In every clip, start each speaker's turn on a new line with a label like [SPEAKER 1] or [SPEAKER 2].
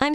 [SPEAKER 1] I'm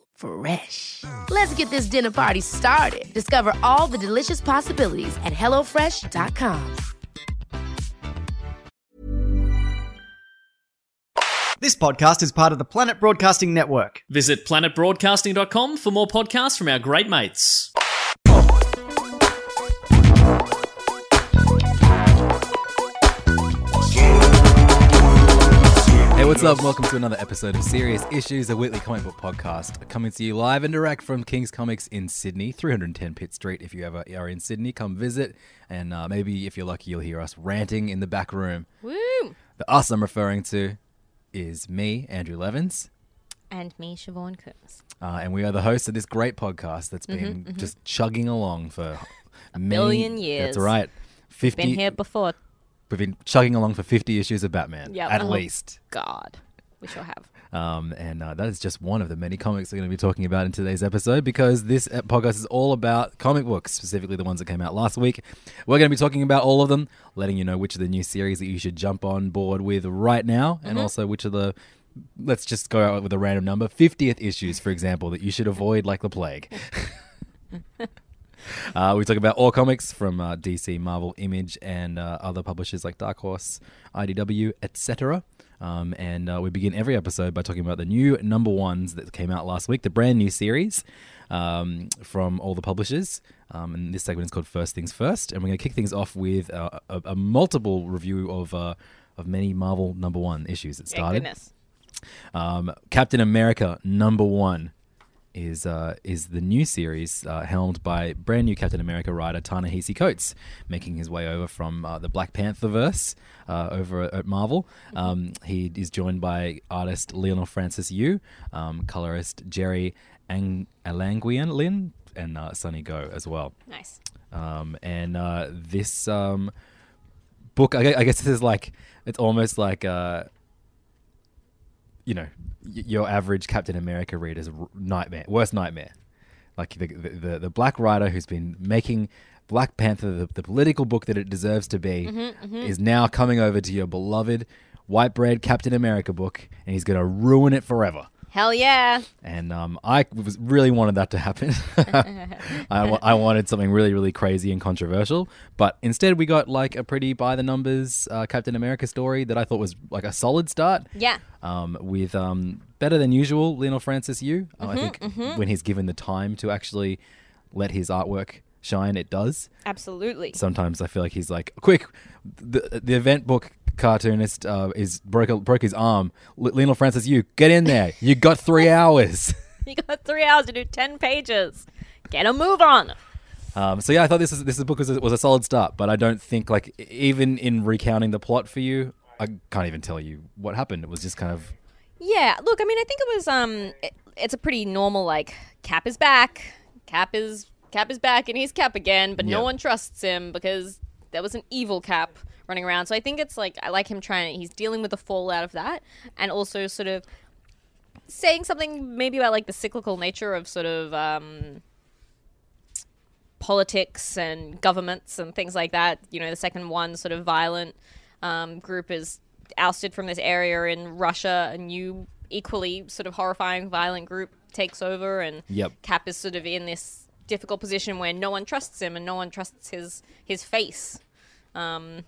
[SPEAKER 2] Fresh. Let's get this dinner party started. Discover all the delicious possibilities at hellofresh.com.
[SPEAKER 3] This podcast is part of the Planet Broadcasting Network.
[SPEAKER 4] Visit planetbroadcasting.com for more podcasts from our great mates.
[SPEAKER 5] Hey, what's up? Welcome to another episode of Serious Issues, a Whitley comic book podcast. Coming to you live and direct from King's Comics in Sydney, 310 Pitt Street. If you ever are in Sydney, come visit. And uh, maybe if you're lucky, you'll hear us ranting in the back room.
[SPEAKER 6] Woo!
[SPEAKER 5] The us I'm referring to is me, Andrew Levins.
[SPEAKER 6] And me, Siobhan Coombs.
[SPEAKER 5] Uh, and we are the hosts of this great podcast that's been just chugging along for a
[SPEAKER 6] mm-hmm. billion
[SPEAKER 5] That's
[SPEAKER 6] years.
[SPEAKER 5] right. 50,
[SPEAKER 6] Been here before.
[SPEAKER 5] We've been chugging along for 50 issues of Batman,
[SPEAKER 6] Yep.
[SPEAKER 5] at
[SPEAKER 6] Oh.
[SPEAKER 5] least.
[SPEAKER 6] God, we sure have.
[SPEAKER 5] Um, and uh, that is just one of the many comics we're going to be talking about in today's episode because this uh, podcast is all about comic books, specifically the ones that came out last week. We're going to be talking about all of them, letting you know which of the new series that you should jump on board with right now, and also which of the, let's just go out with a random number, 50th issues, for example, that you should avoid like the plague. Uh, we talk about all comics from uh, DC, Marvel, Image, and uh, other publishers like Dark Horse, IDW, etc. Um, and uh, we begin every episode by talking about the new number ones that came out last week, the brand new series um, from all the publishers. Um, and this segment is called First Things First. And we're going to kick things off with uh, a, a multiple review of. Uh, of many Marvel number one issues that
[SPEAKER 6] Thank
[SPEAKER 5] started.
[SPEAKER 6] goodness.
[SPEAKER 5] Um, Captain America number one is uh, is the new series uh, helmed by brand new Captain America writer Ta-Nehisi Coates, making his way over from uh, the Black Panther verse uh, over at- at Marvel. Um, he is joined by artist Leonel Francis Yu, um, colorist Jerry Ang- Alanguian Lin, and uh, Sunny Go as well.
[SPEAKER 6] Nice.
[SPEAKER 5] Um, and uh, this um, book, I, gue- I guess this is like, it's almost like, uh, you know, y- your average Captain America reader's r- nightmare, worst nightmare. Like the, the, the, the black writer who's been making Black Panther the, the political book that it deserves to be is now coming over to your beloved white bread Captain America book and he's going to ruin it forever.
[SPEAKER 6] Hell yeah.
[SPEAKER 5] And um, I was really wanted that to happen. I, wa- I wanted something really, really crazy and controversial. But instead, we got like a pretty by the numbers uh, Captain America story that I thought was like a solid start.
[SPEAKER 6] Yeah.
[SPEAKER 5] Um, with um, better than usual, Lionel Francis Yu. Uh, I think when he's given the time to actually let his artwork shine, it does
[SPEAKER 6] Absolutely.
[SPEAKER 5] sometimes I feel like he's like, quick, the the event book cartoonist uh, is broke broke his arm. L- Lionel Francis, you get in there. You got three hours.
[SPEAKER 6] You got three hours to do 10 pages. Get a move on.
[SPEAKER 5] Um, so yeah, I thought this is, this book was a, was a solid start, but I don't think like e- even in recounting the plot for you, I can't even tell you what happened. It was just kind of
[SPEAKER 6] Yeah. Look, I mean, I think it was, um, it, it's a pretty normal, like, Cap is back. Cap is, Cap is back and he's Cap again, but
[SPEAKER 5] Yeah.
[SPEAKER 6] no one trusts him because there was an evil Cap running around. So I think it's like, I like him trying, he's dealing with the fallout of that and also sort of saying something maybe about like the cyclical nature of sort of um, politics and governments and things like that. You know, the second one sort of violent um, group is ousted from this area in Russia. A new, equally sort of horrifying, violent group takes over, and
[SPEAKER 5] Yep.
[SPEAKER 6] Cap is sort of in this difficult position where no one trusts him and no one trusts his his face. Um,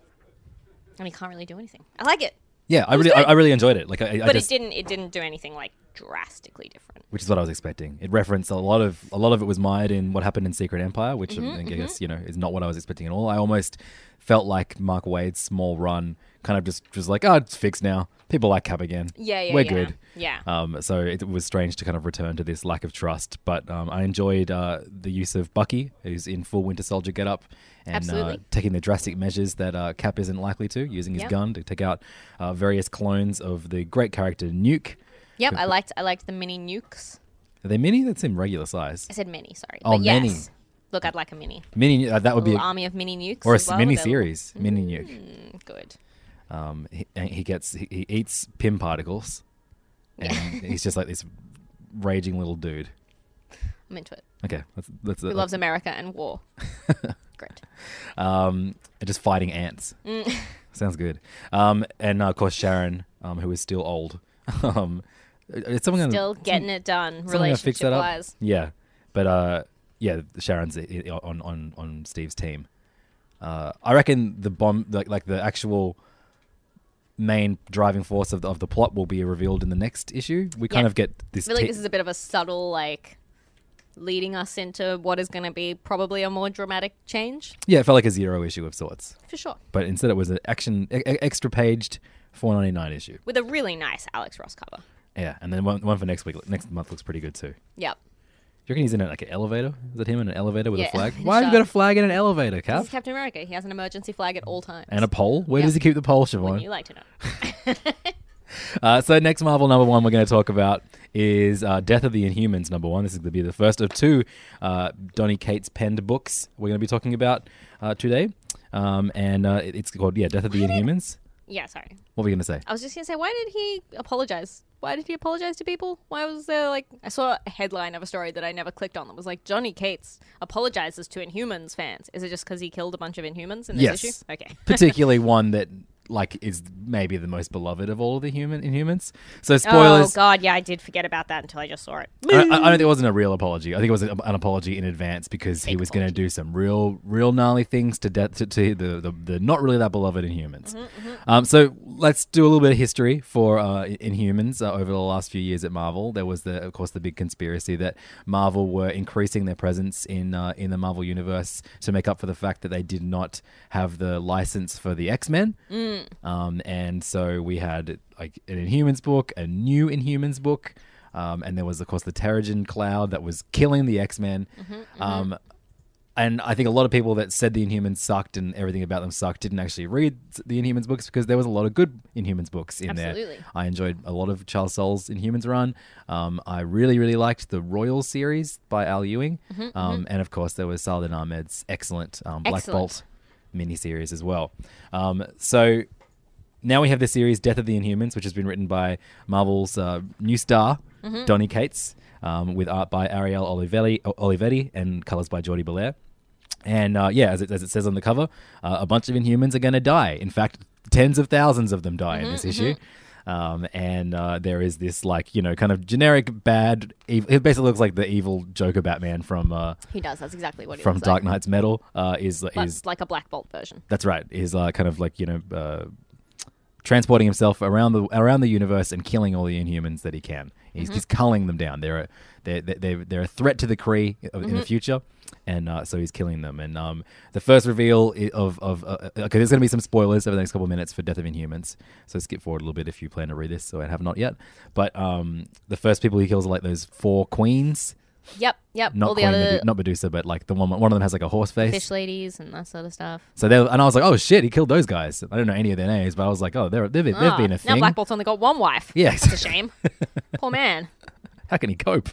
[SPEAKER 6] and he can't really do anything. I like it,
[SPEAKER 5] yeah. I really I, I really enjoyed it. Like I, I
[SPEAKER 6] but
[SPEAKER 5] just
[SPEAKER 6] it didn't. It didn't do anything like drastically different.
[SPEAKER 5] which is what I was expecting. It referenced a lot of a lot of it was mired in what happened in Secret Empire, which
[SPEAKER 6] Mm-hmm,
[SPEAKER 5] I, think, I guess you know is not what I was expecting at all. I almost felt like Mark Wade's small run kind of just was like, oh, it's fixed now. People like Cap again.
[SPEAKER 6] Yeah, yeah,
[SPEAKER 5] we're
[SPEAKER 6] yeah.
[SPEAKER 5] good.
[SPEAKER 6] Yeah.
[SPEAKER 5] Um, so it was strange to kind of return to this lack of trust, but um, I enjoyed uh, the use of Bucky, who's in full Winter Soldier getup, and uh,
[SPEAKER 6] Absolutely.
[SPEAKER 5] taking the drastic measures that uh, Cap isn't likely to, using his
[SPEAKER 6] Yep.
[SPEAKER 5] gun to take out uh, various clones of the great character Nuke.
[SPEAKER 6] Yep, I liked I liked the mini nukes.
[SPEAKER 5] Are they mini? That's in regular size.
[SPEAKER 6] I said mini, sorry.
[SPEAKER 5] Oh,
[SPEAKER 6] but yes.
[SPEAKER 5] mini.
[SPEAKER 6] Look, I'd like a mini.
[SPEAKER 5] Mini uh, that would be
[SPEAKER 6] little
[SPEAKER 5] a,
[SPEAKER 6] army of mini nukes.
[SPEAKER 5] or a
[SPEAKER 6] as well, Hmm.
[SPEAKER 5] mini
[SPEAKER 6] they're
[SPEAKER 5] series, mini nuke.
[SPEAKER 6] Good.
[SPEAKER 5] Um, he, and he gets he, he eats pim particles, and he's just like this raging little dude.
[SPEAKER 6] I'm into it.
[SPEAKER 5] Okay, that's that's
[SPEAKER 6] Who loves America and war? Great.
[SPEAKER 5] um just fighting ants.
[SPEAKER 6] Mm.
[SPEAKER 5] Sounds good. Um, and uh, of course Sharon, um, who is still old. um, it's someone gonna-
[SPEAKER 6] Still getting it done,
[SPEAKER 5] Someone gotta fix
[SPEAKER 6] relationship
[SPEAKER 5] that up.
[SPEAKER 6] wise.
[SPEAKER 5] Yeah, but uh, yeah, Sharon's i- i- on on on Steve's team. Uh, I reckon the bomb, like like the actual main driving force of the, of the plot, will be revealed in the next issue. We kind
[SPEAKER 6] Yeah.
[SPEAKER 5] of get this.
[SPEAKER 6] I feel like
[SPEAKER 5] te-
[SPEAKER 6] this is a bit of a subtle, like, leading us into what is going to be probably a more dramatic change,
[SPEAKER 5] yeah, it felt like a zero issue of sorts,
[SPEAKER 6] for sure.
[SPEAKER 5] but instead it was an action e- e- extra paged four ninety nine issue.
[SPEAKER 6] With a really nice Alex Ross cover.
[SPEAKER 5] Yeah, and then one, one for next week, next month looks pretty good too.
[SPEAKER 6] Yep.
[SPEAKER 5] Do you reckon he's in a, like an elevator? Is it him in an elevator with
[SPEAKER 6] Yeah,
[SPEAKER 5] a flag?
[SPEAKER 6] elevator
[SPEAKER 5] Why have you
[SPEAKER 6] shot.
[SPEAKER 5] got a flag in an elevator, Cap?
[SPEAKER 6] This is Captain America. He has an emergency flag at all times.
[SPEAKER 5] And a pole? Where does he keep the pole, Siobhan?
[SPEAKER 6] Wouldn't you like to know?
[SPEAKER 5] Uh, so next Marvel number one we're going to talk about is uh, Death of the Inhumans number one. This is going to be the first of two uh, Donny Cates penned books we're going to be talking about uh, today, um, and uh, it- it's called yeah Death of the Inhumans.
[SPEAKER 6] yeah, sorry.
[SPEAKER 5] What were you going to say?
[SPEAKER 6] I was just gonna say, why did he apologize? Why did he apologize to people? Why was there like I saw a headline of a story that I never clicked on that was like Johnny Cates apologizes to Inhumans fans. Is it just because he killed a bunch of Inhumans in
[SPEAKER 5] Yes.
[SPEAKER 6] this issue? Okay.
[SPEAKER 5] Particularly one that like is maybe the most beloved of all of the human Inhumans. So spoilers.
[SPEAKER 6] Oh God, yeah, I did forget about that until I just saw it.
[SPEAKER 5] I, I- I don't think it wasn't a real apology. I think it was an an apology in advance because he was going to do some real, real gnarly things to death to, to the, the the not really that beloved Inhumans. Um, so let's do a little bit of history for uh, Inhumans uh, over the last few years at Marvel. There was the, of course, the big conspiracy that Marvel were increasing their presence in uh, in the Marvel universe to make up for the fact that they did not have the license for the X Men. Um, and so we had like an Inhumans book, a new Inhumans book, um, and there was of course the Terrigen cloud that was killing the X Men. Um, and I think a lot of people that said the Inhumans sucked and everything about them sucked didn't actually read the Inhumans books because there was a lot of good Inhumans books in
[SPEAKER 6] Absolutely.
[SPEAKER 5] there. I enjoyed a lot of Charles Soule's Inhumans run. Um, I really, really liked the Royal series by Al Ewing, um, and of course there was Saladin Ahmed's excellent um, Black
[SPEAKER 6] Excellent.
[SPEAKER 5] Bolt miniseries as well. Um, so now we have the series Death of the Inhumans, which has been written by Marvel's uh, new star,
[SPEAKER 6] Mm-hmm.
[SPEAKER 5] Donny Cates, um, with art by Ariel Olivetti, Olivetti and colors by Jordi Belair. And uh, yeah, as it, as it says on the cover, uh, a bunch of Inhumans are going to die. In fact, tens of thousands of them die in
[SPEAKER 6] Mm-hmm,
[SPEAKER 5] this issue. Um, and uh, there is this, like, you know, kind of generic bad. Ev- it basically looks like the evil Joker Batman from uh,
[SPEAKER 6] He does. That's exactly what he
[SPEAKER 5] from
[SPEAKER 6] looks
[SPEAKER 5] Dark
[SPEAKER 6] like.
[SPEAKER 5] Knight's Metal. Uh, is
[SPEAKER 6] But
[SPEAKER 5] is
[SPEAKER 6] like a Black Bolt version.
[SPEAKER 5] that's right. Is uh, kind of like you know, uh, transporting himself around the around the universe and killing all the Inhumans that he can. He's,
[SPEAKER 6] Mm-hmm.
[SPEAKER 5] he's culling them down. They're a, they're, they're, they're a threat to the Kree of- in
[SPEAKER 6] Mm-hmm.
[SPEAKER 5] the future, and uh, so he's killing them. And um, the first reveal i- of of uh, okay, there's going to be some spoilers over the next couple of minutes for Death of Inhumans. So skip forward a little bit if you plan to read this. So I have not yet, but um, the first people he kills are like those four queens.
[SPEAKER 6] Yep, yep.
[SPEAKER 5] Not
[SPEAKER 6] all the
[SPEAKER 5] Queen
[SPEAKER 6] other
[SPEAKER 5] Medu- not Medusa, but like the one one of them has like a horse face.
[SPEAKER 6] fish ladies and that sort of stuff.
[SPEAKER 5] So they and I was like, oh shit, he killed those guys. I don't know any of their names, but I was like, oh, they're, they've, they've
[SPEAKER 6] Ah,
[SPEAKER 5] been a
[SPEAKER 6] now
[SPEAKER 5] thing.
[SPEAKER 6] Black Bolt's only got one wife.
[SPEAKER 5] Yeah,
[SPEAKER 6] That's a
[SPEAKER 5] exactly.
[SPEAKER 6] shame. Poor man.
[SPEAKER 5] How can he cope?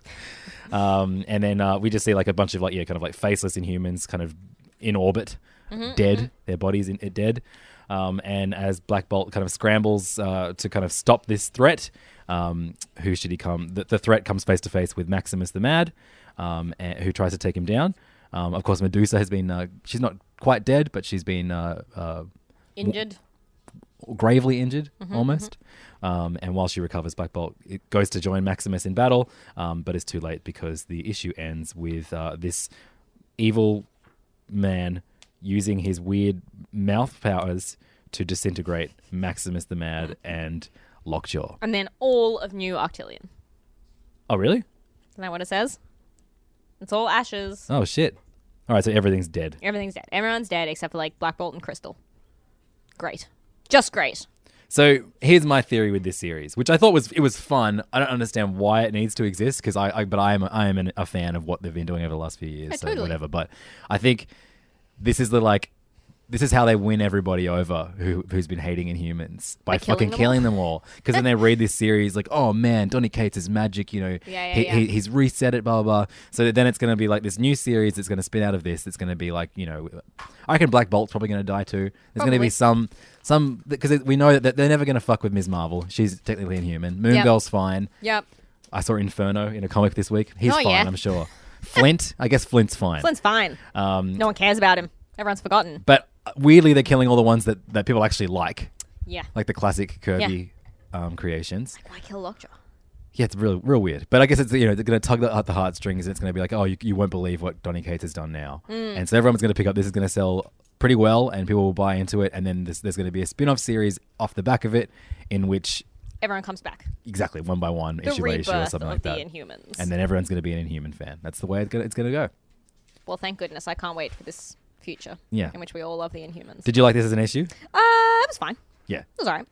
[SPEAKER 5] Um, and then uh, we just see like a bunch of like yeah, kind of like faceless Inhumans, kind of in orbit,
[SPEAKER 6] Mm-hmm,
[SPEAKER 5] dead. Their bodies in uh, dead. Um, and as Black Bolt kind of scrambles uh, to kind of stop this threat, um, who should he come? The, the threat comes face to face with Maximus the Mad, um, and, who tries to take him down. Um, of course, Medusa has been uh, she's not quite dead, but she's been uh, uh,
[SPEAKER 6] Injured.
[SPEAKER 5] gravely injured
[SPEAKER 6] Mm-hmm,
[SPEAKER 5] almost. Um, and while she recovers, Black Bolt it goes to join Maximus in battle, um, but it's too late because the issue ends with uh, this evil man using his weird mouth powers to
[SPEAKER 6] Mm-hmm.
[SPEAKER 5] disintegrate Maximus the Mad and Lockjaw.
[SPEAKER 6] And then all of New Arctillion.
[SPEAKER 5] Oh, really?
[SPEAKER 6] Isn't that what it says? It's all ashes.
[SPEAKER 5] Oh shit! All right, so everything's dead.
[SPEAKER 6] Everything's dead. Everyone's dead except for like Black Bolt and Crystal. Great. Just great.
[SPEAKER 5] So here's my theory with this series, which I thought was it was fun. I don't understand why it needs to exist because I, I, but I am I am an, a fan of what they've been doing over the last few years,
[SPEAKER 6] Yeah,
[SPEAKER 5] so
[SPEAKER 6] totally.
[SPEAKER 5] whatever. But I think this is the like, this is how they win everybody over who who's been hating Inhumans by,
[SPEAKER 6] By killing
[SPEAKER 5] fucking
[SPEAKER 6] them all.
[SPEAKER 5] killing them all. Because then they read this series like, oh man, Donny Cates is magic, you know,
[SPEAKER 6] Yeah, yeah,
[SPEAKER 5] he,
[SPEAKER 6] yeah.
[SPEAKER 5] He, he's reset it, blah blah. blah. So then it's gonna be like this new series that's gonna spin out of this. It's gonna be like you know, I reckon Black Bolt's probably gonna die too. There's gonna
[SPEAKER 6] Probably.
[SPEAKER 5] be some some because we know that they're never gonna fuck with Ms. Marvel. She's technically inhuman. Moon
[SPEAKER 6] Yep.
[SPEAKER 5] Girl's fine.
[SPEAKER 6] Yep.
[SPEAKER 5] I saw Inferno in a comic this week. He's
[SPEAKER 6] Oh,
[SPEAKER 5] fine,
[SPEAKER 6] yeah.
[SPEAKER 5] I'm sure. Flint, I guess Flint's fine.
[SPEAKER 6] Flynn's fine.
[SPEAKER 5] Um,
[SPEAKER 6] no one cares about him. Everyone's forgotten.
[SPEAKER 5] but weirdly, they're killing all the ones that that people actually like,
[SPEAKER 6] Yeah.
[SPEAKER 5] like the classic Kirby. Um, creations,
[SPEAKER 6] Why kill Lockjaw?
[SPEAKER 5] yeah, it's real, real weird. But I guess it's you know they're gonna tug at the heartstrings. And it's gonna be like, oh, you, you won't believe what Donny Cates has done now,
[SPEAKER 6] Mm.
[SPEAKER 5] and so everyone's gonna pick up. This is gonna sell pretty well, and people will buy into it. And then this, there's gonna be a spin-off series off the back of it, in which
[SPEAKER 6] Everyone comes back.
[SPEAKER 5] exactly one by one,
[SPEAKER 6] The
[SPEAKER 5] issue by
[SPEAKER 6] rebirth
[SPEAKER 5] issue, or something
[SPEAKER 6] of
[SPEAKER 5] like
[SPEAKER 6] the
[SPEAKER 5] that.
[SPEAKER 6] Inhumans.
[SPEAKER 5] And then everyone's gonna be an Inhuman fan. That's the way it's gonna, it's gonna go.
[SPEAKER 6] well, thank goodness. I can't wait for this future.
[SPEAKER 5] Yeah.
[SPEAKER 6] In which we all love the Inhumans.
[SPEAKER 5] Did you like this as an issue?
[SPEAKER 6] uh, it was fine. It
[SPEAKER 5] Yeah,
[SPEAKER 6] was alright.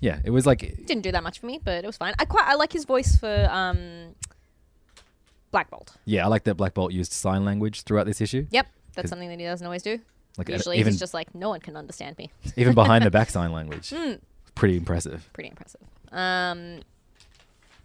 [SPEAKER 5] yeah. It was like
[SPEAKER 6] Didn't do that much for me, but it was fine. I quite I like his voice for um, Black Bolt.
[SPEAKER 5] yeah, I like that Black Bolt used sign language throughout this issue.
[SPEAKER 6] Yep. That's something that he doesn't always do.
[SPEAKER 5] Like, uh,
[SPEAKER 6] Usually
[SPEAKER 5] even-
[SPEAKER 6] he's just like, no one can understand me.
[SPEAKER 5] even behind the back sign language.
[SPEAKER 6] Hmm.
[SPEAKER 5] Pretty impressive.
[SPEAKER 6] Pretty impressive. Um,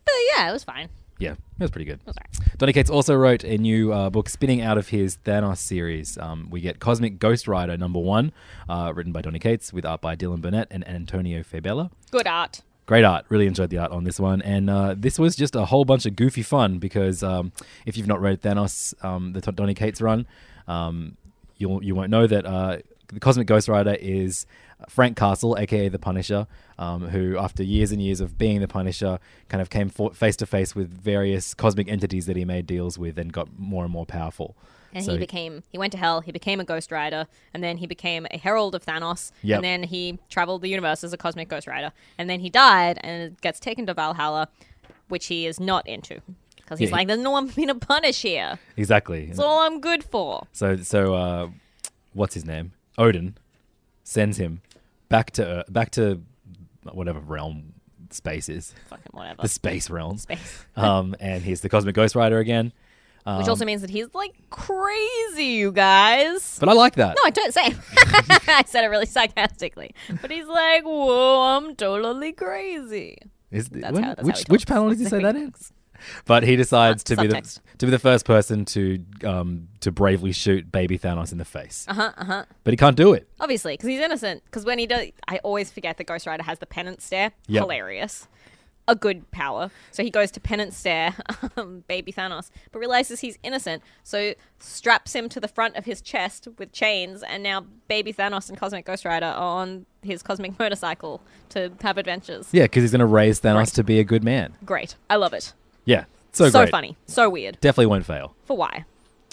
[SPEAKER 6] but yeah, it was fine.
[SPEAKER 5] Yeah, it was pretty good.
[SPEAKER 6] was
[SPEAKER 5] Donny Cates also wrote a new uh, book spinning out of his Thanos series. Um, we get Cosmic Ghost Rider number one, uh, written by Donny Cates with art by Dylan Burnett and Antonio Fabella.
[SPEAKER 6] Good art.
[SPEAKER 5] Great art. Really enjoyed the art on this one. And uh, this was just a whole bunch of goofy fun because um, if you've not read Thanos, um, the Donny Cates run, um, you'll, you won't know that uh, the Cosmic Ghost Rider is Frank Castle, aka the Punisher, um, who, after years and years of being the Punisher, kind of came for- face to face with various cosmic entities that he made deals with and got more and more powerful.
[SPEAKER 6] And
[SPEAKER 5] So
[SPEAKER 6] he became, he went to hell, he became a Ghost Rider, and then he became a Herald of Thanos,
[SPEAKER 5] Yep.
[SPEAKER 6] and then he traveled the universe as a Cosmic Ghost Rider, and then he died and gets taken to Valhalla, which he is not into. Because he's
[SPEAKER 5] Yeah, he-
[SPEAKER 6] like, there's no one for me to punish here.
[SPEAKER 5] exactly.
[SPEAKER 6] It's all I'm good for.
[SPEAKER 5] So so uh, what's his name? Odin sends him back to Earth, back to whatever realm space is,
[SPEAKER 6] Fucking whatever.
[SPEAKER 5] the space realm. Space. um, and he's the Cosmic Ghost Rider again. Um,
[SPEAKER 6] which also means that he's like crazy, you guys.
[SPEAKER 5] But I like that.
[SPEAKER 6] No, I don't say. I said it really sarcastically. But he's like, whoa, I'm totally crazy.
[SPEAKER 5] Is the-
[SPEAKER 6] That's
[SPEAKER 5] when-
[SPEAKER 6] how- that's how
[SPEAKER 5] which
[SPEAKER 6] he
[SPEAKER 5] which
[SPEAKER 6] talks.
[SPEAKER 5] panel did you say that in? But he decides to be the
[SPEAKER 6] subtext.
[SPEAKER 5] to be the first person to um, to bravely shoot baby Thanos in the face. Uh
[SPEAKER 6] Uh-huh,
[SPEAKER 5] huh. Uh huh. But he can't do it.
[SPEAKER 6] Obviously, because he's innocent. Because when he does, I always forget that Ghost Rider has the penance stare.
[SPEAKER 5] Yep.
[SPEAKER 6] Hilarious. A good power. So he goes to penance stare, um, baby Thanos, but realizes he's innocent. So straps him to the front of his chest with chains, and now baby Thanos and Cosmic Ghost Rider are on his cosmic motorcycle to have adventures.
[SPEAKER 5] Yeah, because he's going to raise Thanos to be a good man.
[SPEAKER 6] Great. I love it.
[SPEAKER 5] Yeah, so
[SPEAKER 6] so
[SPEAKER 5] great.
[SPEAKER 6] funny. So weird.
[SPEAKER 5] Definitely won't fail.
[SPEAKER 6] For why?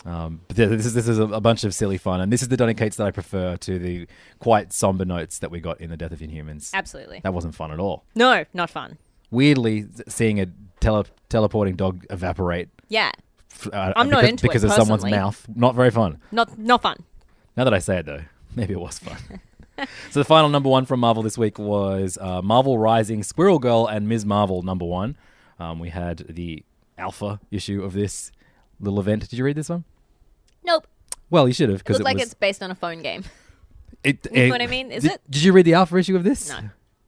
[SPEAKER 5] Um, but th- this is this is a, a bunch of silly fun, and this is the Donny Cates that I prefer to the quite somber notes that we got in the Death of Inhumans.
[SPEAKER 6] Absolutely.
[SPEAKER 5] That wasn't fun at all.
[SPEAKER 6] No, not fun.
[SPEAKER 5] Weirdly, s- seeing a tele- teleporting dog evaporate.
[SPEAKER 6] Yeah.
[SPEAKER 5] f- Uh,
[SPEAKER 6] I'm not
[SPEAKER 5] because,
[SPEAKER 6] into it
[SPEAKER 5] because of someone's
[SPEAKER 6] personally.
[SPEAKER 5] mouth. Not very fun.
[SPEAKER 6] Not not fun.
[SPEAKER 5] Now that I say it, though, maybe it was fun. so the final number one from Marvel this week was uh, Marvel Rising, Squirrel Girl, and Ms. Marvel number one. Um, we had the alpha issue of this little event. Did you read this one?
[SPEAKER 6] Nope.
[SPEAKER 5] Well, you should have
[SPEAKER 6] It
[SPEAKER 5] because
[SPEAKER 6] looked like
[SPEAKER 5] was,
[SPEAKER 6] it's based on a phone game.
[SPEAKER 5] It,
[SPEAKER 6] You know what I mean? Is
[SPEAKER 5] did,
[SPEAKER 6] it-
[SPEAKER 5] Did you read the alpha issue of this?
[SPEAKER 6] No.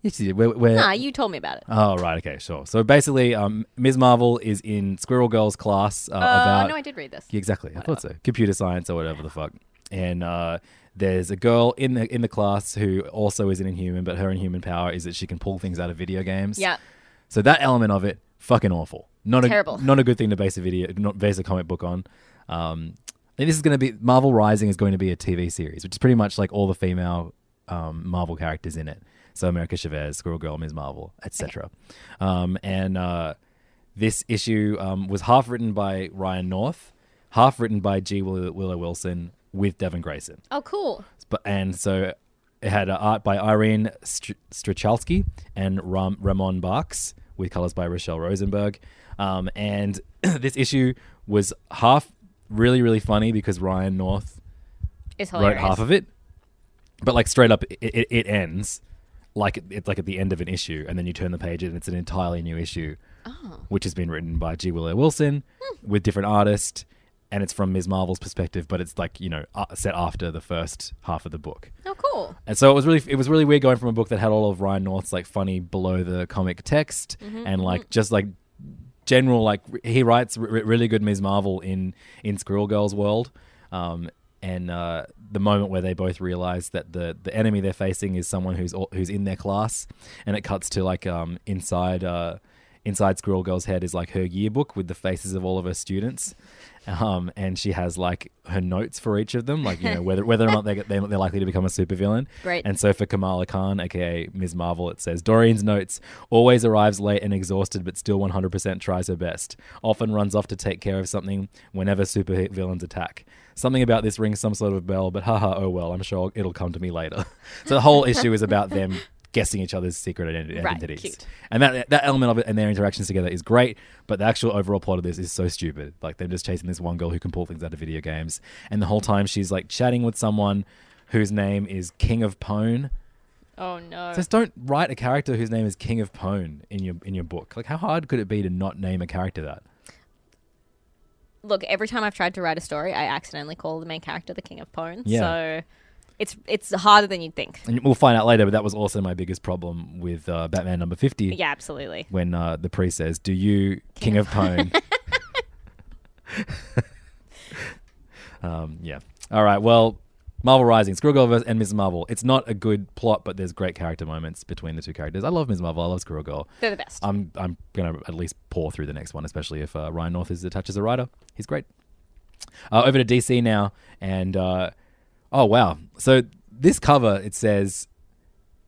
[SPEAKER 5] Yes, you did. Where, where,
[SPEAKER 6] Nah, you told me about it.
[SPEAKER 5] Oh, right. Okay, sure. So basically, um, Ms. Marvel is in Squirrel Girl's class uh,
[SPEAKER 6] Uh,
[SPEAKER 5] about.
[SPEAKER 6] no, I did read this.
[SPEAKER 5] Yeah, exactly. I thought so. Computer science or whatever the fuck. And uh, there's a girl in the in the class who also is an inhuman, but her inhuman power is that she can pull things out of video games.
[SPEAKER 6] Yeah.
[SPEAKER 5] So that element of it, fucking awful. Not a
[SPEAKER 6] Terrible.
[SPEAKER 5] Not a good thing to base a video, not base a comic book on. Um, and this is going to be Marvel Rising is going to be a TV series, which is pretty much like all the female um, Marvel characters in it. So America Chavez, Squirrel Girl, Ms. Marvel, etc. Um, and uh, this issue um, was half written by Ryan North, half written by G. Willow, Willow Wilson with Devin Grayson.
[SPEAKER 6] Oh, cool.
[SPEAKER 5] But and so it had uh, art by Irene Str- Strachowski and Ram- Ramon Barks with colors by Rochelle Rosenberg. Um, and this issue was half really, really funny because Ryan North
[SPEAKER 6] It's
[SPEAKER 5] wrote
[SPEAKER 6] hilarious.
[SPEAKER 5] half of it, but like straight up, it, it, it ends like it- it's like at the end of an issue, and then you turn the page and it's an entirely new issue, which has been written by G. Willow Wilson with different artists, and it's from Ms. Marvel's perspective, but it's like you know uh, set after the first half of the book.
[SPEAKER 6] Oh, cool.
[SPEAKER 5] And so it was really it was really weird going from a book that had all of Ryan North's like funny below the comic text and like just like general like r- he writes r- r- really good Ms Marvel in in Squirrel Girl's world. Um and uh, the moment where they both realize that the, the enemy they're facing is someone who's al- who's in their class, and it cuts to like um, inside uh, inside Squirrel Girl's head is like her yearbook with the faces of all of her students, um, and she has like her notes for each of them, like you know whether whether or not they they're they're likely to become a supervillain.
[SPEAKER 6] Great.
[SPEAKER 5] And so for Kamala Khan, aka Ms. Marvel, it says Doreen's notes always arrives late and exhausted, but still 100% tries her best. Often runs off to take care of something whenever supervillains attack. Something about this rings some sort of bell, but haha, oh well, I'm sure it'll come to me later. so the whole issue is about them guessing each other's secret ident-
[SPEAKER 6] Right,
[SPEAKER 5] identities.
[SPEAKER 6] cute.
[SPEAKER 5] And that that element of it and their interactions together is great, but the actual overall plot of this is so stupid. Like them just chasing this one girl who can pull things out of video games, and the whole time she's like chatting with someone whose name is King of Pone.
[SPEAKER 6] Oh no.
[SPEAKER 5] Just don't write a character whose name is King of Pone in your in your book. Like how hard could it be to not name a character that?
[SPEAKER 6] Look, every time I've tried to write a story, I accidentally call the main character the King of Pwn.
[SPEAKER 5] Yeah.
[SPEAKER 6] So it's it's harder than you'd think.
[SPEAKER 5] And we'll find out later, but that was also my biggest problem with uh, Batman number 50.
[SPEAKER 6] Yeah, absolutely.
[SPEAKER 5] When uh, the priest says, Do you, King of Pone? um, yeah. All right. Well, Marvel Rising, Squirrel Girl and Ms. Marvel. It's not a good plot, but there's great character moments between the two characters. I love Ms. Marvel. I love Squirrel Girl.
[SPEAKER 6] They're the best.
[SPEAKER 5] I'm, I'm going to at least pour through the next one, especially if uh, Ryan North is attached as a writer. He's great. Uh, over to DC now. And, uh, oh, wow. So this cover, it says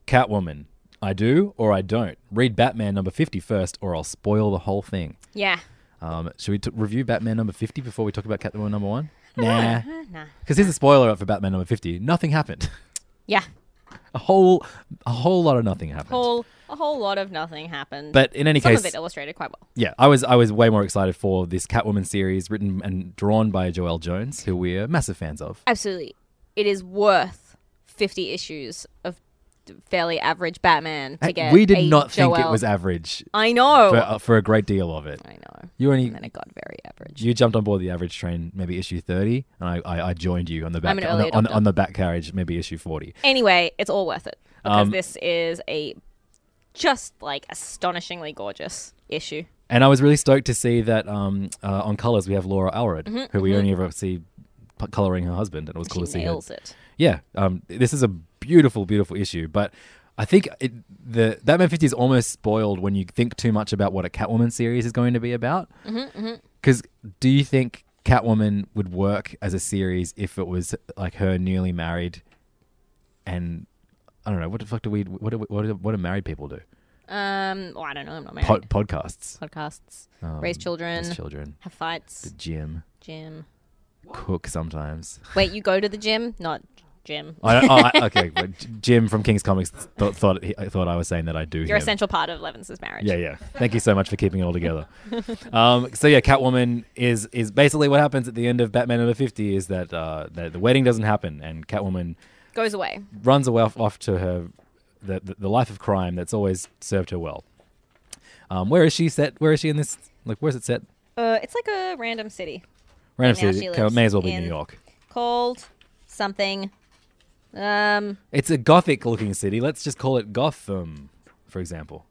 [SPEAKER 5] Catwoman. I do or I don't. Read Batman number 50 first, or I'll spoil the whole thing.
[SPEAKER 6] yeah.
[SPEAKER 5] Um, should we t- review Batman number 50 before we talk about Catwoman number one? Nah.
[SPEAKER 6] Nah.
[SPEAKER 5] Because here's a spoiler for Batman number 50. Nothing happened.
[SPEAKER 6] Yeah.
[SPEAKER 5] A whole, a whole lot of nothing happened.
[SPEAKER 6] Whole a whole lot of nothing happened.
[SPEAKER 5] but in any
[SPEAKER 6] some
[SPEAKER 5] case,
[SPEAKER 6] of it illustrated quite well.
[SPEAKER 5] yeah, I was I was way more excited for this Catwoman series written and drawn by Joel Jones, who we're massive fans of.
[SPEAKER 6] Absolutely. It is worth 50 issues of fairly average Batman to get
[SPEAKER 5] we did
[SPEAKER 6] a
[SPEAKER 5] not think it
[SPEAKER 6] Joel-
[SPEAKER 5] was average
[SPEAKER 6] I know.
[SPEAKER 5] for, uh, for a great deal of it.
[SPEAKER 6] I know.
[SPEAKER 5] You only
[SPEAKER 6] And then it got very average.
[SPEAKER 5] you jumped on board the average train maybe issue 30 and i, I, I joined you on the
[SPEAKER 6] I'm
[SPEAKER 5] back
[SPEAKER 6] an
[SPEAKER 5] on
[SPEAKER 6] early
[SPEAKER 5] the, on,
[SPEAKER 6] adopter.
[SPEAKER 5] on the back carriage maybe issue 40
[SPEAKER 6] Anyway, it's all worth it because
[SPEAKER 5] Um,
[SPEAKER 6] this is a just like astonishingly gorgeous issue.
[SPEAKER 5] and i was really stoked to see that um, uh, on colors we have laura Alred, who we only ever see p- coloring her husband and it was cool to
[SPEAKER 6] Mm-hmm, she
[SPEAKER 5] see her
[SPEAKER 6] nails it.
[SPEAKER 5] yeah um, this is a beautiful beautiful issue but i think it, the batman 50 is almost spoiled when you think too much about what a catwoman series is going to be about
[SPEAKER 6] Mm-hmm,
[SPEAKER 5] because do you think catwoman would work as a series if it was like her newly married and i don't know what the fuck do we what do, we- what do, what do married people do
[SPEAKER 6] Um, well, I don't know. I'm not married.
[SPEAKER 5] Pod, podcasts
[SPEAKER 6] Podcasts, raise children,
[SPEAKER 5] There's Um, children
[SPEAKER 6] have fights,
[SPEAKER 5] gym
[SPEAKER 6] gym.
[SPEAKER 5] cook sometimes
[SPEAKER 6] Wait, you go to the gym, not gym.
[SPEAKER 5] I don't, oh, I, okay but jim from king's comics th- thought he, thought i was saying that i do
[SPEAKER 6] You're
[SPEAKER 5] him.
[SPEAKER 6] an essential part of Levins's marriage.
[SPEAKER 5] Yeah, yeah. Thank you so much for keeping it all together. um, so yeah, Catwoman is is basically what happens at the end of Batman number fifty is that uh, the, the wedding doesn't happen and Catwoman
[SPEAKER 6] Goes away.
[SPEAKER 5] runs away off, off to her the, the the life of crime that's always served her well. Um, where is she set? Where is she in this? Like, where's it set?
[SPEAKER 6] Uh, it's like a random city
[SPEAKER 5] Random
[SPEAKER 6] now
[SPEAKER 5] city.
[SPEAKER 6] she
[SPEAKER 5] Okay, it
[SPEAKER 6] lives
[SPEAKER 5] May as well be
[SPEAKER 6] in-
[SPEAKER 5] New York.
[SPEAKER 6] called something. Um,
[SPEAKER 5] It's a gothic looking city. Let's just call it Gotham, for example.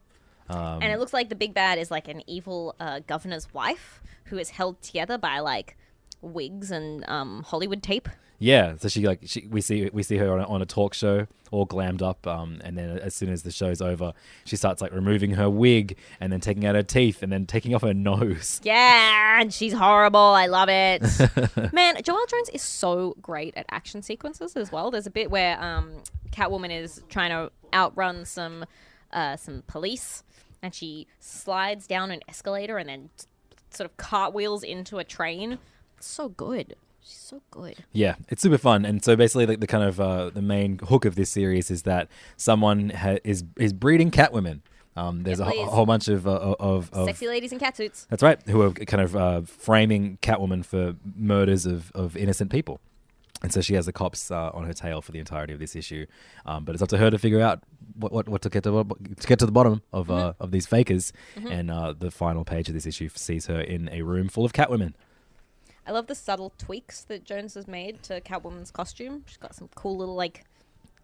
[SPEAKER 6] and it looks like the big bad is like an evil uh, governor's wife who is held together by like wigs and um, Hollywood tape.
[SPEAKER 5] Yeah, so she like she, we see we see her on a, on a talk show, all glammed up, um, and then as soon as the show's over, she starts like removing her wig and then taking out her teeth and then taking off her nose.
[SPEAKER 6] Yeah, and she's horrible. I love it. Man, Joelle Jones is so great at action sequences as well. There's a bit where um, Catwoman is trying to outrun some uh, some police, and she slides down an escalator and then sort of cartwheels into a train. So good. She's so good.
[SPEAKER 5] Yeah, it's super fun. And so basically, like the kind of uh, the main hook of this series is that someone ha- is is breeding Catwomen. Um, there's a,
[SPEAKER 6] Yeah,
[SPEAKER 5] wh- a
[SPEAKER 6] please.
[SPEAKER 5] whole bunch of, uh, of, of
[SPEAKER 6] Sexy ladies in catsuits.
[SPEAKER 5] that's right, who are kind of uh, framing Catwoman for murders of, of innocent people. And so she has the cops uh, on her tail for the entirety of this issue, um, but it's up to her to figure out what, what, what to get to, what- to get to the bottom of uh,
[SPEAKER 6] Mm-hmm.
[SPEAKER 5] of these fakers. And uh, the final page of this issue sees her in a room full of Catwomen.
[SPEAKER 6] I love the subtle tweaks that Jones has made to Catwoman's costume. She's got some cool little like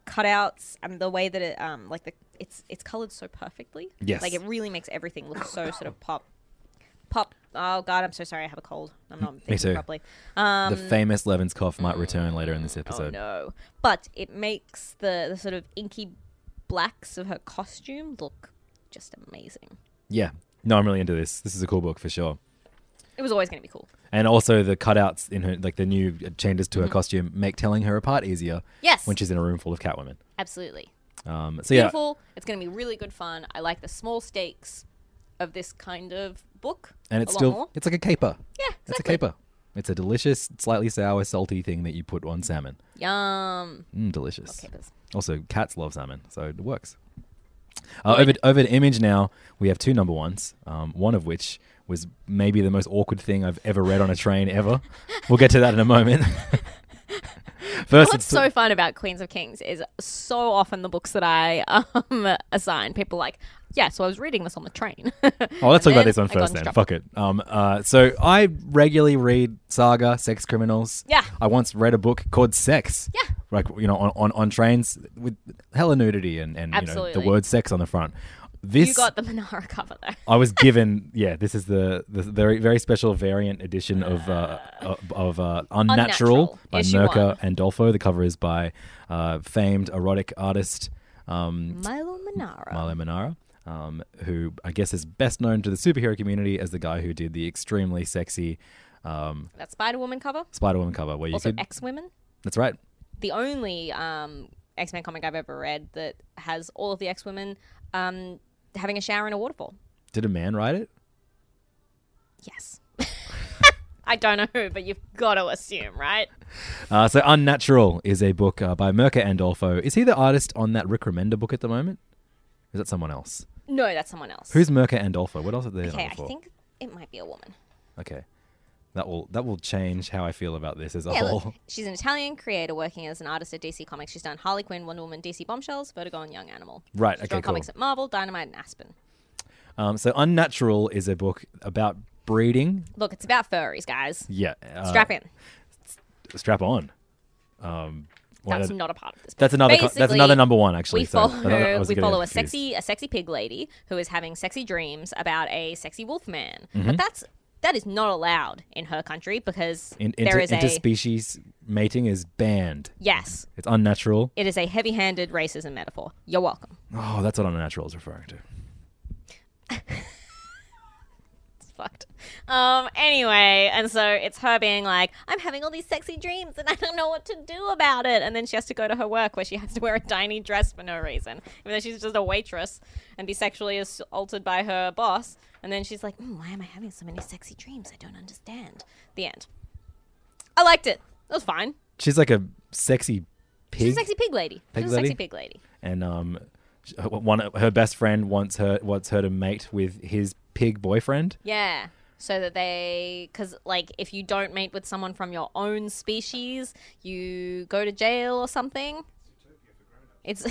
[SPEAKER 6] cutouts and the way that it um like the it's it's colored so perfectly.
[SPEAKER 5] Yes.
[SPEAKER 6] Like it really makes everything look so sort of pop pop. Oh god, I'm so sorry. I have a cold. I'm not thinking
[SPEAKER 5] too.
[SPEAKER 6] properly. Um mm.
[SPEAKER 5] the famous Levin's cough might return later in this episode.
[SPEAKER 6] Oh no! But it makes the, the sort of inky blacks of her costume look just amazing.
[SPEAKER 5] Yeah, no, I'm really into this. This is a cool book for sure.
[SPEAKER 6] It was always going to be cool.
[SPEAKER 5] And also the cutouts in her, like the new changes to her costume, make telling her apart easier.
[SPEAKER 6] Mm-hmm. Yes.
[SPEAKER 5] when she's in a room full of Catwomen.
[SPEAKER 6] Absolutely
[SPEAKER 5] Um, so yeah,
[SPEAKER 6] beautiful. It's going to be really good fun. I like the small stakes of this kind of book.
[SPEAKER 5] and
[SPEAKER 6] a
[SPEAKER 5] it's
[SPEAKER 6] lot
[SPEAKER 5] still
[SPEAKER 6] more.
[SPEAKER 5] it's like a caper.
[SPEAKER 6] Yeah,
[SPEAKER 5] it's a
[SPEAKER 6] exactly.
[SPEAKER 5] caper. It's a delicious, slightly sour, salty thing that you put on salmon.
[SPEAKER 6] yum.
[SPEAKER 5] Mm, delicious.
[SPEAKER 6] Capers.
[SPEAKER 5] Also, cats love salmon, so it works. Uh, over, over to Image now, we have two number ones, um, one of which was maybe the most awkward thing I've ever read on a train ever. We'll get to that in a moment. First, it's-
[SPEAKER 6] What's so fun about Queens of Kings is so often the books that I um, assign people are like, yeah. So I was reading this on the train.
[SPEAKER 5] oh, let's talk
[SPEAKER 6] And
[SPEAKER 5] about this
[SPEAKER 6] then
[SPEAKER 5] one
[SPEAKER 6] I got
[SPEAKER 5] first
[SPEAKER 6] in
[SPEAKER 5] then.
[SPEAKER 6] trouble.
[SPEAKER 5] Fuck it. Um, uh, so I regularly read Saga, Sex Criminals.
[SPEAKER 6] Yeah.
[SPEAKER 5] I once read a book called Sex.
[SPEAKER 6] Yeah.
[SPEAKER 5] Like, you know, on, on, on trains with hella nudity and, and you know, the
[SPEAKER 6] Absolutely.
[SPEAKER 5] word sex on the front. This
[SPEAKER 6] You got the Monara cover though.
[SPEAKER 5] I was given, yeah, this is the, the very very special variant edition of uh, of, of uh, Unnatural,
[SPEAKER 6] Unnatural,
[SPEAKER 5] by
[SPEAKER 6] issue
[SPEAKER 5] Mirka
[SPEAKER 6] one.
[SPEAKER 5] Andolfo. The cover is by uh, famed erotic artist um,
[SPEAKER 6] Milo Monara.
[SPEAKER 5] Milo Manara, um, who I guess is best known to the superhero community as the guy who did the extremely sexy um,
[SPEAKER 6] That Spider Woman cover.
[SPEAKER 5] Spider Woman cover, where you
[SPEAKER 6] Also
[SPEAKER 5] could.
[SPEAKER 6] X Women.
[SPEAKER 5] that's right.
[SPEAKER 6] the only um, X Men comic I've ever read that has all of the X Women um, having a shower in a waterfall.
[SPEAKER 5] Did a man write it?
[SPEAKER 6] Yes. I don't know who, but you've got to assume, right?
[SPEAKER 5] Uh, so Unnatural is a book uh, by Mirka Andolfo. Is he the artist on that Rick Remender book at the moment? Is that someone else?
[SPEAKER 6] No, that's someone else.
[SPEAKER 5] Who's Mirka Andolfo? What else are they
[SPEAKER 6] okay?
[SPEAKER 5] known
[SPEAKER 6] I
[SPEAKER 5] for?
[SPEAKER 6] think it might be a woman.
[SPEAKER 5] Okay, that will that will change how I feel about this as a
[SPEAKER 6] Yeah,
[SPEAKER 5] whole.
[SPEAKER 6] look, she's an Italian creator working as an artist at DC Comics. She's done Harley Quinn, Wonder Woman, DC Bombshells, Vertigo, and Young Animal.
[SPEAKER 5] Right,
[SPEAKER 6] She's drawn
[SPEAKER 5] okay, cool.
[SPEAKER 6] Comics at Marvel, Dynamite, and Aspen.
[SPEAKER 5] Um, so Unnatural is a book about breeding.
[SPEAKER 6] Look, it's about furries, guys.
[SPEAKER 5] Yeah, uh,
[SPEAKER 6] Strap in.
[SPEAKER 5] Strap on. Um, why
[SPEAKER 6] That's
[SPEAKER 5] did-
[SPEAKER 6] not a part of this.
[SPEAKER 5] that's another co- that's another
[SPEAKER 6] Basically,
[SPEAKER 5] number one actually.
[SPEAKER 6] we
[SPEAKER 5] so I
[SPEAKER 6] follow
[SPEAKER 5] thought that- I was
[SPEAKER 6] we
[SPEAKER 5] getting
[SPEAKER 6] follow a
[SPEAKER 5] confused.
[SPEAKER 6] sexy a sexy pig lady who is having sexy dreams about a sexy wolf man.
[SPEAKER 5] Mm-hmm.
[SPEAKER 6] But that's that is not allowed in her country because
[SPEAKER 5] In,
[SPEAKER 6] there
[SPEAKER 5] inter,
[SPEAKER 6] is a
[SPEAKER 5] interspecies mating is banned.
[SPEAKER 6] yes,
[SPEAKER 5] It's unnatural.
[SPEAKER 6] it is a heavy-handed racism metaphor. You're welcome.
[SPEAKER 5] Oh, that's what unnatural is referring to.
[SPEAKER 6] It's fucked. Um. Anyway, and so it's her being like, "I'm having all these sexy dreams and I don't know what to do about it," and then she has to go to her work where she has to wear a tiny dress for no reason, even though she's just a waitress and be sexually assaulted by her boss. And then she's like, mm, "Why am I having so many sexy dreams? I don't understand." The end. I liked it. It was fine.
[SPEAKER 5] She's like a sexy pig.
[SPEAKER 6] She's a sexy pig lady.
[SPEAKER 5] Pig
[SPEAKER 6] She's a sexy
[SPEAKER 5] lady?
[SPEAKER 6] pig lady.
[SPEAKER 5] and um, sh- her- one her best friend wants her wants her to mate with his pig boyfriend.
[SPEAKER 6] Yeah. So that they, because like if you don't mate with someone from your own species, you go to jail or something. It's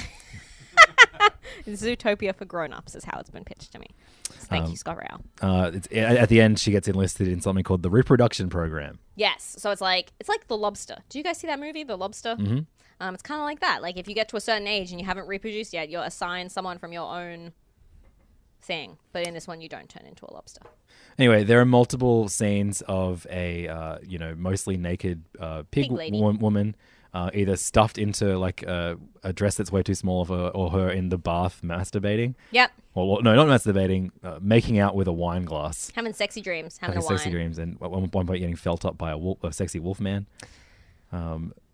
[SPEAKER 6] Zootopia for grown-ups is how it's been pitched to me. So thank
[SPEAKER 5] Um,
[SPEAKER 6] you, Scott Rao.
[SPEAKER 5] Uh, it's, a- at the end, she gets enlisted in something called the reproduction program.
[SPEAKER 6] Yes. So it's like it's like The Lobster. Do you guys see that movie, The Lobster? Mm-hmm. Um, it's kind of like that. Like if you get to a certain age and you haven't reproduced yet, you're assigned someone from your own thing. But in this one, you don't turn into a lobster.
[SPEAKER 5] Anyway, there are multiple scenes of a uh, you know mostly naked uh, pig,
[SPEAKER 6] Pig lady.
[SPEAKER 5] wo- woman. Uh, either stuffed into like a, a dress that's way too small for or her in the bath masturbating.
[SPEAKER 6] Yep.
[SPEAKER 5] Or no, not masturbating, uh, making out with a wine glass.
[SPEAKER 6] Having sexy dreams, having,
[SPEAKER 5] Having
[SPEAKER 6] a wine.
[SPEAKER 5] sexy dreams, and at one one point getting felt up by a, wolf, a sexy wolf man.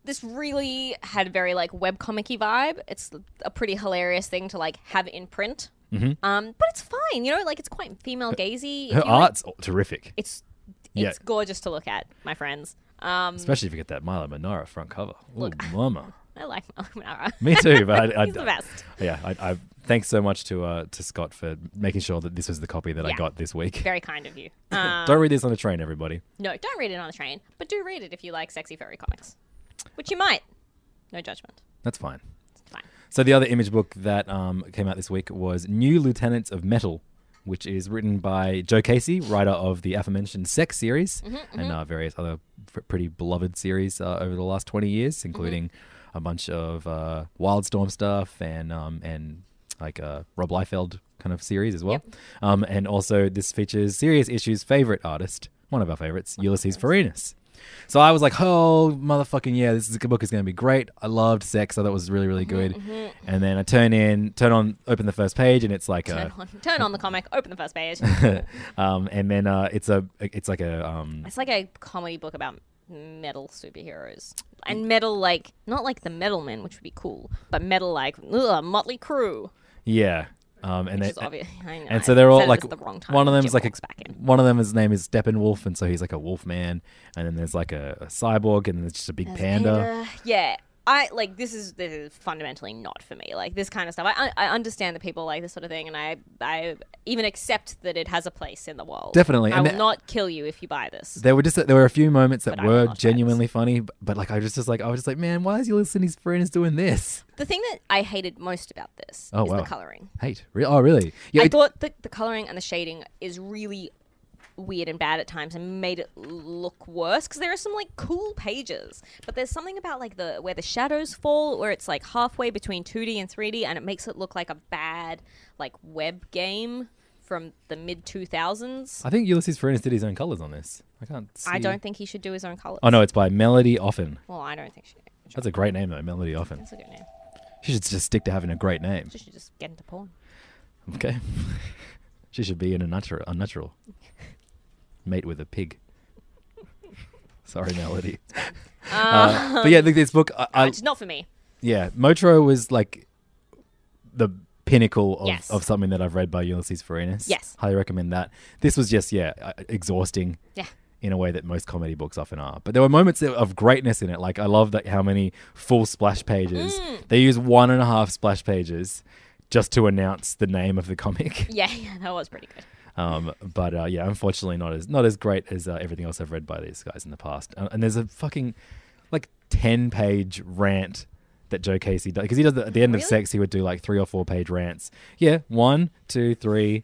[SPEAKER 6] this really had a very like webcomic-y vibe. It's a pretty hilarious thing to like have in print. Mm-hmm. Um, but it's fine, you know, like it's quite female gazy. If
[SPEAKER 5] Her
[SPEAKER 6] you Mm. like-
[SPEAKER 5] art's terrific,
[SPEAKER 6] it's it's
[SPEAKER 5] Yeah.
[SPEAKER 6] gorgeous to look at, my friends. Um,
[SPEAKER 5] especially if you get that Milo Manara front cover. Oh, mama!
[SPEAKER 6] I like Malcolm Nara.
[SPEAKER 5] Me too, but I, I,
[SPEAKER 6] He's the best.
[SPEAKER 5] Yeah, I, I thanks so much to uh, to Scott for making sure that this was the copy that I
[SPEAKER 6] Yeah.
[SPEAKER 5] got this week.
[SPEAKER 6] Very kind of you. Um,
[SPEAKER 5] Don't read this on the train, everybody.
[SPEAKER 6] no, don't read it on the train, but do read it if you like sexy furry comics, which you might. No judgment.
[SPEAKER 5] That's fine.
[SPEAKER 6] It's fine.
[SPEAKER 5] So the other image book that um, came out this week was New Lieutenants of Metal, which is written by Joe Casey, writer of the aforementioned Sex series and Uh, various other pr- pretty beloved series uh, over the last twenty years, including a bunch of uh, Wildstorm stuff and um, and like uh, Rob Liefeld kind of series as well. Um, and also this features serious issues favorite artist, one of our favorites, Ulysses Farinas. So I was like, oh, motherfucking yeah, this is, book is going to be great. I loved sex. I thought it was really, really good.
[SPEAKER 6] Mm-hmm,
[SPEAKER 5] And then I turn in, turn on, open the first page, and it's like
[SPEAKER 6] Turn
[SPEAKER 5] a,
[SPEAKER 6] on, turn on the comic. Open the first page.
[SPEAKER 5] um, and then uh, it's a, it's like a, um,
[SPEAKER 6] It's like a comedy book about metal superheroes and metal like not like the metal men, which would be cool, but metal like ugh, Motley Crue,
[SPEAKER 5] yeah. Um, and
[SPEAKER 6] which
[SPEAKER 5] they,
[SPEAKER 6] is obvious. I know.
[SPEAKER 5] and so they're
[SPEAKER 6] I
[SPEAKER 5] all
[SPEAKER 6] said it
[SPEAKER 5] like
[SPEAKER 6] at the wrong time.
[SPEAKER 5] one of
[SPEAKER 6] and
[SPEAKER 5] them's
[SPEAKER 6] Jim
[SPEAKER 5] like a,
[SPEAKER 6] walks back in.
[SPEAKER 5] one of them his name is Steppenwolf, and so he's like a wolf man. And then there's like a, a cyborg, and there's just a big panda.
[SPEAKER 6] Uh, yeah. I like this is this is fundamentally not for me. Like this kind of stuff. I I understand that people like this sort of thing, and I I even accept that it has a place in the world.
[SPEAKER 5] Definitely,
[SPEAKER 6] I
[SPEAKER 5] and
[SPEAKER 6] will
[SPEAKER 5] the-
[SPEAKER 6] not kill you if you buy this.
[SPEAKER 5] There were just there were a few moments that
[SPEAKER 6] But I will
[SPEAKER 5] were
[SPEAKER 6] not try this.
[SPEAKER 5] genuinely funny, but, but like I was just like I was just like, man, why is Ulysses Farinas doing this?
[SPEAKER 6] The thing that I hated most about this
[SPEAKER 5] Oh,
[SPEAKER 6] is
[SPEAKER 5] wow.
[SPEAKER 6] the coloring.
[SPEAKER 5] Hate. Re- oh, really? Yeah,
[SPEAKER 6] I
[SPEAKER 5] it-
[SPEAKER 6] thought that the coloring and the shading is really weird and bad at times and made it look worse because there are some like cool pages but there's something about like the where the shadows fall where it's like halfway between 2d and 3d and it makes it look like a bad like web game from the mid 2000s
[SPEAKER 5] I think Ulysses Farinas did his own colors on this. I can't. See.
[SPEAKER 6] i don't think he should do his own colors
[SPEAKER 5] Oh no, it's by Melody Offen.
[SPEAKER 6] well i don't think she should
[SPEAKER 5] That's a great name though, Melody Offen.
[SPEAKER 6] that's a good name
[SPEAKER 5] She should just stick to having a great name.
[SPEAKER 6] she should just get into porn
[SPEAKER 5] Okay. she should be an unnatural, unnatural mate with a pig. Sorry, Melody. Uh, but yeah, look, this book. I, I,
[SPEAKER 6] which is not for me
[SPEAKER 5] yeah, Motro was like the pinnacle of,
[SPEAKER 6] Yes.
[SPEAKER 5] of something that I've read by Ulysses Farinas.
[SPEAKER 6] Yes.
[SPEAKER 5] highly recommend that. This was just yeah, uh, exhausting.
[SPEAKER 6] Yeah.
[SPEAKER 5] in a way that most comedy books often are. But there were moments of- of greatness in it. Like I love that how many full splash pages they use one and a half splash pages just to announce the name of the comic.
[SPEAKER 6] yeah yeah that was pretty good
[SPEAKER 5] Um, but uh, yeah, unfortunately, not as not as great as uh, everything else I've read by these guys in the past. Uh, and there's a fucking like ten page rant that Joe Casey does because he does the, at the end of Sex he would do like three or four page rants. Yeah, one, two, three,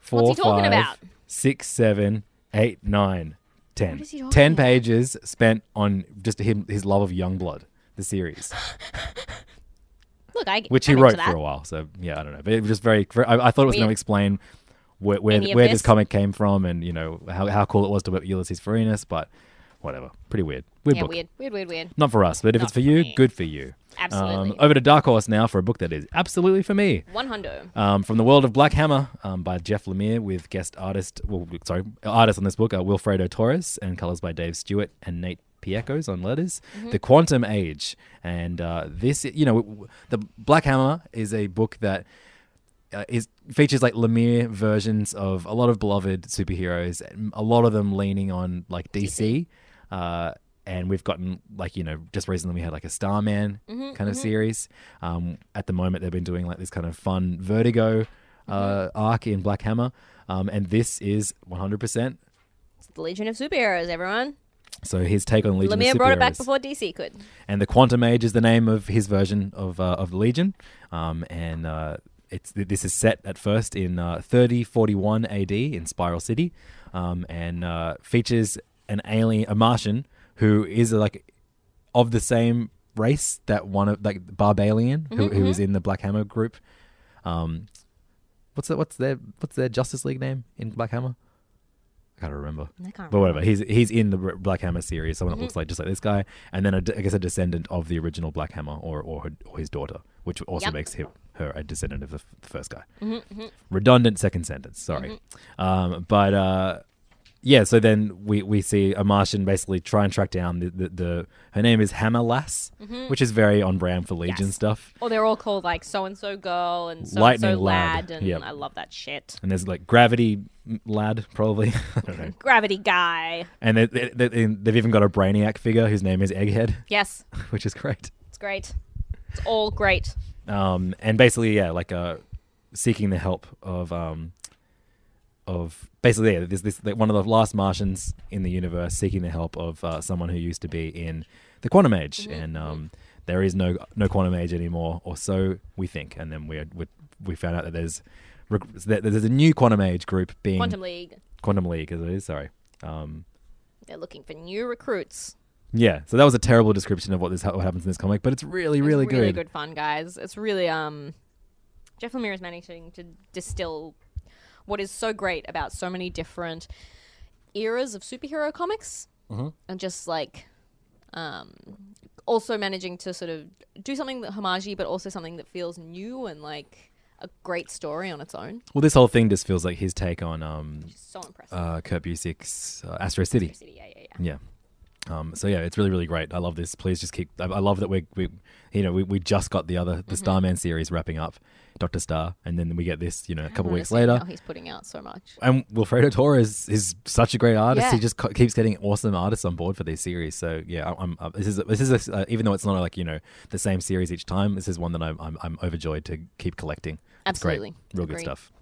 [SPEAKER 5] four,
[SPEAKER 6] What's he talking
[SPEAKER 5] five,
[SPEAKER 6] about?
[SPEAKER 5] six, seven, eight, nine, ten.
[SPEAKER 6] What is he talking
[SPEAKER 5] ten
[SPEAKER 6] about?
[SPEAKER 5] pages spent on just him his love of Youngblood, the series
[SPEAKER 6] look i
[SPEAKER 5] which
[SPEAKER 6] I'm
[SPEAKER 5] he
[SPEAKER 6] into
[SPEAKER 5] wrote
[SPEAKER 6] that.
[SPEAKER 5] for a while. So yeah, I don't know, but it was just very. very I, I thought it was going to
[SPEAKER 6] Weird.
[SPEAKER 5] explain where where,
[SPEAKER 6] Any of
[SPEAKER 5] where
[SPEAKER 6] this?
[SPEAKER 5] this comic came from and you know how, how cool it was to work with Ulysses Farinas, but whatever, pretty weird. Weird
[SPEAKER 6] yeah
[SPEAKER 5] book.
[SPEAKER 6] weird weird weird weird
[SPEAKER 5] Not for us, but if
[SPEAKER 6] Not
[SPEAKER 5] it's for
[SPEAKER 6] for
[SPEAKER 5] you,
[SPEAKER 6] me.
[SPEAKER 5] good for you. Um,
[SPEAKER 6] Absolutely.
[SPEAKER 5] over to Dark Horse now for a book that is absolutely for me.
[SPEAKER 6] one hundo
[SPEAKER 5] Um, from the world of Black Hammer um, by Jeff Lemire with guest artist, well, sorry, artists on this book are Wilfredo Torres and colors by Dave Stewart and Nate Piecos on letters. The Quantum Age. And uh, this, you know, w- the Black Hammer is a book that uh, is features like Lemire versions of a lot of beloved superheroes, and a lot of them leaning on like DC. Uh, and we've gotten like you know just recently we had like a Starman
[SPEAKER 6] Mm-hmm,
[SPEAKER 5] kind of series. Um, at the moment they've been doing like this kind of fun Vertigo uh,
[SPEAKER 6] Mm-hmm.
[SPEAKER 5] arc in Black Hammer, um, and this is 100. percent
[SPEAKER 6] it's the legion of superheroes everyone
[SPEAKER 5] So his take on Legion
[SPEAKER 6] Lemire
[SPEAKER 5] of
[SPEAKER 6] brought it back
[SPEAKER 5] Superheroes.
[SPEAKER 6] before DC could.
[SPEAKER 5] and the Quantum Age is the name of his version of uh, of the Legion. Um, and uh, it's th- this is set at first in uh, 3041 AD in Spiral City, um, and uh, features an alien, a Martian who is uh, like of the same race that one of like Barbalian who, who is in the Black Hammer group. Um, what's that, what's their what's their Justice League name in Black Hammer? I can't remember.
[SPEAKER 6] I can't
[SPEAKER 5] But whatever, he's he's in the Br- Black Hammer series, someone that looks like just like this guy, and then a de- I guess a descendant of the original Black Hammer, or or, her, or his daughter, which also
[SPEAKER 6] Yep.
[SPEAKER 5] makes him her a descendant of the, f- the first guy. Redundant second sentence, sorry. Um, but uh, yeah, so then we, we see a Martian basically try and track down the the, the her name is Hammer Lass, which is very on brand for Legion stuff.
[SPEAKER 6] Oh, they're all called like so and so girl and so and so
[SPEAKER 5] Lightning Lad,
[SPEAKER 6] lad, and
[SPEAKER 5] yep.
[SPEAKER 6] I love that shit.
[SPEAKER 5] And there's like Gravity Lad, probably. I don't know.
[SPEAKER 6] Gravity guy,
[SPEAKER 5] And they, they, they, they've even got a Brainiac figure whose name is Egghead,
[SPEAKER 6] yes,
[SPEAKER 5] which is great.
[SPEAKER 6] it's It's great. It's all great.
[SPEAKER 5] um, and basically, yeah, like uh, seeking the help of um, of basically yeah, this this like one of the last Martians in the universe seeking the help of uh, someone who used to be in the quantum age, and um, there is no no quantum age anymore, or so we think. And then we we we found out that there's reg- that there's a new quantum age group being
[SPEAKER 6] Quantum League.
[SPEAKER 5] Quantum League, as it is. Sorry. Um,
[SPEAKER 6] They're looking for new recruits.
[SPEAKER 5] yeah, so that was a terrible description of what this what happens in this comic, but it's really, really,
[SPEAKER 6] it's really good fun, guys. It's really um, Jeff Lemire is managing to distill what is so great about so many different eras of superhero comics,
[SPEAKER 5] Mm-hmm.
[SPEAKER 6] and just like um, also managing to sort of do something that homage, but also something that feels new and like a great story on its own.
[SPEAKER 5] Well, this whole thing just feels like his take on um,
[SPEAKER 6] So impressive.
[SPEAKER 5] uh, Kurt Busiek's uh, Astro City.
[SPEAKER 6] City, yeah, yeah, yeah.
[SPEAKER 5] Yeah. Um, so yeah, it's really really great. I love this. Please just keep. I, I love that we we you know we, we just got the other the Starman series wrapping up, Doctor Star, and then we get this you know a couple weeks
[SPEAKER 6] Honestly,
[SPEAKER 5] lator.
[SPEAKER 6] now he's putting out so much.
[SPEAKER 5] And Wilfredo Torres is, is such a great artist.
[SPEAKER 6] Yeah.
[SPEAKER 5] He just co- keeps getting awesome artists on board for these series. So yeah, I- I'm, i this is this is a, uh, even though it's not like you know the same series each time, this is one that I'm I'm, I'm overjoyed to keep collecting. It's great.
[SPEAKER 6] Absolutely.
[SPEAKER 5] real
[SPEAKER 6] Agreed.
[SPEAKER 5] good stuff.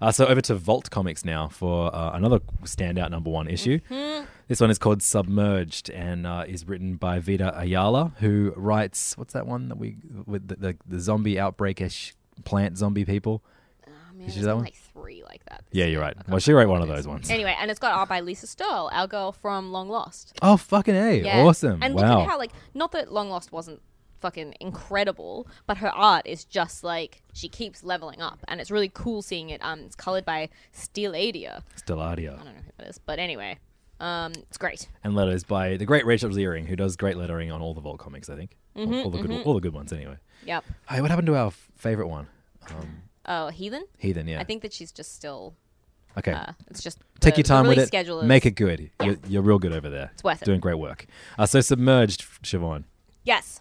[SPEAKER 5] Uh, so over to Vault Comics now for uh, another standout number one issue.
[SPEAKER 6] Mm-hmm.
[SPEAKER 5] This one is called Submerged and uh, is written by Vida Ayala, who writes what's that one that we with the, the, the zombie outbreak ish plant zombie people.
[SPEAKER 6] Oh, man,
[SPEAKER 5] Is she
[SPEAKER 6] there's
[SPEAKER 5] that
[SPEAKER 6] been,
[SPEAKER 5] one?
[SPEAKER 6] like three like that.
[SPEAKER 5] Yeah, you're right. Well, she wrote one of those ones.
[SPEAKER 6] Anyway, and it's got art by Lisa Stirl, our girl from Long Lost.
[SPEAKER 5] Oh fucking a!
[SPEAKER 6] Yeah.
[SPEAKER 5] Awesome!
[SPEAKER 6] And
[SPEAKER 5] wow.
[SPEAKER 6] look at how like not that Long Lost wasn't fucking incredible, but her art is just like she keeps leveling up, and it's really cool seeing it. Um, it's colored by Steeladia.
[SPEAKER 5] Stelladia.
[SPEAKER 6] I don't know who that is, but anyway, um, it's great.
[SPEAKER 5] and letters by the great Rachel Ziering, who does great lettering on all the Vault comics. I think
[SPEAKER 6] Mm-hmm,
[SPEAKER 5] all, all the good, all the good ones. Anyway,
[SPEAKER 6] Yep.
[SPEAKER 5] hey, what happened to our f- favorite one?
[SPEAKER 6] Oh, Heathen.
[SPEAKER 5] Heathen, yeah.
[SPEAKER 6] I think that she's just still.
[SPEAKER 5] Okay,
[SPEAKER 6] Uh, it's just
[SPEAKER 5] take
[SPEAKER 6] the-
[SPEAKER 5] your time
[SPEAKER 6] the
[SPEAKER 5] with
[SPEAKER 6] release
[SPEAKER 5] it.
[SPEAKER 6] Schedule is-
[SPEAKER 5] Make it good. You're, you're real good over there. It's
[SPEAKER 6] worth it.
[SPEAKER 5] Doing great work. Uh, so submerged, Siobhan.
[SPEAKER 6] Yes.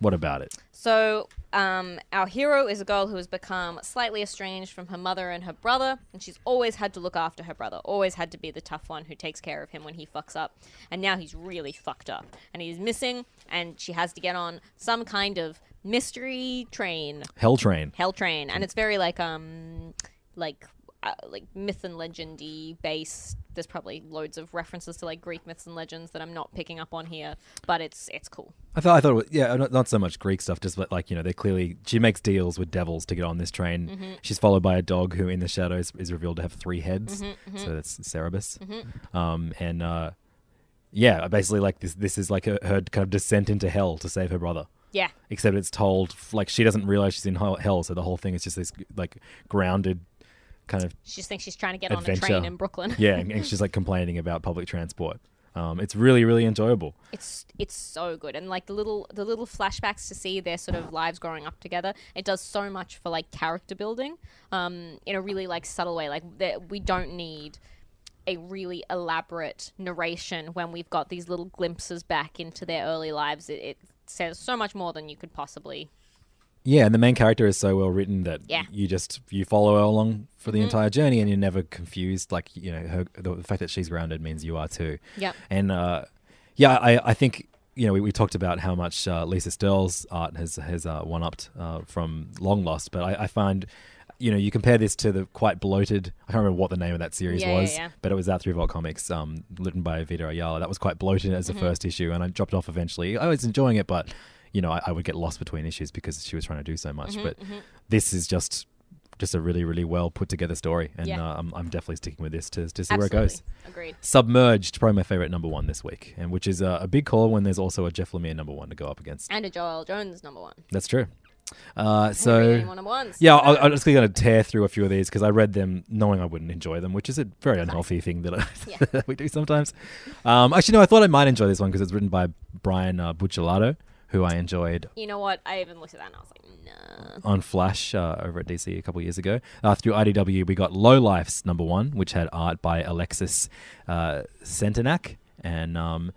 [SPEAKER 5] What about it?
[SPEAKER 6] So, um, our hero is a girl who has become slightly estranged from her mother and her brother, and she's always had to look after her brother, always had to be the tough one who takes care of him when he fucks up. And now he's really fucked up, and he's missing, and she has to get on some kind of mystery train,
[SPEAKER 5] Hell Train.
[SPEAKER 6] hell train, and it's very like, um, like. Uh, like myth and legendy based. There's probably loads of references to like Greek myths and legends that I'm not picking up on here, but it's it's cool.
[SPEAKER 5] I thought I thought it was, yeah, not, not so much Greek stuff, just like, like you know, they clearly she makes deals with devils to get on this train.
[SPEAKER 6] Mm-hmm.
[SPEAKER 5] She's followed by a dog who, in the shadows, is revealed to have three heads.
[SPEAKER 6] Mm-hmm,
[SPEAKER 5] So that's Cerberus. Um, and uh, yeah, basically like this this is like her, her kind of descent into hell to save her brother.
[SPEAKER 6] Yeah.
[SPEAKER 5] Except it's told f- like she doesn't realize she's in hell, hell, so the whole thing is just this like grounded kind of
[SPEAKER 6] She just thinks she's trying to get on a
[SPEAKER 5] adventure
[SPEAKER 6] train in Brooklyn.
[SPEAKER 5] yeah, and and she's like complaining about public transport. Um, it's really really enjoyable.
[SPEAKER 6] It's it's so good, and like the little the little flashbacks to see their sort of lives growing up together. It does so much for like character building, um, in a really like subtle way. Like that we don't need a really elaborate narration when we've got these little glimpses back into their early lives. It, it says so much more than you could possibly.
[SPEAKER 5] Yeah, and the main character is so well written that
[SPEAKER 6] Yeah. Mm-hmm.
[SPEAKER 5] you just you follow her along for the entire journey, and you're never confused. Like you know, her, the, the fact that she's grounded means you are too.
[SPEAKER 6] Yep.
[SPEAKER 5] And uh, yeah, I, I think you know we, we talked about how much uh, Lisa Stirl's art has has uh, one upped uh, from Long Lost, but I, I find you know you compare this to the quite bloated. I can't remember what the name of that series
[SPEAKER 6] Yeah, yeah,
[SPEAKER 5] was,
[SPEAKER 6] yeah.
[SPEAKER 5] but it was out through Vault Comics, um, written by Vita Ayala. That was quite bloated as the
[SPEAKER 6] Mm-hmm.
[SPEAKER 5] first issue, and I dropped off eventually. I was enjoying it, but you know, I, I would get lost between issues because she was trying to do so
[SPEAKER 6] Mm-hmm,
[SPEAKER 5] much. but this is just just a really, really well put together story, and
[SPEAKER 6] Yeah.
[SPEAKER 5] uh, I'm, I'm definitely sticking with this to, to see
[SPEAKER 6] Absolutely.
[SPEAKER 5] where it goes.
[SPEAKER 6] Agreed.
[SPEAKER 5] Submerged, probably my favorite number one this week, and which is uh, a big call when there's also a Jeff Lemire number one to go up against.
[SPEAKER 6] And a Joel Jones number one.
[SPEAKER 5] That's true. Uh,
[SPEAKER 6] Read
[SPEAKER 5] so.
[SPEAKER 6] anyone at once.
[SPEAKER 5] Yeah, I- I'm just going to tear through a few of these because I read them knowing I wouldn't enjoy them, which is a very unhealthy thing that, I, that we do sometimes. Um, actually, no, I thought I might enjoy this one because it's written by Brian uh, Bucciolato, who I enjoyed
[SPEAKER 6] You know what? I even looked at that and I was like, nah.
[SPEAKER 5] on Flash uh, over at DC a couple years ago. Uh, through IDW, we got Low Life's number one, which had art by Alexis uh, Centenac. And um,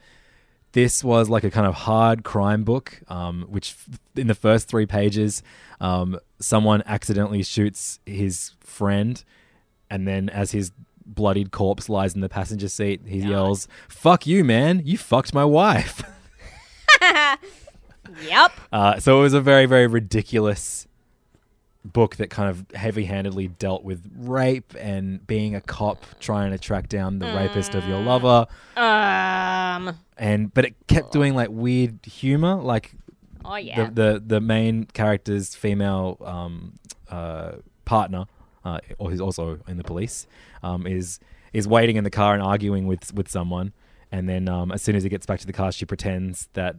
[SPEAKER 5] this was like a kind of hard crime book, um, which f- in the first three pages, um, someone accidentally shoots his friend. And then as his bloodied corpse lies in the passenger seat, he yells, Fuck you, man. You fucked my wife.
[SPEAKER 6] Yep.
[SPEAKER 5] Uh, so it was a very, very ridiculous book that kind of heavy handedly dealt with rape and being a cop trying to track down the rapist of your lover.
[SPEAKER 6] Um.
[SPEAKER 5] And but it kept doing like weird humor, like
[SPEAKER 6] Oh yeah.
[SPEAKER 5] the, the the main character's female um, uh, partner, uh, or who's also in the police, um, is is waiting in the car and arguing with with someone, and then um, as soon as he gets back to the car, she pretends that.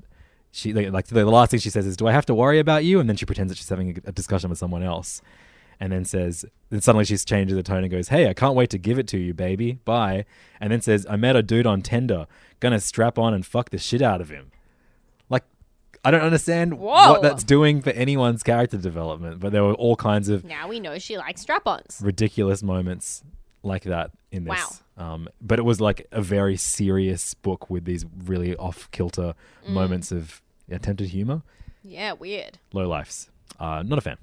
[SPEAKER 5] She like like, the last thing she says is, "Do I have to worry about you?" And then she pretends that she's having a, a discussion with someone else, and then says, then suddenly she changes the tone and goes, "Hey, I can't wait to give it to you, baby. Bye." And then says, "I met a dude on Tinder. Gonna strap on and fuck the shit out of him." Like, I don't understand
[SPEAKER 6] Whoa.
[SPEAKER 5] what that's doing for anyone's character development, but there were all kinds of
[SPEAKER 6] now we know she likes strap-ons.
[SPEAKER 5] ridiculous moments like that in
[SPEAKER 6] Wow.
[SPEAKER 5] this. Um, but it was like a very serious book with these really off kilter
[SPEAKER 6] Mm.
[SPEAKER 5] moments of attempted humor
[SPEAKER 6] Yeah. Weird.
[SPEAKER 5] low lifes. Uh, not a fan.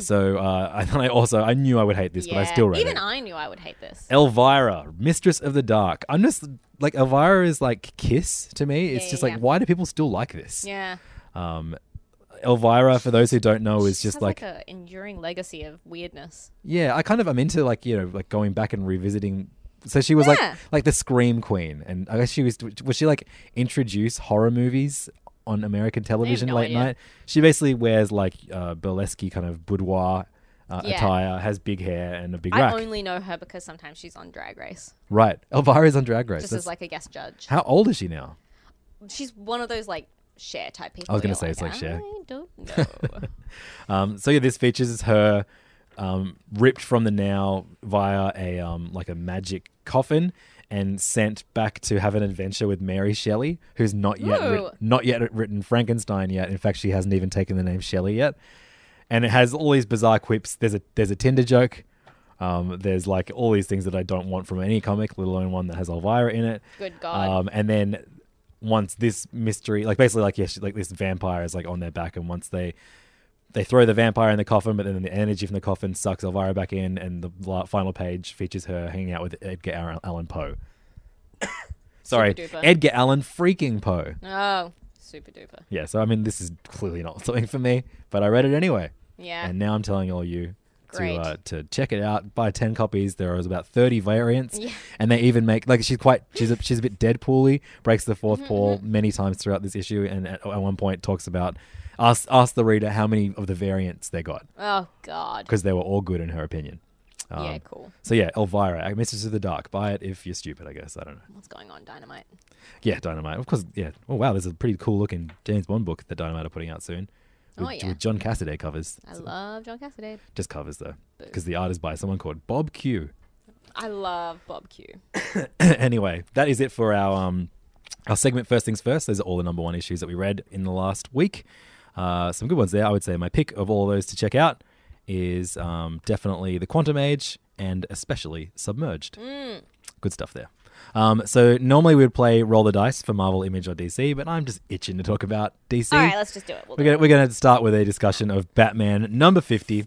[SPEAKER 5] So uh, and I also I knew I would hate this,
[SPEAKER 6] Hmm. yeah.
[SPEAKER 5] but I still read
[SPEAKER 6] Even
[SPEAKER 5] it.
[SPEAKER 6] I knew I would hate this.
[SPEAKER 5] Elvira, Mistress of the Dark. I'm just like Elvira is like Kiss to me. It's
[SPEAKER 6] Yeah,
[SPEAKER 5] just
[SPEAKER 6] yeah,
[SPEAKER 5] like
[SPEAKER 6] yeah.
[SPEAKER 5] why do people still like this?
[SPEAKER 6] Yeah.
[SPEAKER 5] Elvira, for those who don't know, is
[SPEAKER 6] Just
[SPEAKER 5] just
[SPEAKER 6] has
[SPEAKER 5] like,
[SPEAKER 6] like, a enduring legacy of weirdness.
[SPEAKER 5] yeah. I kind of I'm into like you know like going back and revisiting. So she was
[SPEAKER 6] Yeah.
[SPEAKER 5] like like the Scream Queen, and I guess she was was she like introduce horror movies on American television
[SPEAKER 6] no
[SPEAKER 5] late
[SPEAKER 6] idea.
[SPEAKER 5] night. She basically wears like uh, burlesque kind of boudoir. Uh,
[SPEAKER 6] Yeah.
[SPEAKER 5] Attire has big hair and a big
[SPEAKER 6] I
[SPEAKER 5] rack.
[SPEAKER 6] only know her because sometimes she's on Drag Race,
[SPEAKER 5] Right. Elvira's on Drag Race.
[SPEAKER 6] just
[SPEAKER 5] That's-
[SPEAKER 6] as like a guest judge.
[SPEAKER 5] how old is she now?
[SPEAKER 6] She's one of those like share type people.
[SPEAKER 5] I was gonna
[SPEAKER 6] you're
[SPEAKER 5] say it's like Cher.
[SPEAKER 6] I don't know.
[SPEAKER 5] Um, so yeah, this features her um, ripped from the now via a um, like a magic coffin and sent back to have an adventure with Mary Shelley, who's not yet writ-
[SPEAKER 6] Ooh.
[SPEAKER 5] not yet written Frankenstein yet. In fact, she hasn't even taken the name Shelley yet. And it has all these bizarre quips. There's a there's a Tinder joke. Um, there's like all these things that I don't want from any comic, let alone one that has Elvira in it.
[SPEAKER 6] Good God.
[SPEAKER 5] Um, and then once this mystery, like basically, like yes, like this vampire is like on their back, and once they they throw the vampire in the coffin, but then the energy from the coffin sucks Elvira back in, and the la- final page features her hanging out with Edgar Ar- Allan Poe. Sorry,
[SPEAKER 6] Super duper.
[SPEAKER 5] Edgar Allan freaking Poe.
[SPEAKER 6] oh, super duper.
[SPEAKER 5] Yeah, so I mean, this is clearly not something for me, but I read it anyway.
[SPEAKER 6] Yeah.
[SPEAKER 5] And now I'm telling all you to,
[SPEAKER 6] Great.
[SPEAKER 5] uh, to check it out. Buy 10 copies. There is about 30 variants. And they even make, like, she's quite, she's a, she's a bit Deadpool-y, breaks the 4th
[SPEAKER 6] Mm-hmm,
[SPEAKER 5] wall many times throughout this issue, and at, at one point talks about, ask, ask the reader how many of the variants they got,
[SPEAKER 6] Oh God.
[SPEAKER 5] because they were all good um, in her opinion.
[SPEAKER 6] yeah. Cool.
[SPEAKER 5] So yeah, Elvira, Mistress of the Dark. Buy it if you're stupid, I guess. I don't know.
[SPEAKER 6] What's going on, Dynamite?
[SPEAKER 5] Yeah, Dynamite. Of course, yeah. Oh, wow, there's a pretty cool looking James Bond book that Dynamite are putting out soon. With,
[SPEAKER 6] Oh, yeah.
[SPEAKER 5] with John Cassaday covers.
[SPEAKER 6] I love John Cassidy.
[SPEAKER 5] Just covers, though. Because the art is by someone called Bob Q.
[SPEAKER 6] I love Bob Q.
[SPEAKER 5] anyway, that is it for our um our segment. First things first. Those are all the number one issues that we read in the last week. Uh, some good ones there. I would say my pick of all those to check out is um, definitely the Quantum Age and especially Submerged.
[SPEAKER 6] Mm.
[SPEAKER 5] Good stuff there. Um, so normally we would play roll the dice for Marvel, Image, or DC, but I'm just itching to talk about DC.
[SPEAKER 6] All right, let's just do it.
[SPEAKER 5] We're
[SPEAKER 6] We'll do
[SPEAKER 5] gonna,
[SPEAKER 6] it.
[SPEAKER 5] we're gonna start with a discussion of Batman number fifty.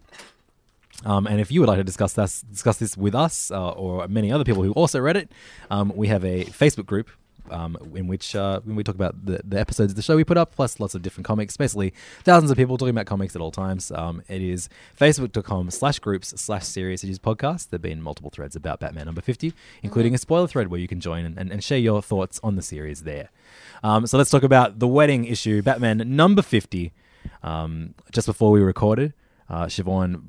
[SPEAKER 5] Um, and if you would like to discuss this, discuss this with us uh, or many other people who also read it, um, we have a Facebook group um, in which uh, when we talk about the, the episodes of the show we put up, plus lots of different comics, basically thousands of people talking about comics at all times. Um, it is facebook.com slash groups slash serious issues podcast. There have been multiple threads about Batman number 50,
[SPEAKER 6] Mm-hmm.
[SPEAKER 5] including a spoiler thread where you can join and, and, and share your thoughts on the series there. Um, so let's talk about the wedding issue, Batman number 50. Um, just before we recorded, uh, Siobhan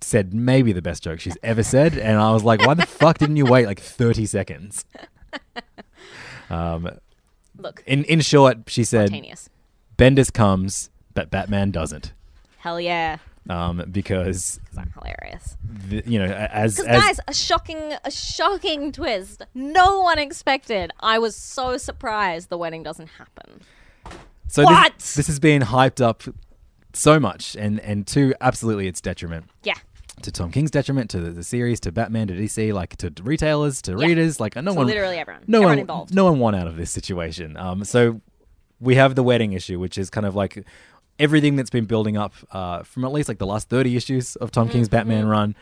[SPEAKER 5] said maybe the best joke she's ever said, and I was like, "Why the fuck didn't you wait like thirty seconds?" Um,
[SPEAKER 6] Look,
[SPEAKER 5] In in short, she said,
[SPEAKER 6] spontaneous.
[SPEAKER 5] "Bendis comes, but Batman doesn't,"
[SPEAKER 6] Hell yeah.
[SPEAKER 5] um, because
[SPEAKER 6] That's hilarious.
[SPEAKER 5] the, you know, a- as
[SPEAKER 6] Because
[SPEAKER 5] as
[SPEAKER 6] guys, a shocking, a shocking twist. No one expected. I was so surprised the wedding doesn't happen.
[SPEAKER 5] so
[SPEAKER 6] what?
[SPEAKER 5] This, this has been hyped up so much, and and to absolutely its detriment.
[SPEAKER 6] Yeah.
[SPEAKER 5] To Tom King's detriment, to the, the series, to Batman, to DC, like to retailers, to
[SPEAKER 6] Yeah.
[SPEAKER 5] readers, like no
[SPEAKER 6] To
[SPEAKER 5] one,
[SPEAKER 6] literally everyone.
[SPEAKER 5] no
[SPEAKER 6] Everyone
[SPEAKER 5] one
[SPEAKER 6] involved.
[SPEAKER 5] no one won out of this situation. Um, so we have the wedding issue, which is kind of like everything that's been building up
[SPEAKER 6] Mm-hmm,
[SPEAKER 5] uh, from at least like the last 30 issues of Tom King's Batman run.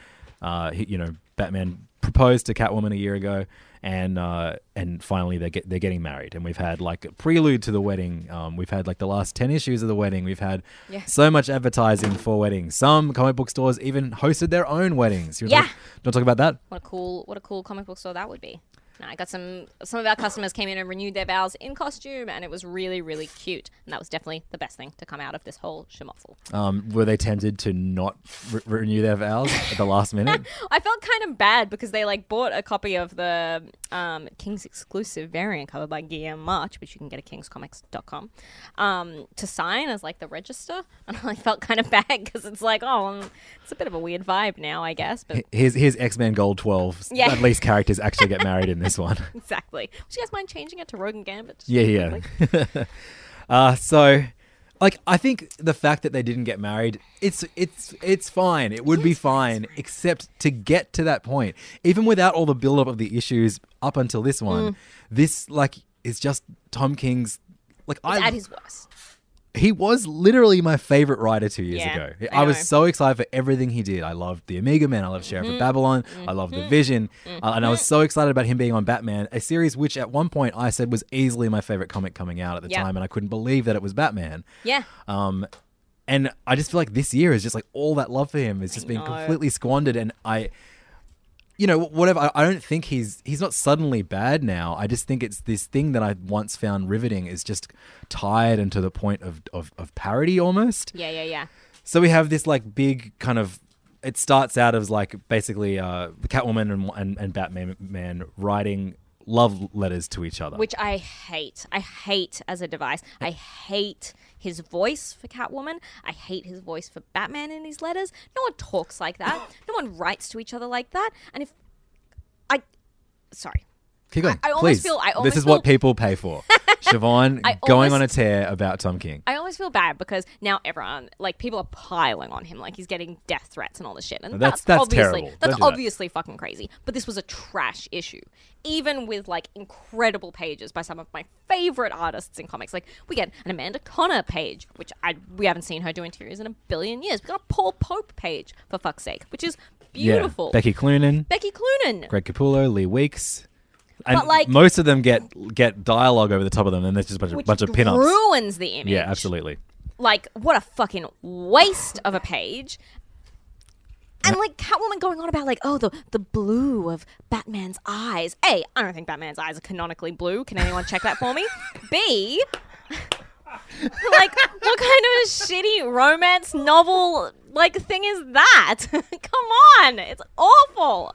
[SPEAKER 5] Uh, he- you know, Batman proposed to Catwoman a year ago, and uh, and finally they get they're getting married, and we've had like a prelude to the wedding. Um, we've had like the last ten issues of the wedding. We've had so much advertising for weddings. Some comic book stores even hosted their own weddings. You wanna
[SPEAKER 6] Yeah.
[SPEAKER 5] talk- you wanna talk about that?
[SPEAKER 6] What a cool what a cool comic book store that would be. No, I got some some of our customers came in and renewed their vows in costume and it was really, really cute. And that was definitely the best thing to come out of this whole schmoffle.
[SPEAKER 5] Um, were they tempted to not re- renew their vows at the last minute?
[SPEAKER 6] I felt kind of bad because they like bought a copy of the um, King's exclusive variant covered by Guillaume March, which you can get at kingscomics.com, um, to sign as like the register. And I felt kind of bad because it's like, oh, um, it's a bit of a weird vibe now, I guess. But
[SPEAKER 5] Here's here's X Men Gold Twelve. S-
[SPEAKER 6] Yeah.
[SPEAKER 5] At least characters actually get married in this one.
[SPEAKER 6] exactly. Would you guys mind changing it to Rogue and Gambit? just
[SPEAKER 5] Yeah,
[SPEAKER 6] quickly?
[SPEAKER 5] yeah. uh, so, like, I think the fact that they didn't get married, it's it's it's fine. It would be fine, except to get to that point, even without all the build up of the issues up until this
[SPEAKER 6] Mm.
[SPEAKER 5] one, this like is just Tom King's. Like
[SPEAKER 6] It's
[SPEAKER 5] I,
[SPEAKER 6] at his worst.
[SPEAKER 5] he was literally my favorite writer two years
[SPEAKER 6] Yeah,
[SPEAKER 5] ago. I,
[SPEAKER 6] I
[SPEAKER 5] was
[SPEAKER 6] know. Mm-hmm.
[SPEAKER 5] so excited for everything he did. I loved the Amiga Man. I loved Sheriff of Babylon. I loved the Vision, uh, and I was so excited about him being on Batman, a series which at one point I said was easily my favorite comic coming out at the
[SPEAKER 6] Yeah.
[SPEAKER 5] time, and I couldn't believe that it was Batman.
[SPEAKER 6] Yeah.
[SPEAKER 5] Um, and I just feel like this year is just like all that love for him is just being
[SPEAKER 6] know.
[SPEAKER 5] completely squandered. And I, you know, whatever. I, I don't think he's he's not suddenly bad now. I just think it's this thing that I once found riveting is just tired and to the point of of, of parody almost.
[SPEAKER 6] Yeah, yeah, yeah.
[SPEAKER 5] So we have this like big kind of. It starts out as like basically uh, Catwoman and, and and Batman man writing love letters to each other.
[SPEAKER 6] Which I hate. I hate as a device. I hate his voice for Catwoman. I hate his voice for Batman in his letters. No one talks like that. No one writes to each other like that. And if I, sorry,
[SPEAKER 5] Keep going,
[SPEAKER 6] I- I almost
[SPEAKER 5] please.
[SPEAKER 6] feel- I
[SPEAKER 5] this
[SPEAKER 6] almost
[SPEAKER 5] is what
[SPEAKER 6] feel-
[SPEAKER 5] people pay for. Siobhan going on a
[SPEAKER 6] almost-
[SPEAKER 5] tear about Tom King.
[SPEAKER 6] I always feel bad because now everyone, like people, are piling on him, like he's getting death threats and all this shit. And
[SPEAKER 5] That's-
[SPEAKER 6] that's
[SPEAKER 5] that's
[SPEAKER 6] obviously
[SPEAKER 5] terrible. Don't
[SPEAKER 6] that's
[SPEAKER 5] do that.
[SPEAKER 6] obviously fucking crazy. But this was a trash issue, even with like incredible pages by some of my favorite artists in comics. Like we get an Amanda Connor page, which I we haven't seen her do interiors in a billion years. We got a Paul Pope page for fuck's sake, which is beautiful.
[SPEAKER 5] Yeah. Becky Cloonan,
[SPEAKER 6] Becky Cloonan.
[SPEAKER 5] Greg Capullo, Lee Weeks. And
[SPEAKER 6] But, like-
[SPEAKER 5] most of them get get dialogue over the top of them, and there's just a bunch of,
[SPEAKER 6] Which
[SPEAKER 5] bunch of pinups.
[SPEAKER 6] ruins the image.
[SPEAKER 5] Yeah, absolutely.
[SPEAKER 6] like what a fucking waste of a page and like catwoman going on about like oh the the blue of batman's eyes a i don't think batman's eyes are canonically blue can anyone check that for me b like what kind of shitty romance novel like thing is that come on it's awful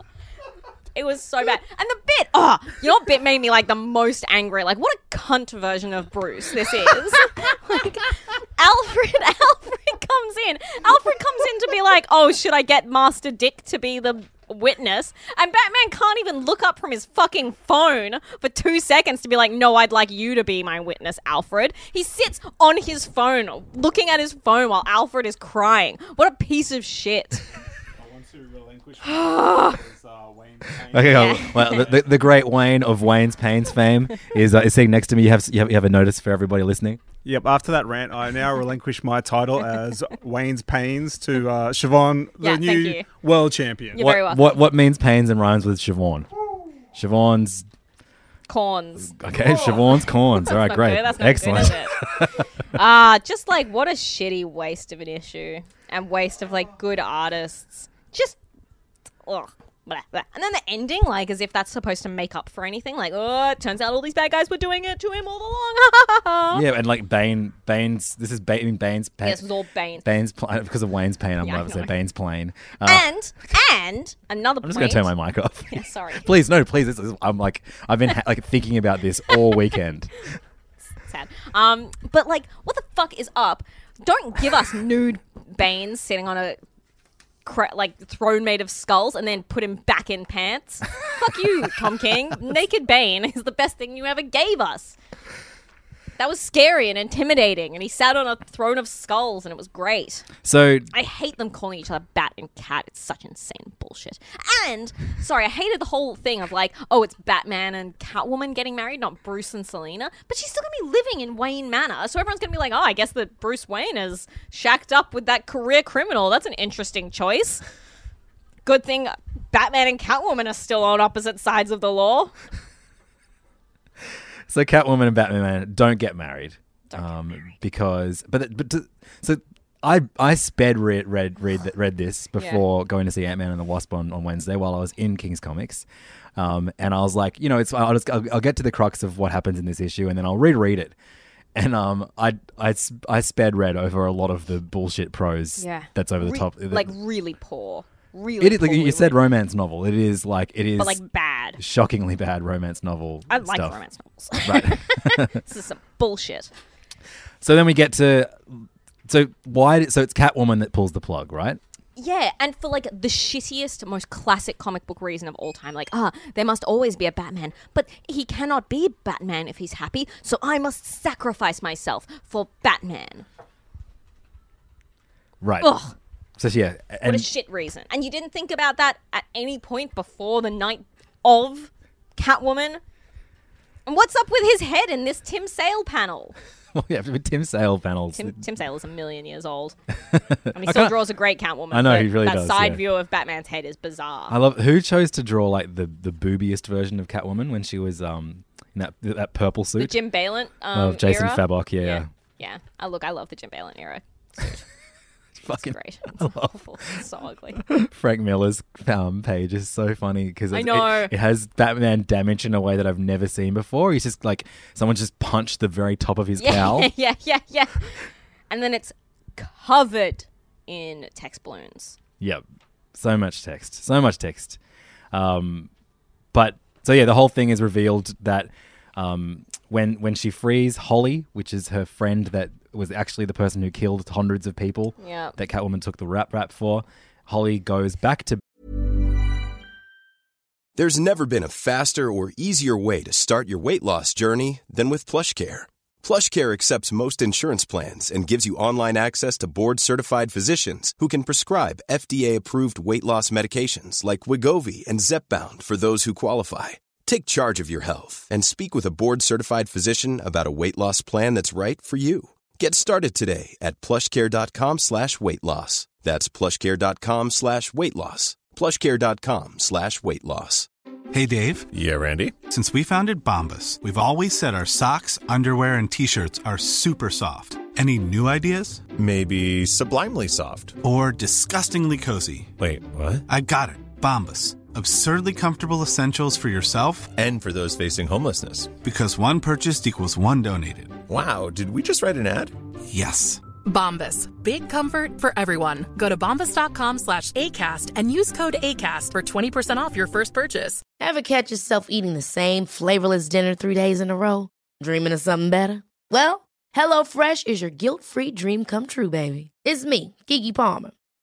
[SPEAKER 6] it was so bad. And the bit, oh, you know what bit made me like the most angry? Like, what a cunt version of Bruce this is. like, Alfred, Alfred comes in. Alfred comes in to be like, oh, should I get Master Dick to be the witness? And Batman can't even look up from his fucking phone for two seconds to be like, no, I'd like you to be my witness, Alfred. He sits on his phone, looking at his phone while Alfred is crying. What a piece of shit.
[SPEAKER 7] want to relinquish my is, uh, Wayne Payne.
[SPEAKER 5] Okay, well, well, the, the great Wayne of Wayne's Payne's fame is uh, is sitting next to me. You have you have, you have a notice for everybody listening.
[SPEAKER 7] Yep. After that rant, I now relinquish my title as Wayne's Pains to uh, Siobhan, the
[SPEAKER 6] Yeah, thank
[SPEAKER 7] new
[SPEAKER 6] you.
[SPEAKER 7] world champion.
[SPEAKER 6] You're
[SPEAKER 5] What,
[SPEAKER 6] very welcome.
[SPEAKER 5] what what means pains and rhymes with Siobhan? Siobhan's
[SPEAKER 6] Corns.
[SPEAKER 5] okay. Siobhan's corns. All right,
[SPEAKER 6] not
[SPEAKER 5] great,
[SPEAKER 6] good. Oh. That's not
[SPEAKER 5] excellent.
[SPEAKER 6] Good, is it? Ah, just like what a shitty waste of an issue and waste of like good artists. Just ugh. Blah, blah. And then the ending, like as if that's supposed to make up for anything. Like, oh, it turns out all these bad guys were doing it to him all along.
[SPEAKER 5] yeah, and like Bane, Bane's. This is Bane, Bane's. Pain,
[SPEAKER 6] this was all Bane.
[SPEAKER 5] Bane's plan because of Wayne's pain. I'm
[SPEAKER 6] Yeah, I
[SPEAKER 5] allowed to say
[SPEAKER 6] know. Ah,
[SPEAKER 5] Bane's plane. Uh,
[SPEAKER 6] and and another.
[SPEAKER 5] I'm just going to turn my mic off.
[SPEAKER 6] Yeah, sorry.
[SPEAKER 5] please, no, please. This is, I'm like, I've been ha- like thinking about this all weekend.
[SPEAKER 6] sad. Um, but like, what the fuck is up? Don't give us nude Bane sitting on a cra- like throne made of skulls and then put him back in pants. fuck you, Tom King. Naked Bane is the best thing you ever gave us. That was scary and intimidating, and he sat on a throne of skulls, and it was great.
[SPEAKER 5] So
[SPEAKER 6] I hate them calling each other bat and cat. It's such insane bullshit. And sorry, I hated the whole thing of like, oh, it's Batman and Catwoman getting married, not Bruce and Selena. But she's still gonna be living in Wayne Manor, so everyone's gonna be like, oh, I guess that Bruce Wayne is shacked up with that career criminal. That's an interesting choice. Good thing Batman and Catwoman are still on opposite sides of the law.
[SPEAKER 5] So Catwoman and Batman don't get married.
[SPEAKER 6] Don't get
[SPEAKER 5] um, because but it- but to, so I I sped read read read, th- read this before going to see Ant Man and the Wasp on, on Wednesday while I was in King's Comics, um, and I was like, you know, it's I'll, just, I'll, I'll get to the crux of what happens in this issue and then I'll reread it, and um I I s- I sped read over a lot of the bullshit prose that's over the
[SPEAKER 6] Re-
[SPEAKER 5] top
[SPEAKER 6] Like really poor. Really
[SPEAKER 5] it is like you
[SPEAKER 6] poorly
[SPEAKER 5] said
[SPEAKER 6] written,
[SPEAKER 5] romance novel it is like it is
[SPEAKER 6] but like bad.
[SPEAKER 5] shockingly bad romance novel
[SPEAKER 6] I like
[SPEAKER 5] stuff.
[SPEAKER 6] romance novels.
[SPEAKER 5] right.
[SPEAKER 6] this is some bullshit.
[SPEAKER 5] So then we get to so why did- so it's Catwoman that pulls the plug, right?
[SPEAKER 6] Yeah, and for like the shittiest, most classic comic book reason of all time, like, ah, there must always be a Batman, but he cannot be Batman if he's happy, so I must sacrifice myself for Batman.
[SPEAKER 5] Right.
[SPEAKER 6] Ugh,
[SPEAKER 5] So yeah,
[SPEAKER 6] what
[SPEAKER 5] and
[SPEAKER 6] a shit reason. And you didn't think about that at any point before the night of Catwoman? And what's up with his head in this Tim Sale panel?
[SPEAKER 5] well, yeah, with Tim Sale panels.
[SPEAKER 6] Tim, Tim Sale is a million years old. I mean, he still draws a great Catwoman.
[SPEAKER 5] I know,
[SPEAKER 6] but
[SPEAKER 5] he really
[SPEAKER 6] that
[SPEAKER 5] does,
[SPEAKER 6] side
[SPEAKER 5] yeah.
[SPEAKER 6] view of Batman's head is bizarre.
[SPEAKER 5] I love who chose to draw like the the boobiest version of Catwoman when she was um in that that purple
[SPEAKER 6] the
[SPEAKER 5] suit
[SPEAKER 6] Jim Balin um,
[SPEAKER 5] of Jason
[SPEAKER 6] era.
[SPEAKER 5] Fabok. Yeah,
[SPEAKER 6] Yeah.
[SPEAKER 5] yeah.
[SPEAKER 6] Yeah. I look, I love the Jim Balin era.
[SPEAKER 5] fucking
[SPEAKER 6] Great. It's awful. It's so ugly. It's
[SPEAKER 5] Frank Miller's um, page is so funny because
[SPEAKER 6] I know.
[SPEAKER 5] it, it has Batman damage in a way that I've never seen before. He's just like someone just punched the very top of his
[SPEAKER 6] Yeah,
[SPEAKER 5] cowl.
[SPEAKER 6] yeah, yeah, yeah. And then it's covered in text balloons.
[SPEAKER 5] Yep. So much text. So much text. Um, but so yeah, the whole thing is revealed that um, when when she frees Holly, which is her friend that was actually the person who killed hundreds of people
[SPEAKER 6] Yeah.
[SPEAKER 5] that Catwoman took the rap rap for, Holly goes back to
[SPEAKER 8] There's never been a faster or easier way to start your weight loss journey than with PlushCare. PlushCare accepts most insurance plans and gives you online access to board-certified physicians who can prescribe FDA-approved weight loss medications like Wigovi and Zepbound for those who qualify. Take charge of your health and speak with a board-certified physician about a weight loss plan that's right for you. Get started today at plushcare.com slash weight loss. That's plushcare.com slash weight loss. plushcare.com slash weight loss.
[SPEAKER 9] Hey, Dave.
[SPEAKER 8] Yeah, Randy.
[SPEAKER 9] Since we founded Bombus, we've always said our socks, underwear, and t shirts are super soft. Any new ideas?
[SPEAKER 8] Maybe sublimely soft.
[SPEAKER 9] Or disgustingly cozy?
[SPEAKER 8] Wait, what?
[SPEAKER 9] I got it. Bombus. Absurdly comfortable essentials for yourself
[SPEAKER 8] And for those facing homelessness.
[SPEAKER 9] because one purchased equals one donated.
[SPEAKER 8] Wow, did we just write an ad?
[SPEAKER 9] Yes.
[SPEAKER 10] Bombas. Big comfort for everyone. Go to bombas.com slash ACAST and use code ACAST for 20% off your first purchase.
[SPEAKER 2] Ever catch yourself eating the same flavorless dinner three days in a row? Dreaming of something better? Well, HelloFresh is your guilt-free dream come true, baby. It's me, Kiki Palmer.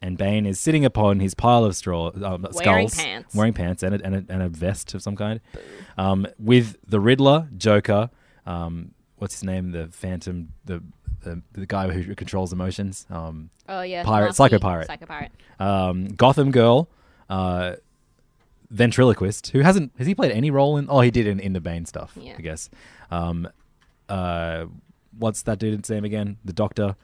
[SPEAKER 5] and Bane is sitting upon his pile of straw um,
[SPEAKER 6] Wearing
[SPEAKER 5] skulls,
[SPEAKER 6] pants.
[SPEAKER 5] wearing pants and a, and, a, and a vest of some kind, um, with the Riddler, Joker, um, what's his name, the Phantom, the the, the guy who controls emotions, um,
[SPEAKER 6] Oh, yeah.
[SPEAKER 5] Pirate- Psycho Pirate.
[SPEAKER 6] Psycho Pirate.
[SPEAKER 5] um, Gotham Girl, uh, ventriloquist who hasn't has he played any role in? Oh, he did in, in the Bane stuff,
[SPEAKER 6] Yeah.
[SPEAKER 5] I guess. Um, uh, what's that dude's name again? The Doctor,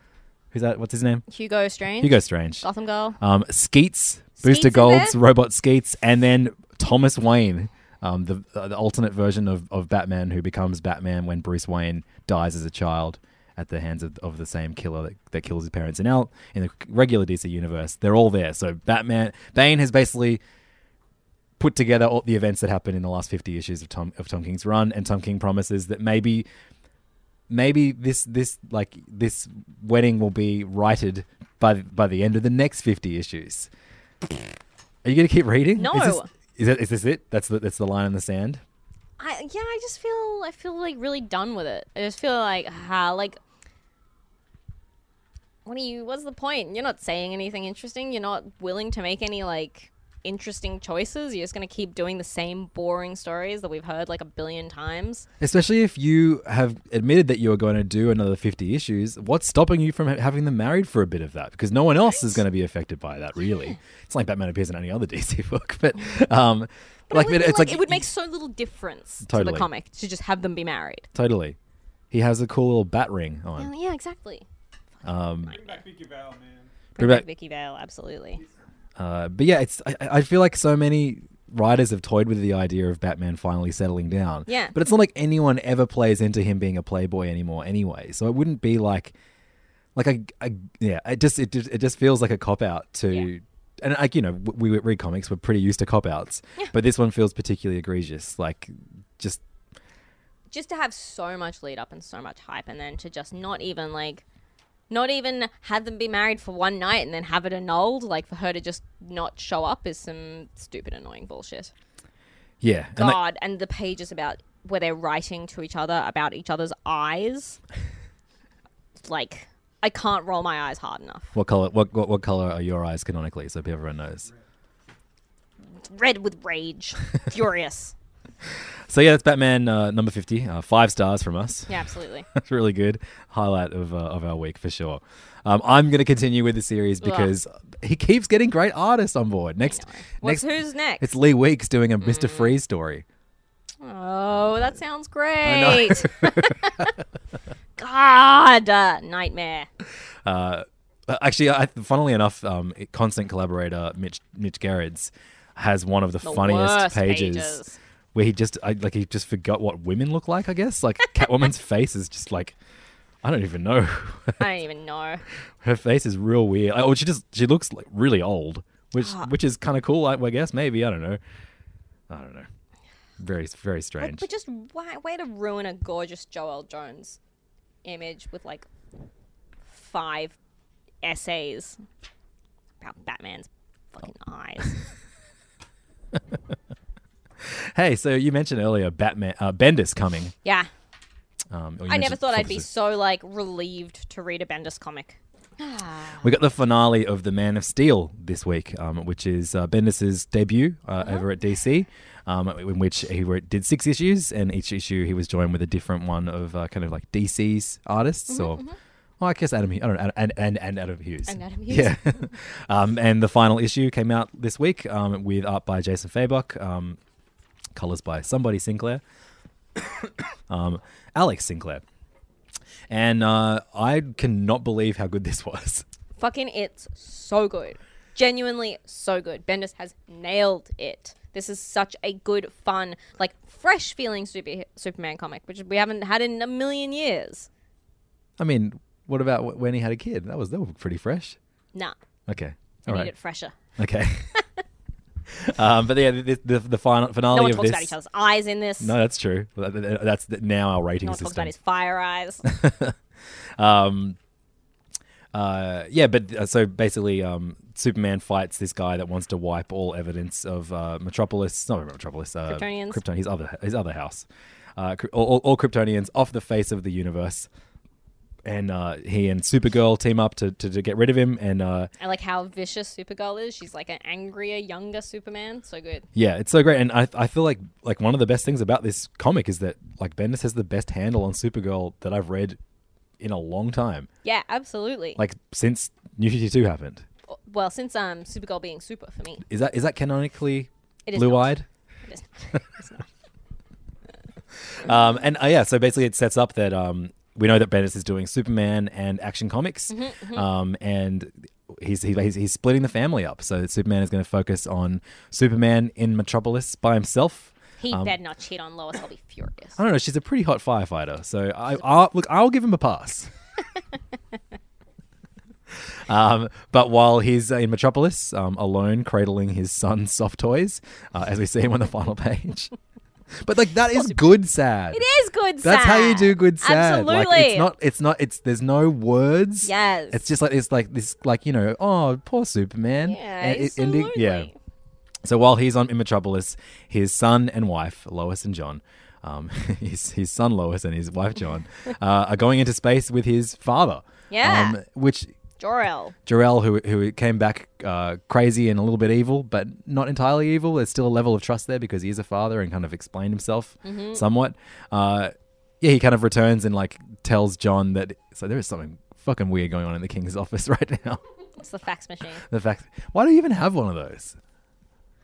[SPEAKER 5] who's that? What's his name?
[SPEAKER 6] Hugo Strange.
[SPEAKER 5] Hugo Strange.
[SPEAKER 6] Gotham Girl.
[SPEAKER 5] um, Skeets,
[SPEAKER 6] Skeets
[SPEAKER 5] Booster
[SPEAKER 6] in
[SPEAKER 5] Gold's
[SPEAKER 6] there?
[SPEAKER 5] Robot Skeets, and then Thomas Wayne, um, the uh, the alternate version of, of Batman who becomes Batman when Bruce Wayne dies as a child at the hands of, of the same killer that, that kills his parents. And now in the regular DC universe, they're all there. So Batman, Bane has basically put together all the events that happened in the last 50 issues of Tom of Tom King's run and Tom King promises that maybe maybe this this like this wedding will be righted by by the end of the next 50 issues. Are you going to keep reading?
[SPEAKER 6] No.
[SPEAKER 5] Is this, is, that, is this it? That's the that's the line in the sand.
[SPEAKER 6] I yeah, I just feel I feel like really done with it. I just feel like ah, like what are you? What's the point? You're not saying anything interesting. You're not willing to make any like interesting choices. You're just going to keep doing the same boring stories that we've heard like a billion times.
[SPEAKER 5] Especially if you have admitted that you are going to do another 50 issues, what's stopping you from ha- having them married for a bit of that? Because no one else is going to be affected by that, really. It's not like Batman appears in any other DC book, but um,
[SPEAKER 6] But
[SPEAKER 5] like,
[SPEAKER 6] I would
[SPEAKER 5] it's
[SPEAKER 6] feel like,
[SPEAKER 5] like
[SPEAKER 6] it would make so little difference to
[SPEAKER 5] Totally.
[SPEAKER 6] the comic to just have them be married.
[SPEAKER 5] totally. He has a cool little bat ring on.
[SPEAKER 6] Yeah, exactly.
[SPEAKER 5] Um,
[SPEAKER 6] Bring
[SPEAKER 5] Bring
[SPEAKER 6] back
[SPEAKER 5] back-
[SPEAKER 6] Vicky Vale, absolutely.
[SPEAKER 5] Uh, but yeah, it's I, I feel like so many writers have toyed with the idea of Batman finally settling down.
[SPEAKER 6] Yeah.
[SPEAKER 5] But it's not like anyone ever plays into him being a playboy anymore anyway. So it wouldn't be like like I, I yeah, it just it just, it just feels like a cop out to and like you know, w- we read comics, we're pretty used to cop outs. But this one feels particularly egregious. Like just
[SPEAKER 6] Just to have so much lead up and so much hype and then to just not even like not even have them be married for one night and then have it annulled, like for her to just not show up is some stupid annoying bullshit.
[SPEAKER 5] yeah. And like-
[SPEAKER 6] God, and the pages about where they're writing to each other about each other's eyes. like, I can't roll my eyes hard enough.
[SPEAKER 5] what color what, what what color are your eyes canonically so everyone knows?
[SPEAKER 6] Red with rage, furious.
[SPEAKER 5] So yeah, that's Batman uh, number fifty. Uh, five stars from us.
[SPEAKER 6] Yeah, absolutely.
[SPEAKER 5] that's really good highlight of uh, of our week for sure. Um, I'm going to continue with the series
[SPEAKER 6] Ugh.
[SPEAKER 5] because he keeps getting great artists on board. Next, next
[SPEAKER 6] What's- who's next?
[SPEAKER 5] It's Lee Weeks doing a
[SPEAKER 11] Mm.
[SPEAKER 5] Mister Freeze story.
[SPEAKER 6] Oh, that sounds
[SPEAKER 5] I
[SPEAKER 6] great.
[SPEAKER 5] know.
[SPEAKER 6] God, uh, nightmare.
[SPEAKER 5] Uh, actually, I, funnily enough, um, constant collaborator Mitch Mitch Gerrits has one of the,
[SPEAKER 11] The
[SPEAKER 5] funniest
[SPEAKER 11] worst
[SPEAKER 5] pages,
[SPEAKER 11] pages.
[SPEAKER 5] where he just I, like he just forgot what women look like. I guess like Catwoman's face is just like I don't even know.
[SPEAKER 6] I don't even know.
[SPEAKER 5] Her face is real weird. Like, oh, she just she looks like really old, which
[SPEAKER 6] Ah.
[SPEAKER 5] which is kind of cool. I, I guess maybe I don't know. I don't know. Very very strange.
[SPEAKER 6] But just why, way to ruin a gorgeous Joel Jones image with like five essays about Batman's fucking eyes.
[SPEAKER 5] Hey, so you mentioned earlier Batman uh, Bendis coming.
[SPEAKER 6] Yeah.
[SPEAKER 5] Um, or you
[SPEAKER 6] I never
[SPEAKER 5] mentioned
[SPEAKER 6] thought I'd be
[SPEAKER 5] Fox's-
[SPEAKER 6] so like relieved to read a Bendis comic. Ah,
[SPEAKER 5] We got the finale of the Man of Steel this week, um, which is uh, Bendis's debut uh,
[SPEAKER 6] Uh-huh.
[SPEAKER 5] over at DC, um, in which he wrote, did six issues, and each issue he was joined with a different one of uh, kind of like DC's artists or. Well, I guess Adam. Hugh- I don't know, and and and Adam Hughes.
[SPEAKER 6] Mm-hmm, And Adam Hughes.
[SPEAKER 5] Yeah. um, and the final issue came out this week um, with art by Jason Fabok, um, colors by somebody Sinclair, um, Alex Sinclair, and uh, I cannot believe how good this was.
[SPEAKER 6] fucking it's so good. Genuinely so good. Bendis has nailed it. This is such a good, fun, like fresh feeling super, Superman comic, which we haven't had in a million years.
[SPEAKER 5] I mean, what about wh- when he had a kid? That was that was pretty fresh.
[SPEAKER 6] Nah.
[SPEAKER 5] Okay,
[SPEAKER 6] I
[SPEAKER 5] all
[SPEAKER 6] need
[SPEAKER 5] right.
[SPEAKER 6] it fresher.
[SPEAKER 5] Okay. um, but yeah, the the, the final finale
[SPEAKER 6] no one
[SPEAKER 5] of
[SPEAKER 6] talks
[SPEAKER 5] this.
[SPEAKER 6] about each other's eyes in this.
[SPEAKER 5] No, that's true. That- that- That's the- now our rating
[SPEAKER 6] no one
[SPEAKER 5] system.
[SPEAKER 6] talks about his fire eyes.
[SPEAKER 5] um, uh, yeah, but uh, so basically, um, Superman fights this guy that wants to wipe all evidence of uh, Metropolis, not Metropolis, uh,
[SPEAKER 6] Kryptonians.
[SPEAKER 5] Krypton, his other his other house, uh, Kry- all, all, all Kryptonians off the face of the universe, and uh, he and Supergirl team up to, to, to get rid of him, and uh,
[SPEAKER 6] I like how vicious Supergirl is. She's like an angrier, younger Superman. So good.
[SPEAKER 5] Yeah, it's so great, and I I feel like like one of the best things about this comic is that like Bendis has the best handle on Supergirl that I've read in a long time,
[SPEAKER 6] Yeah, absolutely.
[SPEAKER 5] like since New Fifty Two happened.
[SPEAKER 6] well, since um Supergirl being super for me,
[SPEAKER 5] Is that is that canonically
[SPEAKER 6] It is
[SPEAKER 5] blue eyed?
[SPEAKER 6] not. It is
[SPEAKER 5] um, and uh, yeah, so basically it sets up that um, we know that Bendis is doing Superman and Action Comics,
[SPEAKER 6] Mm-hmm,
[SPEAKER 11] Mhm, mhm.
[SPEAKER 5] um, and he's, he, he's he's splitting the family up. So Superman is going to focus on Superman in Metropolis by himself.
[SPEAKER 6] he
[SPEAKER 5] Um,
[SPEAKER 6] better not cheat on Lois. I'll be furious.
[SPEAKER 5] I don't know. She's a pretty hot firefighter, so I I'll, look. I'll give him a pass. um, but while he's uh, in Metropolis um, alone, cradling his son's soft toys, uh, as we see him on the final page. But like that is good sad.
[SPEAKER 6] It is good.
[SPEAKER 5] That's how you
[SPEAKER 6] sad.
[SPEAKER 5] do good sad.
[SPEAKER 6] Absolutely.
[SPEAKER 5] Like, it's not. It's not. It's there's no words.
[SPEAKER 6] Yes.
[SPEAKER 5] It's uh, just like it's like this like you know oh poor Superman. Yeah. absolutely. yeah. So while he's on in Metropolis, his son and wife Lois and John. Um, his, his son Lois and his wife John uh, are going into space with his father.
[SPEAKER 11] Yeah.
[SPEAKER 5] Um, which
[SPEAKER 6] Jor-El.
[SPEAKER 5] Jarrell, who who came back uh, crazy and a little bit evil, but not entirely evil. There's still a level of trust there because he is a father and kind of explained himself
[SPEAKER 6] Mhm.
[SPEAKER 5] somewhat. Uh, yeah, he kind of returns and like tells John that so there is something fucking weird going on in the king's office right now.
[SPEAKER 6] It's the fax machine.
[SPEAKER 5] the fact, why do you even have one of those?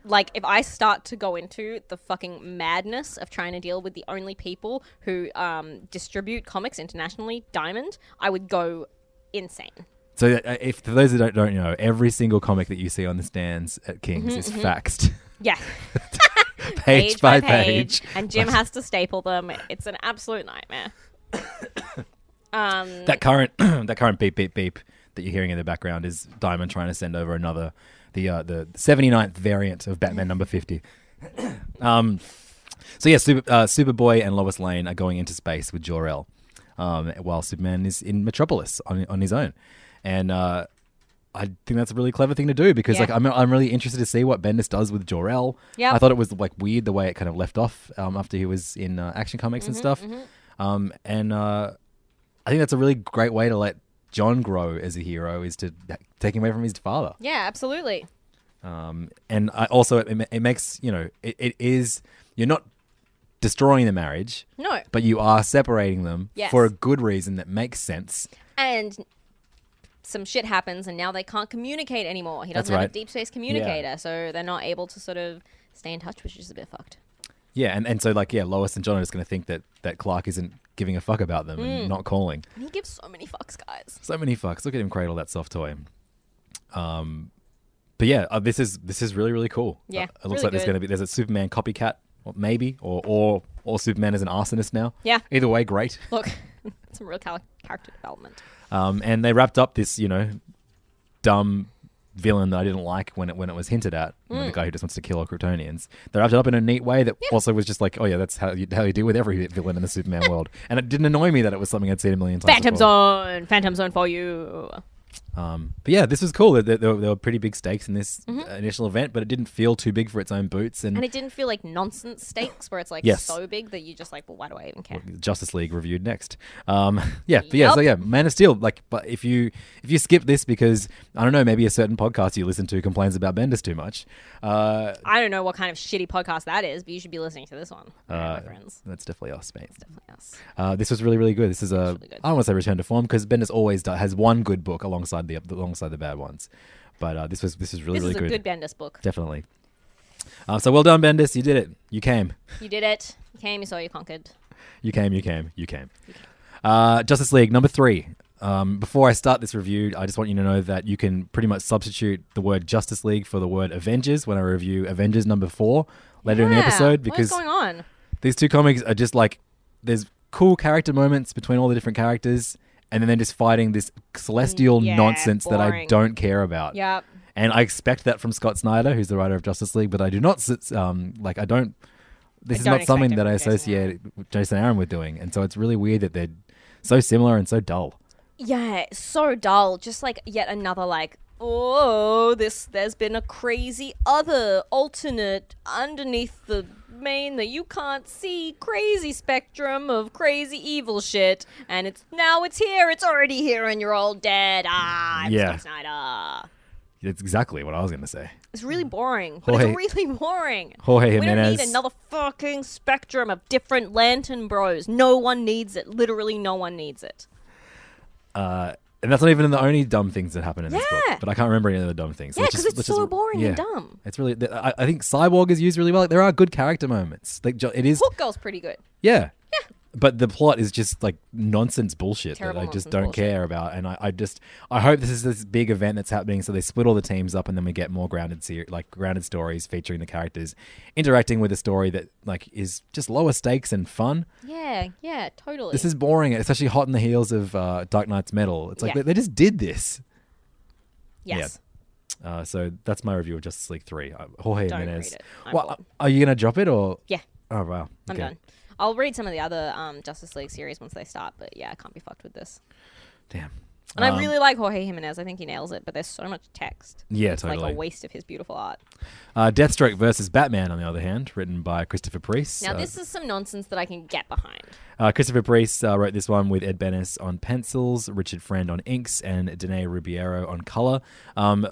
[SPEAKER 6] Like, if I start to go into the fucking madness of trying to deal with the only people who um, distribute comics internationally, Diamond, I would go insane.
[SPEAKER 5] So, uh, if for those who don't don't know, every single comic that you see on the stands at King's
[SPEAKER 6] Mhm,
[SPEAKER 5] is
[SPEAKER 6] mhm.
[SPEAKER 5] faxed.
[SPEAKER 6] Yeah.
[SPEAKER 5] Mm-hmm, Page by page.
[SPEAKER 6] And Jim has to staple them. It's an absolute nightmare. um,
[SPEAKER 5] that current that current beep beep beep that you're hearing in the background is Diamond trying to send over another the uh, the 79th variant of Batman number 50. um, so yeah, Super, uh, Superboy and Lois Lane are going into space with Jor El, um, while Superman is in Metropolis on on his own, and. Uh, I think that's a really clever thing to do because,
[SPEAKER 6] Yeah.
[SPEAKER 5] like, I'm, I'm really interested to see what Bendis does with Jor El.
[SPEAKER 6] Yep.
[SPEAKER 5] I thought it was like weird the way it kind of left off um, after he was in uh, Action Comics and
[SPEAKER 6] Mhm,
[SPEAKER 5] stuff.
[SPEAKER 6] mhm.
[SPEAKER 5] Um, and uh, I think that's a really great way to let John grow as a hero is to take him away from his father.
[SPEAKER 6] yeah, absolutely.
[SPEAKER 5] Um, and I also it, ma- it makes you know it, it is you're not destroying the marriage,
[SPEAKER 6] No.
[SPEAKER 5] but you are separating them
[SPEAKER 6] Yes.
[SPEAKER 5] for a good reason that makes sense.
[SPEAKER 6] And some shit happens, and now they can't communicate anymore. He
[SPEAKER 5] That's
[SPEAKER 6] doesn't have
[SPEAKER 5] right.
[SPEAKER 6] a deep space communicator, so they're not able to sort of stay in touch, which is a bit fucked.
[SPEAKER 5] Yeah, and, and so like yeah, Lois and John are just going to think that that Clark isn't giving a fuck about them
[SPEAKER 6] Mm.
[SPEAKER 5] and not calling.
[SPEAKER 6] And he gives so many fucks, guys.
[SPEAKER 5] So many fucks. Look at him cradle that soft toy. Um, but yeah, uh, this is this is really really cool.
[SPEAKER 6] Yeah,
[SPEAKER 5] Uh, it looks
[SPEAKER 6] really
[SPEAKER 5] like there's
[SPEAKER 6] good.
[SPEAKER 5] going to be there's a Superman copycat, or maybe, or or or Superman is an arsonist now.
[SPEAKER 6] Yeah.
[SPEAKER 5] Either way, great.
[SPEAKER 6] Look, some real cal- character development.
[SPEAKER 5] Um, and they wrapped up this you know dumb villain that I didn't like when it when it was hinted at, you know, the
[SPEAKER 6] Mm.
[SPEAKER 5] guy who just wants to kill all Kryptonians. They wrapped it up in a neat way that also was just like, oh yeah, that's how you how you deal with every villain in the Superman world. And it didn't annoy me that it was something I'd seen a million times.
[SPEAKER 6] Phantom
[SPEAKER 5] before.
[SPEAKER 6] Zone, Phantom Zone for you.
[SPEAKER 5] Um, but yeah, this was cool. There, there, there were pretty big stakes in this
[SPEAKER 6] Mhm.
[SPEAKER 5] uh, initial event, but it didn't feel too big for its own boots. And,
[SPEAKER 6] And it didn't feel like nonsense stakes where it's like
[SPEAKER 5] Yes.
[SPEAKER 6] so big that you're just like, well, why do I even care?
[SPEAKER 5] Justice League reviewed next. Um, yeah, but yeah, so yeah, Man of Steel. Like, but if you if you skip this because I don't know, maybe a certain podcast you listen to complains about Bendis too much. Uh,
[SPEAKER 6] I don't know what kind of shitty podcast that is, but you should be listening to this one.
[SPEAKER 5] uh,
[SPEAKER 6] friends.
[SPEAKER 5] That's definitely us, mate. definitely
[SPEAKER 6] us.
[SPEAKER 5] Uh, this was really, really good. This is a I don't want to say return to form because Bendis always do, has one good book alongside the alongside the bad ones, but uh, this was this is really
[SPEAKER 6] This
[SPEAKER 5] really
[SPEAKER 6] is a
[SPEAKER 5] good.
[SPEAKER 6] good Bendis book.
[SPEAKER 5] Definitely. Uh, so well done, Bendis. You did it. You came.
[SPEAKER 6] You did it. You came, you saw, you conquered.
[SPEAKER 5] You came, you came, you came. Uh, Justice League, number three. Um, before I start this review, I just want you to know that you can pretty much substitute the word Justice League for the word Avengers when I review Avengers number four later in the
[SPEAKER 6] Yeah,
[SPEAKER 5] episode
[SPEAKER 6] what
[SPEAKER 5] because
[SPEAKER 6] is going on?
[SPEAKER 5] these two comics are just like there's cool character moments between all the different characters and then they're just fighting this celestial
[SPEAKER 6] Mm, yeah,
[SPEAKER 5] nonsense that I
[SPEAKER 6] boring.
[SPEAKER 5] don't care about.
[SPEAKER 6] Yep.
[SPEAKER 5] And I expect that from Scott Snyder, who's the writer of Justice League, but I do not, s- um, like, I don't, this
[SPEAKER 6] I
[SPEAKER 5] is
[SPEAKER 6] don't
[SPEAKER 5] not something
[SPEAKER 6] expect it
[SPEAKER 5] that I
[SPEAKER 6] from Jason
[SPEAKER 5] associate with Jason Aaron with doing. And so it's really weird that they're so similar and so dull.
[SPEAKER 6] Yeah, so dull. Just like yet another like, oh, this there's been a crazy other alternate underneath the main that you can't see crazy spectrum of crazy evil shit and it's now it's here it's already here and you're all dead ah I'm
[SPEAKER 5] Yeah.
[SPEAKER 6] Scott Snyder
[SPEAKER 5] It's exactly what I was going to say.
[SPEAKER 6] it's really boring but
[SPEAKER 5] Jorge-
[SPEAKER 6] it's really boring
[SPEAKER 5] Jorge
[SPEAKER 6] we don't need
[SPEAKER 5] Jimenez.
[SPEAKER 6] another fucking spectrum of different lantern bros no one needs it literally no one needs it
[SPEAKER 5] Uh, and that's not even the only dumb things that happen in this
[SPEAKER 6] Yeah.
[SPEAKER 5] book, but I can't remember any of the dumb things.
[SPEAKER 6] Yeah,
[SPEAKER 5] Let's
[SPEAKER 6] 'cause
[SPEAKER 5] just-
[SPEAKER 6] it's
[SPEAKER 5] let's
[SPEAKER 6] so boring and dumb.
[SPEAKER 5] It's really. th- I, I think Cyborg is used really well. Like, there are good character moments. Like jo- it is.
[SPEAKER 6] Hook Girl's pretty good
[SPEAKER 5] Yeah. Yeah. But the plot is just like nonsense bullshit
[SPEAKER 6] Terrible
[SPEAKER 5] that I just
[SPEAKER 6] nonsense
[SPEAKER 5] don't
[SPEAKER 6] bullshit.
[SPEAKER 5] care about, and I, I just I hope this is this big event that's happening, so they split all the teams up, and then we get more grounded ser- like grounded stories featuring the characters interacting with a story that like is just lower stakes and fun.
[SPEAKER 6] Yeah, yeah, totally.
[SPEAKER 5] This is boring, especially hot in the heels of uh, Dark Knight's Metal. It's like
[SPEAKER 6] Yeah.
[SPEAKER 5] they, they just did this.
[SPEAKER 6] yes.
[SPEAKER 5] Yeah. Uh, so that's my review of Justice League Three. Uh, Jorge
[SPEAKER 6] Don't read
[SPEAKER 5] Jimenez.
[SPEAKER 6] it. I'm
[SPEAKER 5] Well, are you gonna drop it or?
[SPEAKER 6] Yeah.
[SPEAKER 5] Oh wow.
[SPEAKER 6] I'm
[SPEAKER 5] Okay.
[SPEAKER 6] done. I'll read some of the other um, Justice League series once they start, but yeah, I can't be fucked with this.
[SPEAKER 5] Damn.
[SPEAKER 6] And
[SPEAKER 5] Um,
[SPEAKER 6] I really like Jorge Jimenez. I think he nails it, but there's so much text.
[SPEAKER 5] Yeah,
[SPEAKER 6] it's like
[SPEAKER 5] totally.
[SPEAKER 6] a waste of his beautiful art.
[SPEAKER 5] Uh, Deathstroke versus Batman, on the other hand, written by Christopher Priest.
[SPEAKER 6] Now,
[SPEAKER 5] Uh,
[SPEAKER 6] this is some nonsense that I can get behind.
[SPEAKER 5] Uh, Christopher Priest uh, wrote this one with Ed Benes on pencils, Richard Friend on inks, and Danae Rubiero on color. Um,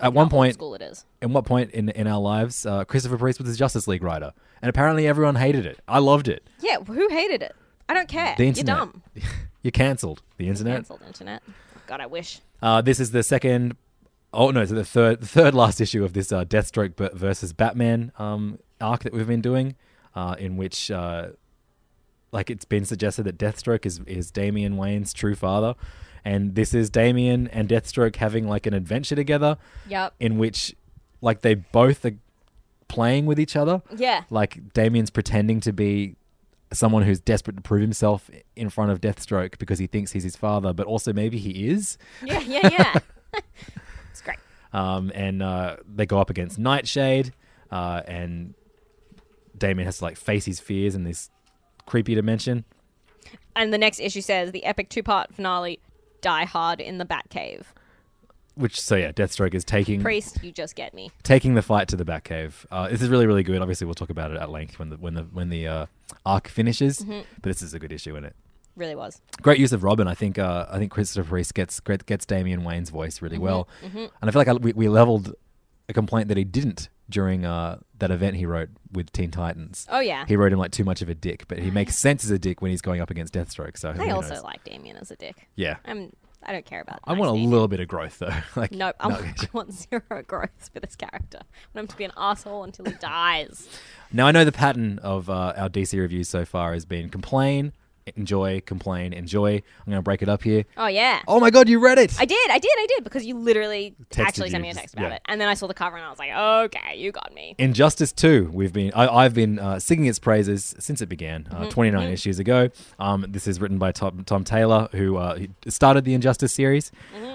[SPEAKER 5] at one
[SPEAKER 6] old
[SPEAKER 5] point,
[SPEAKER 6] school it is.
[SPEAKER 5] At what point in, in our lives, uh, Christopher Priest was a Justice League writer, and apparently everyone hated it. I loved it.
[SPEAKER 6] Yeah, who hated it? I don't care.
[SPEAKER 5] The
[SPEAKER 6] You're
[SPEAKER 5] internet.
[SPEAKER 6] dumb.
[SPEAKER 5] You're cancelled. The internet.
[SPEAKER 6] Cancelled internet. Oh, God, I wish.
[SPEAKER 5] Uh, this is the second. Oh no, so the third, the third last issue of this uh, Deathstroke b- versus Batman um, arc that we've been doing, uh, in which, uh, like, it's been suggested that Deathstroke is is Damian Wayne's true father, and this is Damian and Deathstroke having like an adventure together.
[SPEAKER 6] Yep.
[SPEAKER 5] In which, like, they both are playing with each other.
[SPEAKER 6] Yeah.
[SPEAKER 5] Like Damien's pretending to be someone who's desperate to prove himself in front of Deathstroke because he thinks he's his father, but also maybe he is.
[SPEAKER 6] Yeah, yeah, yeah. it's great.
[SPEAKER 5] Um, and uh, they go up against Nightshade, uh, and Damien has to like face his fears in this creepy dimension.
[SPEAKER 6] And the next issue says the epic two part finale Die Hard in the Batcave.
[SPEAKER 5] Which so yeah, Deathstroke is taking
[SPEAKER 6] Priest, you just get me.
[SPEAKER 5] taking the fight to the Batcave. Uh, this is really really good. Obviously, we'll talk about it at length when the when the when the uh, arc finishes.
[SPEAKER 6] Mhm.
[SPEAKER 5] But this is a good issue in it.
[SPEAKER 6] Really was.
[SPEAKER 5] Great use of Robin. I think uh, I think Christopher Reese gets gets gets Damian Wayne's voice really well,
[SPEAKER 6] mhm.
[SPEAKER 5] and I feel like I, we, we leveled a complaint that he didn't during uh, that event he wrote with Teen Titans.
[SPEAKER 6] Oh, yeah.
[SPEAKER 5] he wrote him like too much of a dick, but he makes sense as a dick when he's going up against Deathstroke. So
[SPEAKER 6] I
[SPEAKER 5] who
[SPEAKER 6] also
[SPEAKER 5] knows?
[SPEAKER 6] like Damien as a dick.
[SPEAKER 5] Yeah.
[SPEAKER 6] I'm. I don't care about.
[SPEAKER 5] I want a little bit of growth though. like
[SPEAKER 6] Nope, I
[SPEAKER 5] no-
[SPEAKER 6] want, I want zero growth for this character. I want him to be an asshole until he dies.
[SPEAKER 5] Now I know the pattern of uh, our DC reviews so far has been complain, enjoy, complain, enjoy. I'm going to break it up here.
[SPEAKER 6] Oh yeah.
[SPEAKER 5] Oh my god, you read it!
[SPEAKER 6] I did, I did, I did, because you literally
[SPEAKER 5] Texted
[SPEAKER 6] actually sent
[SPEAKER 5] you,
[SPEAKER 6] me a
[SPEAKER 5] just-
[SPEAKER 6] text about
[SPEAKER 5] yeah.
[SPEAKER 6] it, and then I saw the cover and I was like, okay, you got me.
[SPEAKER 5] Injustice Two. We've been I, I've been uh, singing its praises since it began uh,
[SPEAKER 6] Mhm.
[SPEAKER 5] 29
[SPEAKER 6] Mhm.
[SPEAKER 5] issues ago. Um, this is written by Tom, Tom Taylor, who uh, he started the Injustice series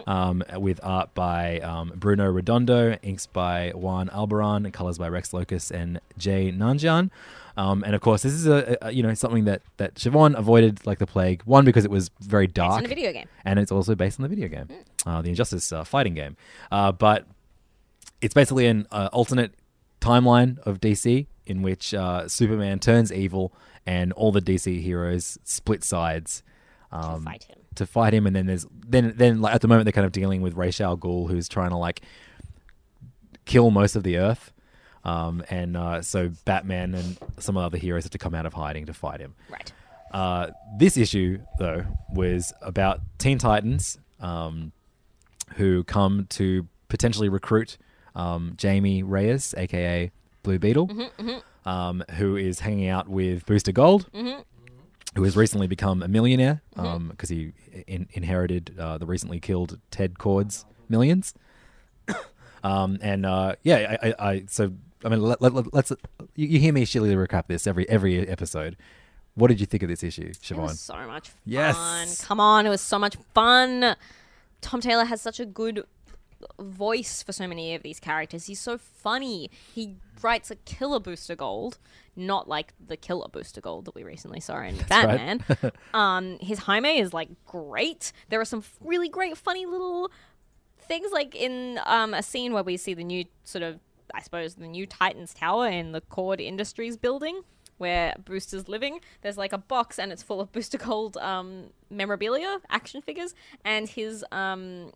[SPEAKER 5] um, with art by um, Bruno Redondo, inks by Juan Albaran, and colors by Rex Locus and Jay Nanjian. Um, and of course, this is a, a you know something that that Siobhan avoided like the plague. One because it was very dark,
[SPEAKER 6] the video game.
[SPEAKER 5] and it's also based on the video game, uh, the Injustice uh, fighting game. Uh, but it's basically an uh, alternate timeline of DC in which uh, Superman turns evil and all the DC heroes split sides um, to fight
[SPEAKER 6] him.
[SPEAKER 5] To fight him, and then there's then then like at the moment they're kind of dealing with Ra's al Ghul, who's trying to like kill most of the Earth. Um, and uh, so Batman and some other heroes have to come out of hiding to fight him.
[SPEAKER 6] Right.
[SPEAKER 5] Uh, this issue, though, was about Teen Titans um, who come to potentially recruit um, Jamie Reyes, aka Blue Beetle,
[SPEAKER 11] Mhm, mhm.
[SPEAKER 5] Um, who is hanging out with Booster Gold,
[SPEAKER 11] Mhm.
[SPEAKER 5] who has recently become a millionaire because he in- inherited uh, the recently killed Ted Cord's millions. um, and uh, yeah, I, I, I so I mean, let, let, let's you, you hear me shilly recap this every every episode. What did you think of this issue, Siobhan?
[SPEAKER 6] It was so much fun.
[SPEAKER 5] Yes.
[SPEAKER 6] Come on, it was so much fun. Tom Taylor has such a good voice for so many of these characters. He's so funny. He writes a killer booster gold, not like the killer booster gold that we recently saw in Batman.
[SPEAKER 11] right.
[SPEAKER 6] um, his Jaime is like great. There are some really great, funny little things like in um, a scene where we see the new sort of i suppose the new titans tower in the cord industries building where booster's living there's like a box and it's full of booster gold um, memorabilia action figures and his um,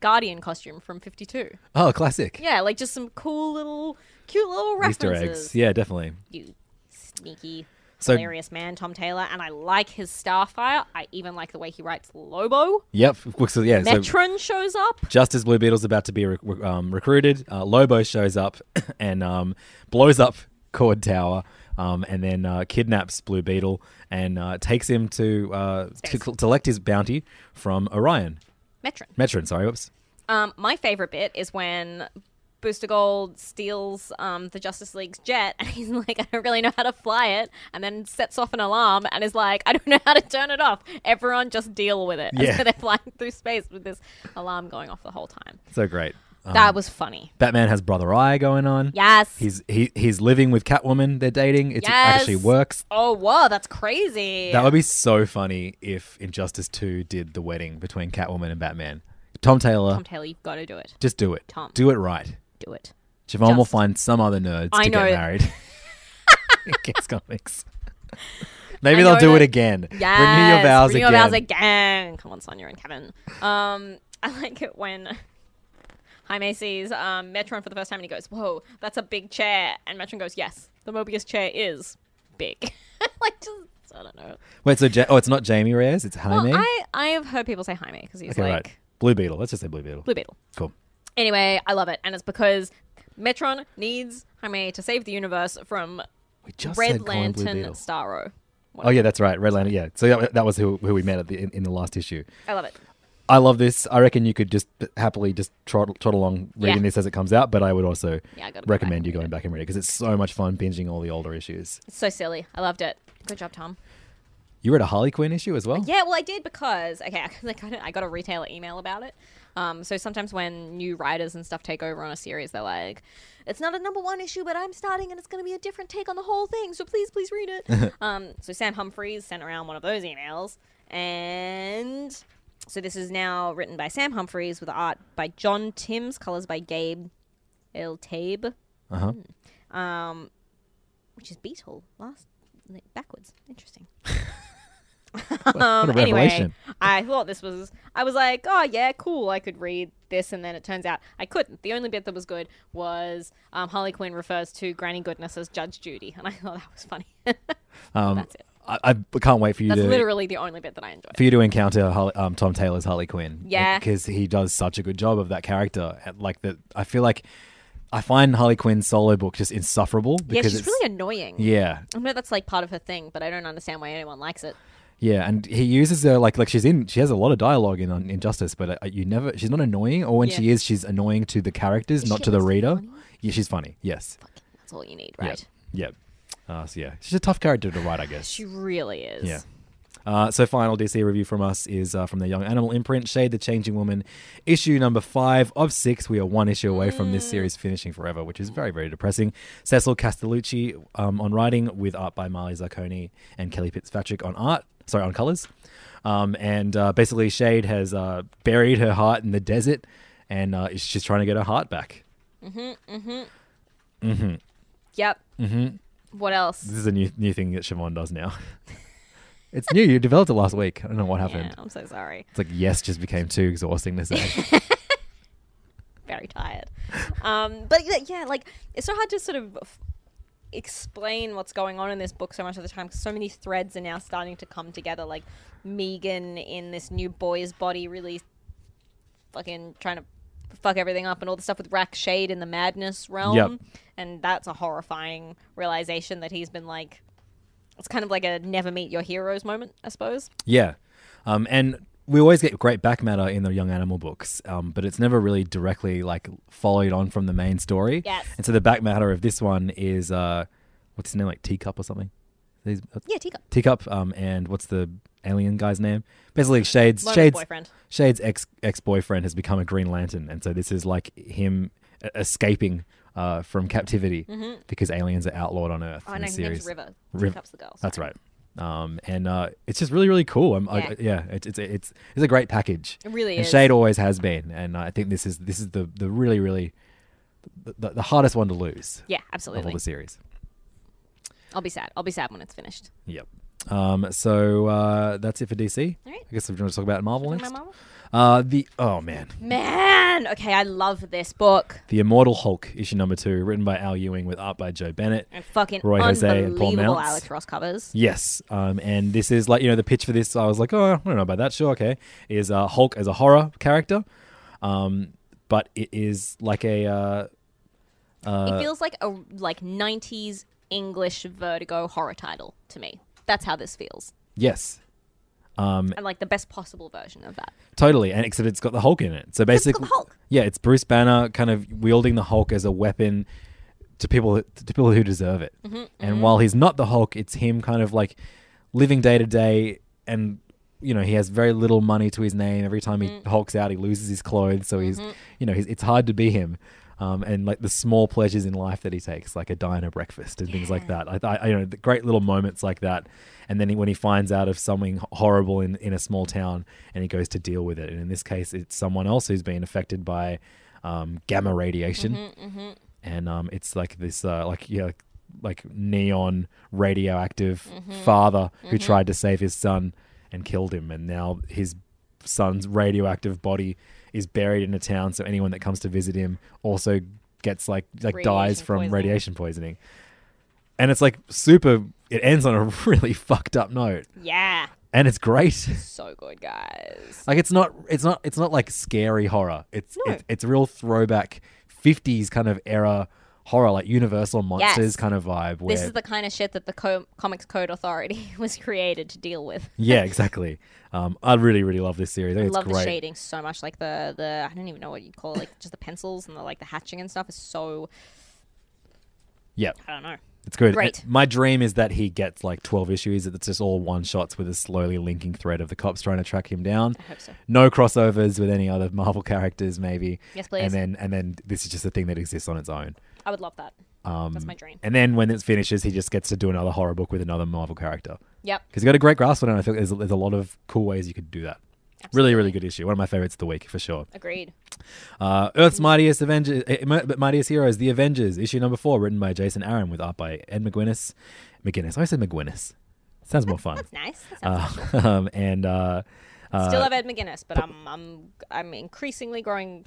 [SPEAKER 6] guardian costume from 52
[SPEAKER 5] Oh, classic
[SPEAKER 6] yeah like just some cool little cute little
[SPEAKER 5] Easter
[SPEAKER 6] references
[SPEAKER 5] eggs. Yeah, definitely.
[SPEAKER 6] you sneaky
[SPEAKER 5] So-
[SPEAKER 6] hilarious man tom taylor and i like his starfire i even like the way he writes lobo
[SPEAKER 5] Yep. So, yeah. so-
[SPEAKER 6] metron shows up
[SPEAKER 5] Just as Blue Beetle's about to be rec- rec- um, recruited, uh, Lobo shows up and um, blows up Cord Tower, um, and then uh, kidnaps Blue Beetle and uh, takes him to uh, to col- collect his bounty from Orion.
[SPEAKER 6] Metron.
[SPEAKER 5] Metron, sorry, whoops.
[SPEAKER 6] Um, my favorite bit is when Booster Gold steals um, the Justice League's jet, and he's like, "I don't really know how to fly it," and then sets off an alarm, and is like, "I don't know how to turn it off." Everyone just deal with it. And
[SPEAKER 5] Yeah.
[SPEAKER 6] so they're flying through space with this alarm going off the whole time.
[SPEAKER 5] So great.
[SPEAKER 6] That was funny.
[SPEAKER 5] Batman has brother eye going on.
[SPEAKER 6] Yes.
[SPEAKER 5] He's Um, he he's living with Catwoman. They're dating. It's, It actually
[SPEAKER 6] Yes.
[SPEAKER 5] works.
[SPEAKER 6] Oh wow, that's crazy.
[SPEAKER 5] That would be so funny if Injustice Two did the wedding between Catwoman and Batman. Tom Taylor,
[SPEAKER 6] Tom Taylor. You've got to do it.
[SPEAKER 5] just do it.
[SPEAKER 6] Tom.
[SPEAKER 5] Do it right.
[SPEAKER 6] Do it.
[SPEAKER 5] Siobhan will find some other nerds
[SPEAKER 6] I
[SPEAKER 5] to
[SPEAKER 6] know.
[SPEAKER 5] get married. In case comics. Maybe
[SPEAKER 6] I
[SPEAKER 5] they'll
[SPEAKER 6] know
[SPEAKER 5] do it
[SPEAKER 6] that-
[SPEAKER 5] again.
[SPEAKER 6] Yes,
[SPEAKER 5] Renew your vows
[SPEAKER 6] renew
[SPEAKER 5] again.
[SPEAKER 6] your vows again. Come on, Sonia and Kevin. Um, I like it when Jaime sees um, Metron for the first time and he goes, "Whoa, that's a big chair," and Metron goes, "Yes, the Mobius chair is big." like, just I don't know.
[SPEAKER 5] Wait, so ja- oh, it's not Jamie Reyes. It's Jaime.
[SPEAKER 6] Well, I I have heard people say Jaime because he's
[SPEAKER 5] okay,
[SPEAKER 6] like
[SPEAKER 5] right. Blue Beetle. Let's just say Blue Beetle.
[SPEAKER 6] Blue Beetle.
[SPEAKER 5] Cool.
[SPEAKER 6] Anyway, I love it, and it's because Metron needs Jaime to save the universe from
[SPEAKER 5] just
[SPEAKER 6] Red
[SPEAKER 5] said Colin Blue
[SPEAKER 6] Lantern
[SPEAKER 5] Beetle.
[SPEAKER 6] Starro.
[SPEAKER 5] Oh yeah, that's right. Red Lantern. Yeah. So that, that was who who we met at the, in, in the last issue.
[SPEAKER 6] I love it.
[SPEAKER 5] I love this. I reckon you could just happily just trot, trot along reading
[SPEAKER 6] Yeah.
[SPEAKER 5] this as it comes out, but I would also
[SPEAKER 6] Yeah, I gotta go
[SPEAKER 5] recommend you going back and reading it because it's so much fun binging all the older issues.
[SPEAKER 6] It's so silly. I loved it. Good job, Tom.
[SPEAKER 5] You read a Harley Quinn issue as well?
[SPEAKER 6] Yeah, well, I did because okay, I got a, I got a retailer email about it. Um, so sometimes when new writers and stuff take over on a series, they're like, "It's not a number one issue, but I'm starting, and it's going to be a different take on the whole thing. So please, please read it." um, so Sam Humphries sent around one of those emails, and so this is now written by Sam Humphries with art by John Timms, colors by Gabe El Tabe
[SPEAKER 5] Uh huh.
[SPEAKER 6] um, which is Beetle last like, backwards. Interesting. Um,
[SPEAKER 5] a revelation.
[SPEAKER 6] Anyway, I thought this was. I was like, oh yeah, cool. I could read this, and then it turns out I couldn't. The only bit that was good was um, Harley Quinn refers to Granny Goodness as Judge Judy, and I thought that was funny.
[SPEAKER 5] Um, I, I can't wait for you
[SPEAKER 6] That's
[SPEAKER 5] to
[SPEAKER 6] literally the only bit that I enjoyed.
[SPEAKER 5] for you to encounter Harley, um, Tom Taylor's Harley Quinn.
[SPEAKER 6] Yeah.
[SPEAKER 5] because he does such a good job of that character. At, Like that, I feel like I find Harley Quinn's solo book just insufferable
[SPEAKER 6] Yeah,
[SPEAKER 5] because
[SPEAKER 6] she's
[SPEAKER 5] it's
[SPEAKER 6] really annoying.
[SPEAKER 5] yeah,
[SPEAKER 6] I know that's like part of her thing, but I don't understand why anyone likes it.
[SPEAKER 5] Yeah, and he uses her like like she's in. She has a lot of dialogue in on Injustice, but uh, you never. She's not annoying, or when
[SPEAKER 6] Yeah.
[SPEAKER 5] she is, she's annoying to the characters, not
[SPEAKER 6] she
[SPEAKER 5] to the
[SPEAKER 6] also
[SPEAKER 5] reader. Yeah, she's funny. Yes.
[SPEAKER 6] That's all you need, right?
[SPEAKER 5] Yep. Yep. Uh, so yeah, she's a tough character to write, I guess.
[SPEAKER 6] She really is.
[SPEAKER 5] Yeah. Uh, so final DC review from us is uh, from the Young Animal imprint, Shade the Changing Woman, issue number five of six. We are one issue away from this series finishing forever, which is very very depressing. Cecil Castellucci um, on writing, with art by Marley Zarconi and Kelly Fitzpatrick on art. Sorry, on colors. Um, and uh, basically, Shade has uh, buried her heart in the desert, and uh, she's trying to get her heart back.
[SPEAKER 6] Mhm. Mhm.
[SPEAKER 5] Mm-hmm.
[SPEAKER 6] Yep.
[SPEAKER 5] Mm-hmm.
[SPEAKER 6] What else?
[SPEAKER 5] This is a new new thing that Siobhan does now. it's new. You developed it last week. I don't know what happened.
[SPEAKER 6] I'm so sorry.
[SPEAKER 5] It's like yes, just became too exhausting to say.
[SPEAKER 6] very tired. Um, but yeah, yeah, like it's so hard to sort of f- explain what's going on in this book so much of the time 'cause so many threads are now starting to come together. Like Megan in this new boy's body, really fucking trying to fuck everything up, and all the stuff with Rack Shade in the madness realm,
[SPEAKER 5] Yep.
[SPEAKER 6] and that's a horrifying realization that he's been like. It's kind of like a never meet your heroes moment, I suppose.
[SPEAKER 5] yeah, um, and we always get great back matter in the Young Animal books, um, but it's never really directly like followed on from the main story.
[SPEAKER 6] Yes.
[SPEAKER 5] And so the back matter of this one is uh, what's his name like Teacup or something? These- uh,
[SPEAKER 6] Yeah, Teacup.
[SPEAKER 5] Teacup. Um, and what's the alien guy's name? Basically, Shades.
[SPEAKER 6] Loma's
[SPEAKER 5] Shades
[SPEAKER 6] boyfriend.
[SPEAKER 5] Shade's ex ex boyfriend has become a Green Lantern, and so this is like him e- escaping uh, from captivity
[SPEAKER 6] Mhm.
[SPEAKER 5] because aliens are outlawed on Earth.
[SPEAKER 6] Oh, I
[SPEAKER 5] in
[SPEAKER 6] know,
[SPEAKER 5] the
[SPEAKER 6] his name's
[SPEAKER 5] series.
[SPEAKER 6] River.
[SPEAKER 5] Riv-
[SPEAKER 6] Teacup's the girl,
[SPEAKER 5] That's right. Um, and uh, it's just really, really cool. I'm, yeah, I,
[SPEAKER 6] Yeah.
[SPEAKER 5] yeah it's, it's it's it's a great package.
[SPEAKER 6] It really
[SPEAKER 5] and
[SPEAKER 6] is.
[SPEAKER 5] Shade always has been, and uh, I think this is this is the the really really the, the, the hardest one to lose.
[SPEAKER 6] Yeah,
[SPEAKER 5] Of all
[SPEAKER 6] absolutely.
[SPEAKER 5] the series.
[SPEAKER 6] I'll be sad. I'll be sad when it's finished.
[SPEAKER 5] Yep. Um, so uh, that's it for DC.
[SPEAKER 6] All right.
[SPEAKER 5] I guess we're going to talk about Marvel
[SPEAKER 6] Talk
[SPEAKER 5] next.
[SPEAKER 6] about Marvel?
[SPEAKER 5] Uh, the oh man,
[SPEAKER 6] Man, okay, I love this book.
[SPEAKER 5] The Immortal Hulk, issue number two, written by Al Ewing with art by Joe Bennett,
[SPEAKER 6] And fucking
[SPEAKER 5] Roy Jose, and Paul
[SPEAKER 6] unbelievable
[SPEAKER 5] Mounts.
[SPEAKER 6] Alex Ross covers.
[SPEAKER 5] Yes, um, and this is like you know the pitch for this. I was like, oh, I don't know about that. Sure, okay. Is uh, Hulk as a horror character, um, but it is like a. Uh, uh,
[SPEAKER 6] it feels like a like '90s English Vertigo horror title to me. That's how this feels,
[SPEAKER 5] yes, um,
[SPEAKER 6] and like the best possible version of that.
[SPEAKER 5] totally. And except it's got the Hulk in it. So basically,
[SPEAKER 6] Hulk.
[SPEAKER 5] yeah, it's Bruce Banner kind of wielding the Hulk as a weapon to people to people who deserve it.
[SPEAKER 6] Mhm,
[SPEAKER 5] And while he's not the Hulk, it's him kind of like living day to day and you know, he has very little money to his name. Every time he hulks out, he loses his clothes. So he's,
[SPEAKER 11] Mhm.
[SPEAKER 5] you know, he's, it's hard to be him. Um, and like the small pleasures in life that he takes, like a diner breakfast and things like that. I, I, you know, the great little moments like that. And then he, when he finds out of something h- horrible in, in a small town and he goes to deal with it. And in this case, it's someone else who's been affected by um, gamma radiation
[SPEAKER 11] mhm.
[SPEAKER 5] and um, it's like this uh, like yeah like, like neon radioactive
[SPEAKER 11] Mhm.
[SPEAKER 5] father who
[SPEAKER 11] Mhm.
[SPEAKER 5] tried to save his son and killed him and now his son's radioactive body is buried in a town so anyone that comes to visit him also gets like like dies
[SPEAKER 11] Radiation
[SPEAKER 5] from
[SPEAKER 11] poisoning.
[SPEAKER 5] radiation poisoning and it's like super it ends on a really fucked up note
[SPEAKER 6] Yeah.
[SPEAKER 5] and it's great
[SPEAKER 6] so good, guys.
[SPEAKER 5] like it's not it's not it's not like scary horror. It's
[SPEAKER 6] No.
[SPEAKER 5] it's, it's real throwback fifties kind of era horror, like Universal Monsters
[SPEAKER 6] Yes.
[SPEAKER 5] kind of vibe. Where
[SPEAKER 6] This is the kind of shit that the co- Comics Code Authority was created to deal with.
[SPEAKER 5] yeah, exactly. Um, I really really love this series. I
[SPEAKER 6] I
[SPEAKER 5] think it's
[SPEAKER 6] love
[SPEAKER 5] great.
[SPEAKER 6] the shading so much. Like the the I don't even know what you'd call it. Like just the pencils and the like the hatching and stuff is so
[SPEAKER 5] Yeah,
[SPEAKER 6] I don't know.
[SPEAKER 5] it's good.
[SPEAKER 6] Great.
[SPEAKER 5] And My dream is that he gets like twelve issues. It's just all one shots with a slowly linking thread of the cops trying to track him down.
[SPEAKER 6] I hope so.
[SPEAKER 5] No crossovers with any other Marvel characters, maybe.
[SPEAKER 6] Yes, please.
[SPEAKER 5] And then and then this is just a thing that exists on its own.
[SPEAKER 6] I would love that.
[SPEAKER 5] Um,
[SPEAKER 6] That's my dream.
[SPEAKER 5] And then when it finishes, he just gets to do another horror book with another Marvel character.
[SPEAKER 6] Yep.
[SPEAKER 5] Because he got a great grasp on it. And I feel there's, there's a lot of cool ways you could do that. Really, really good issue. One of my favorites of the week for sure.
[SPEAKER 6] Agreed.
[SPEAKER 5] Uh, Earth's Mightiest Avengers, eh, Mi- Mightiest Heroes, The Avengers, issue number four, written by Jason Aaron with art by Ed McGuinness. McGuinness. I always said McGuinness. Sounds more fun.
[SPEAKER 6] That's nice. That sounds
[SPEAKER 5] Uh, um, and uh, uh,
[SPEAKER 6] Still love Ed McGuinness, but I'm I'm I'm increasingly growing.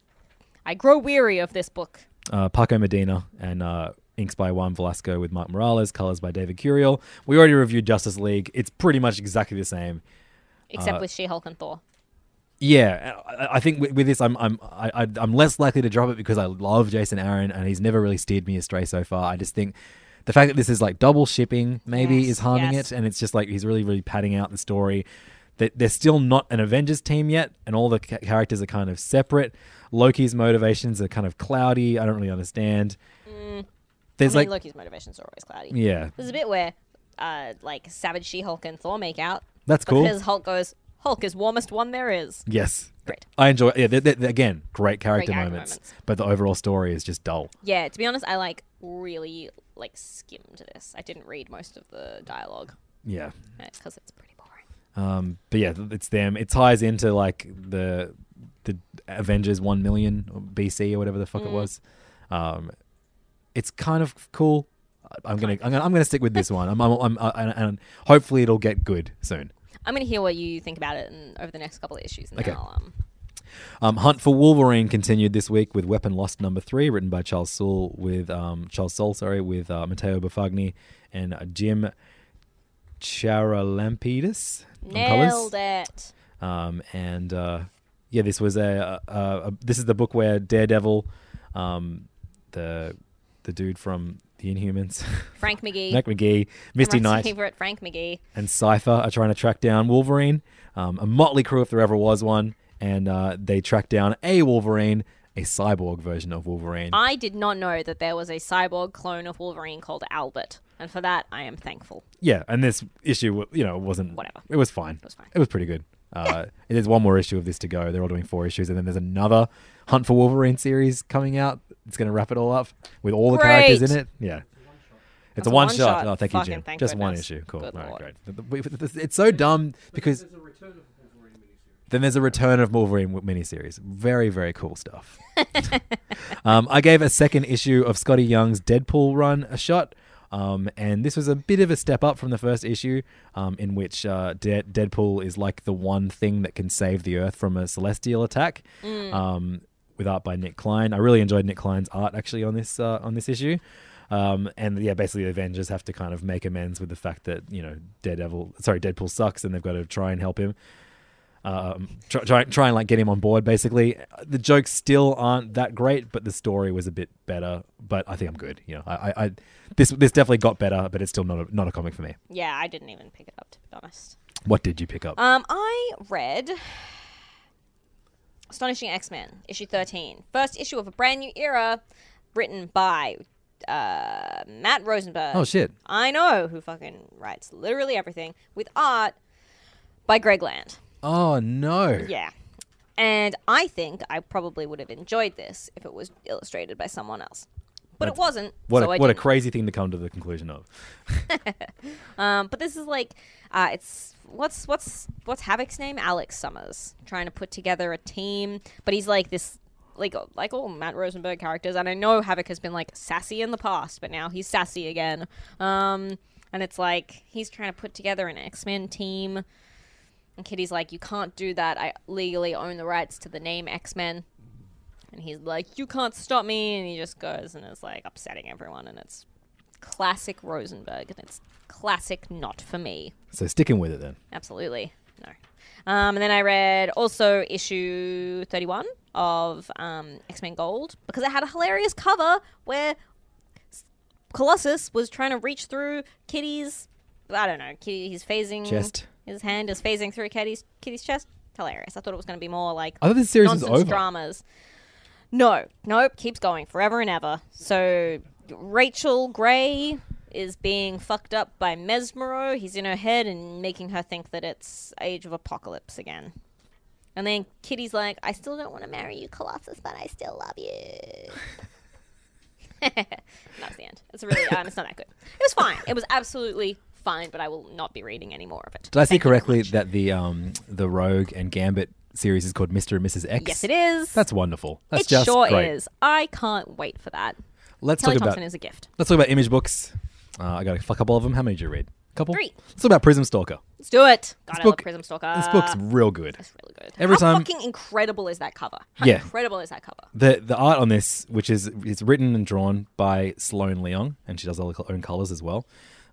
[SPEAKER 6] I grow weary of this book.
[SPEAKER 5] uh, Paco Medina and uh, inks by Juan Velasco with Mark Morales, colors by David Curiel. We already reviewed Justice League. It's pretty much exactly the same.
[SPEAKER 6] Except
[SPEAKER 5] Uh,
[SPEAKER 6] with She-Hulk and Thor.
[SPEAKER 5] yeah, I- I, I think with, with this, I'm I'm I, I- I'm less likely to drop it because I love Jason Aaron and he's never really steered me astray so far. I just think the fact that this is like double shipping maybe
[SPEAKER 11] Yes,
[SPEAKER 5] is harming
[SPEAKER 11] yes.
[SPEAKER 5] it, and it's just like he's really really padding out the story. That they're still not an Avengers team yet, and all the ca- characters are kind of separate. Loki's motivations are kind of cloudy. I don't really understand.
[SPEAKER 6] Mm.
[SPEAKER 5] There's
[SPEAKER 6] I mean,
[SPEAKER 5] like
[SPEAKER 6] Loki's motivations are always cloudy.
[SPEAKER 5] Yeah.
[SPEAKER 6] There's a bit where, uh, like Savage She-Hulk and Thor make out.
[SPEAKER 5] That's cool.
[SPEAKER 6] Because Hulk goes, Hulk is warmest one there is.
[SPEAKER 5] Yes.
[SPEAKER 6] Great.
[SPEAKER 5] I enjoy. Yeah, they they- they- again, great character,
[SPEAKER 6] character
[SPEAKER 5] moments,
[SPEAKER 6] moments.
[SPEAKER 5] but the overall story is just dull.
[SPEAKER 6] Yeah, to be honest, I like really like skimmed this. I didn't read most of the dialogue.
[SPEAKER 5] Yeah.
[SPEAKER 6] Because it's pretty boring.
[SPEAKER 5] Um, but yeah, th- it's them. It ties into like the the Avengers one million or BC or whatever the fuck it
[SPEAKER 6] Mm.
[SPEAKER 5] was. Um, it's kind of cool. I- I'm gonna, I'm gonna I'm gonna stick with this one. I'm, I'm, I'm I, and- and hopefully it'll get good soon.
[SPEAKER 6] I'm gonna hear what you think about it in, over the next couple of issues. And
[SPEAKER 5] Okay.
[SPEAKER 6] Then I'll, um,
[SPEAKER 5] Um, Hunt for Wolverine continued this week with Weapon Lost number three, written by Charles Soule with um, Charles Soule, sorry, with uh, Matteo Buffagni and uh, Jim Charalampidis. on colours.
[SPEAKER 6] nailed it.
[SPEAKER 5] Um, and uh, yeah, this was a, a, a, this is the book where Daredevil, um, the the dude from the Inhumans,
[SPEAKER 6] Frank McGee.
[SPEAKER 5] Frank McGee, Misty
[SPEAKER 6] Everyone's
[SPEAKER 5] Knight,
[SPEAKER 6] Favorite Frank McGee.
[SPEAKER 5] and Cipher are trying to track down Wolverine, um, a motley crew if there ever was one, and uh, they track down a Wolverine, a cyborg version of Wolverine.
[SPEAKER 6] I did not know that there was a cyborg clone of Wolverine called Albert, and for that I am thankful.
[SPEAKER 5] yeah, and this issue, wa- you know, wasn't whatever. It was fine. It was
[SPEAKER 6] fine.
[SPEAKER 5] It was pretty good. Uh, There's one more issue of this to go. They're all doing four issues, and then there's another Hunt for Wolverine series coming out. It's going to wrap it all up with all the characters in
[SPEAKER 11] Great.
[SPEAKER 5] it. Yeah. It's
[SPEAKER 11] That's
[SPEAKER 5] a one shot. Oh, thank you,
[SPEAKER 11] Fucking
[SPEAKER 5] Jim.
[SPEAKER 11] thank
[SPEAKER 5] Just one
[SPEAKER 11] goodness.
[SPEAKER 5] issue. Cool.
[SPEAKER 11] Good
[SPEAKER 5] All right,
[SPEAKER 11] lord.
[SPEAKER 5] great. The- the- we- the- the- It's so dumb because then there's a return of Wolverine w- miniseries. Very, very cool stuff. um, I gave a second issue of Scotty Young's Deadpool run a shot. Um, and this was a bit of a step up from the first issue, um, in which uh, De- Deadpool is like the one thing that can save the Earth from a celestial attack.
[SPEAKER 11] Mm.
[SPEAKER 5] Um, with art by Nick Klein, I really enjoyed Nick Klein's art actually on this uh, on this issue. Um, and yeah, basically the Avengers have to kind of make amends with the fact that you know Daredevil, sorry, Deadpool sucks, and they've got to try and help him um, try, try, try and like get him on board. Basically, the jokes still aren't that great, but the story was a bit better. But I think I'm good. You know, I, I, I this this definitely got better, but it's still not a, not a comic for me.
[SPEAKER 6] Yeah, I didn't even pick it up to be honest.
[SPEAKER 5] What did you pick up?
[SPEAKER 6] Um, I read Astonishing X Men, issue 13. First issue of a brand new era, written by uh, Matt Rosenberg.
[SPEAKER 5] Oh, shit.
[SPEAKER 6] I know, who fucking writes literally everything, with art by Greg Land.
[SPEAKER 5] Oh no.
[SPEAKER 6] Yeah. And I think I probably would have enjoyed this if it was illustrated by someone else. But
[SPEAKER 5] That's-
[SPEAKER 6] it wasn't.
[SPEAKER 5] What
[SPEAKER 6] so
[SPEAKER 5] a,
[SPEAKER 6] I
[SPEAKER 5] what a
[SPEAKER 6] didn't.
[SPEAKER 5] crazy thing to come to the conclusion of.
[SPEAKER 6] Um, but this is like, uh, it's what's what's what's Havoc's name? Alex Summers trying to put together a team, but he's like this, like uh, like all Matt Rosenberg characters. And I know Havoc has been like sassy in the past, but now he's sassy again. Um, and it's like he's trying to put together an X Men team. And Kitty's like, you can't do that. I legally own the rights to the name X Men. And he's like, you can't stop me. And he just goes and is like upsetting everyone. And it's classic Rosenberg. And it's classic not for me.
[SPEAKER 5] So sticking with it then.
[SPEAKER 6] Absolutely. No. Um, and then I read also issue 31 of um, X Men Gold because it had a hilarious cover where Colossus was trying to reach through Kitty's, I don't know, Kitty, he's phasing.
[SPEAKER 5] Chest.
[SPEAKER 6] His hand is phasing through Kitty's, Kitty's chest. Hilarious. I thought it was going to be more like
[SPEAKER 5] I thought this series was
[SPEAKER 6] nonsense
[SPEAKER 5] over.
[SPEAKER 6] dramas. No, nope, keeps going forever and ever. So Rachel Gray is being fucked up by Mesmero. He's in her head and making her think that it's Age of Apocalypse again. And then Kitty's like, I still don't want to marry you, Colossus, but I still love you. That's the end. It's really, um, it's not that good. It was fine. It was absolutely fine, but I will not be reading any more of it.
[SPEAKER 5] Did I see
[SPEAKER 6] Thank you very
[SPEAKER 5] correctly that the um the Rogue and Gambit series is called Mr. and Mrs. X?
[SPEAKER 6] Yes, it is.
[SPEAKER 5] That's wonderful. That's
[SPEAKER 6] it
[SPEAKER 5] just
[SPEAKER 6] sure
[SPEAKER 5] great.
[SPEAKER 6] is. I can't wait for that.
[SPEAKER 5] Let's
[SPEAKER 6] Kelly
[SPEAKER 5] talk about
[SPEAKER 6] Thompson is a gift.
[SPEAKER 5] Let's talk about image books. Uh, I got a fuck couple of them. How many did you read? A couple.
[SPEAKER 6] Three.
[SPEAKER 5] Let's talk about Prism Stalker.
[SPEAKER 6] Let's do it. God, I love
[SPEAKER 5] book-
[SPEAKER 6] Prism Stalker.
[SPEAKER 5] This book's real good.
[SPEAKER 6] It's really good.
[SPEAKER 5] Every
[SPEAKER 6] How
[SPEAKER 5] time-
[SPEAKER 6] fucking incredible is that cover? How
[SPEAKER 5] Yeah.
[SPEAKER 6] incredible is that cover?
[SPEAKER 5] The the art on this, which is it's written and drawn by Sloane Leong, and she does all her own colors as well.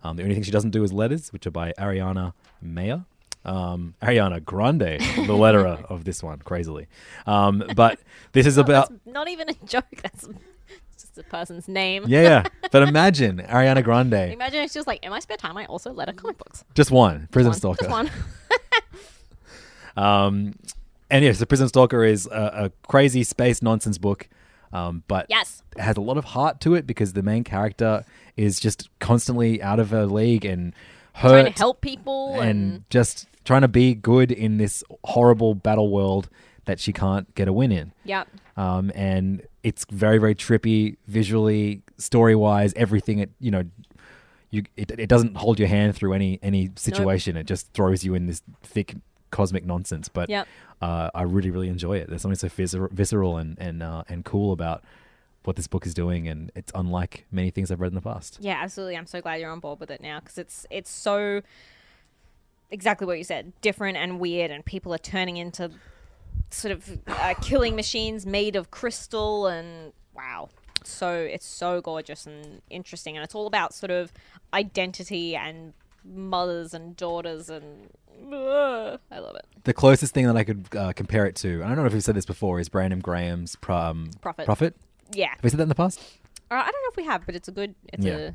[SPEAKER 5] Um, the only thing she doesn't do is letters, which are by Ariana Mayer. Um, Ariana Grande, the letterer of this one, crazily. Um, but this
[SPEAKER 6] Oh,
[SPEAKER 5] is about
[SPEAKER 6] Not even a joke. That's it's just a person's name.
[SPEAKER 5] yeah, yeah. But imagine Ariana Grande,
[SPEAKER 6] Imagine it's just like, in my spare time, I also letter comic books.
[SPEAKER 5] just one Prism
[SPEAKER 6] Just one.
[SPEAKER 5] Stalker.
[SPEAKER 6] Just one.
[SPEAKER 5] Um, and yes, The Prison Stalker is a, a crazy space nonsense book, um, but
[SPEAKER 6] Yes.
[SPEAKER 5] it has a lot of heart to it because the main character is just constantly out of her league and hurt
[SPEAKER 6] Trying to help people
[SPEAKER 5] and,
[SPEAKER 6] and,
[SPEAKER 5] just trying to be good in this horrible battle world that she can't get a win in.
[SPEAKER 6] Yep.
[SPEAKER 5] Um, and it's very, very trippy visually, story wise, everything. It you know, you it, it doesn't hold your hand through any any situation. It just throws you in this thick cosmic nonsense. But
[SPEAKER 6] Yep.
[SPEAKER 5] uh, I really, really enjoy it. There's something so viscer- visceral and and uh, and cool about what this book is doing, and it's unlike many things I've read in the past.
[SPEAKER 6] Yeah, absolutely. I'm so glad you're on board with it now because it's it's so exactly what you said, different and weird, and people are turning into sort of uh, killing machines made of crystal, and wow, so it's so gorgeous and interesting, and it's all about sort of identity and mothers and daughters and Ugh, I love it.
[SPEAKER 5] The closest thing that I could uh, compare it to, and I don't know if we've said this before, is Brandon Graham's pr- um,
[SPEAKER 6] Prophet.
[SPEAKER 5] Prophet.
[SPEAKER 6] Yeah,
[SPEAKER 5] Have we said that in the past?
[SPEAKER 6] uh, I don't know if we have, but it's a good it's
[SPEAKER 5] Yeah.
[SPEAKER 6] a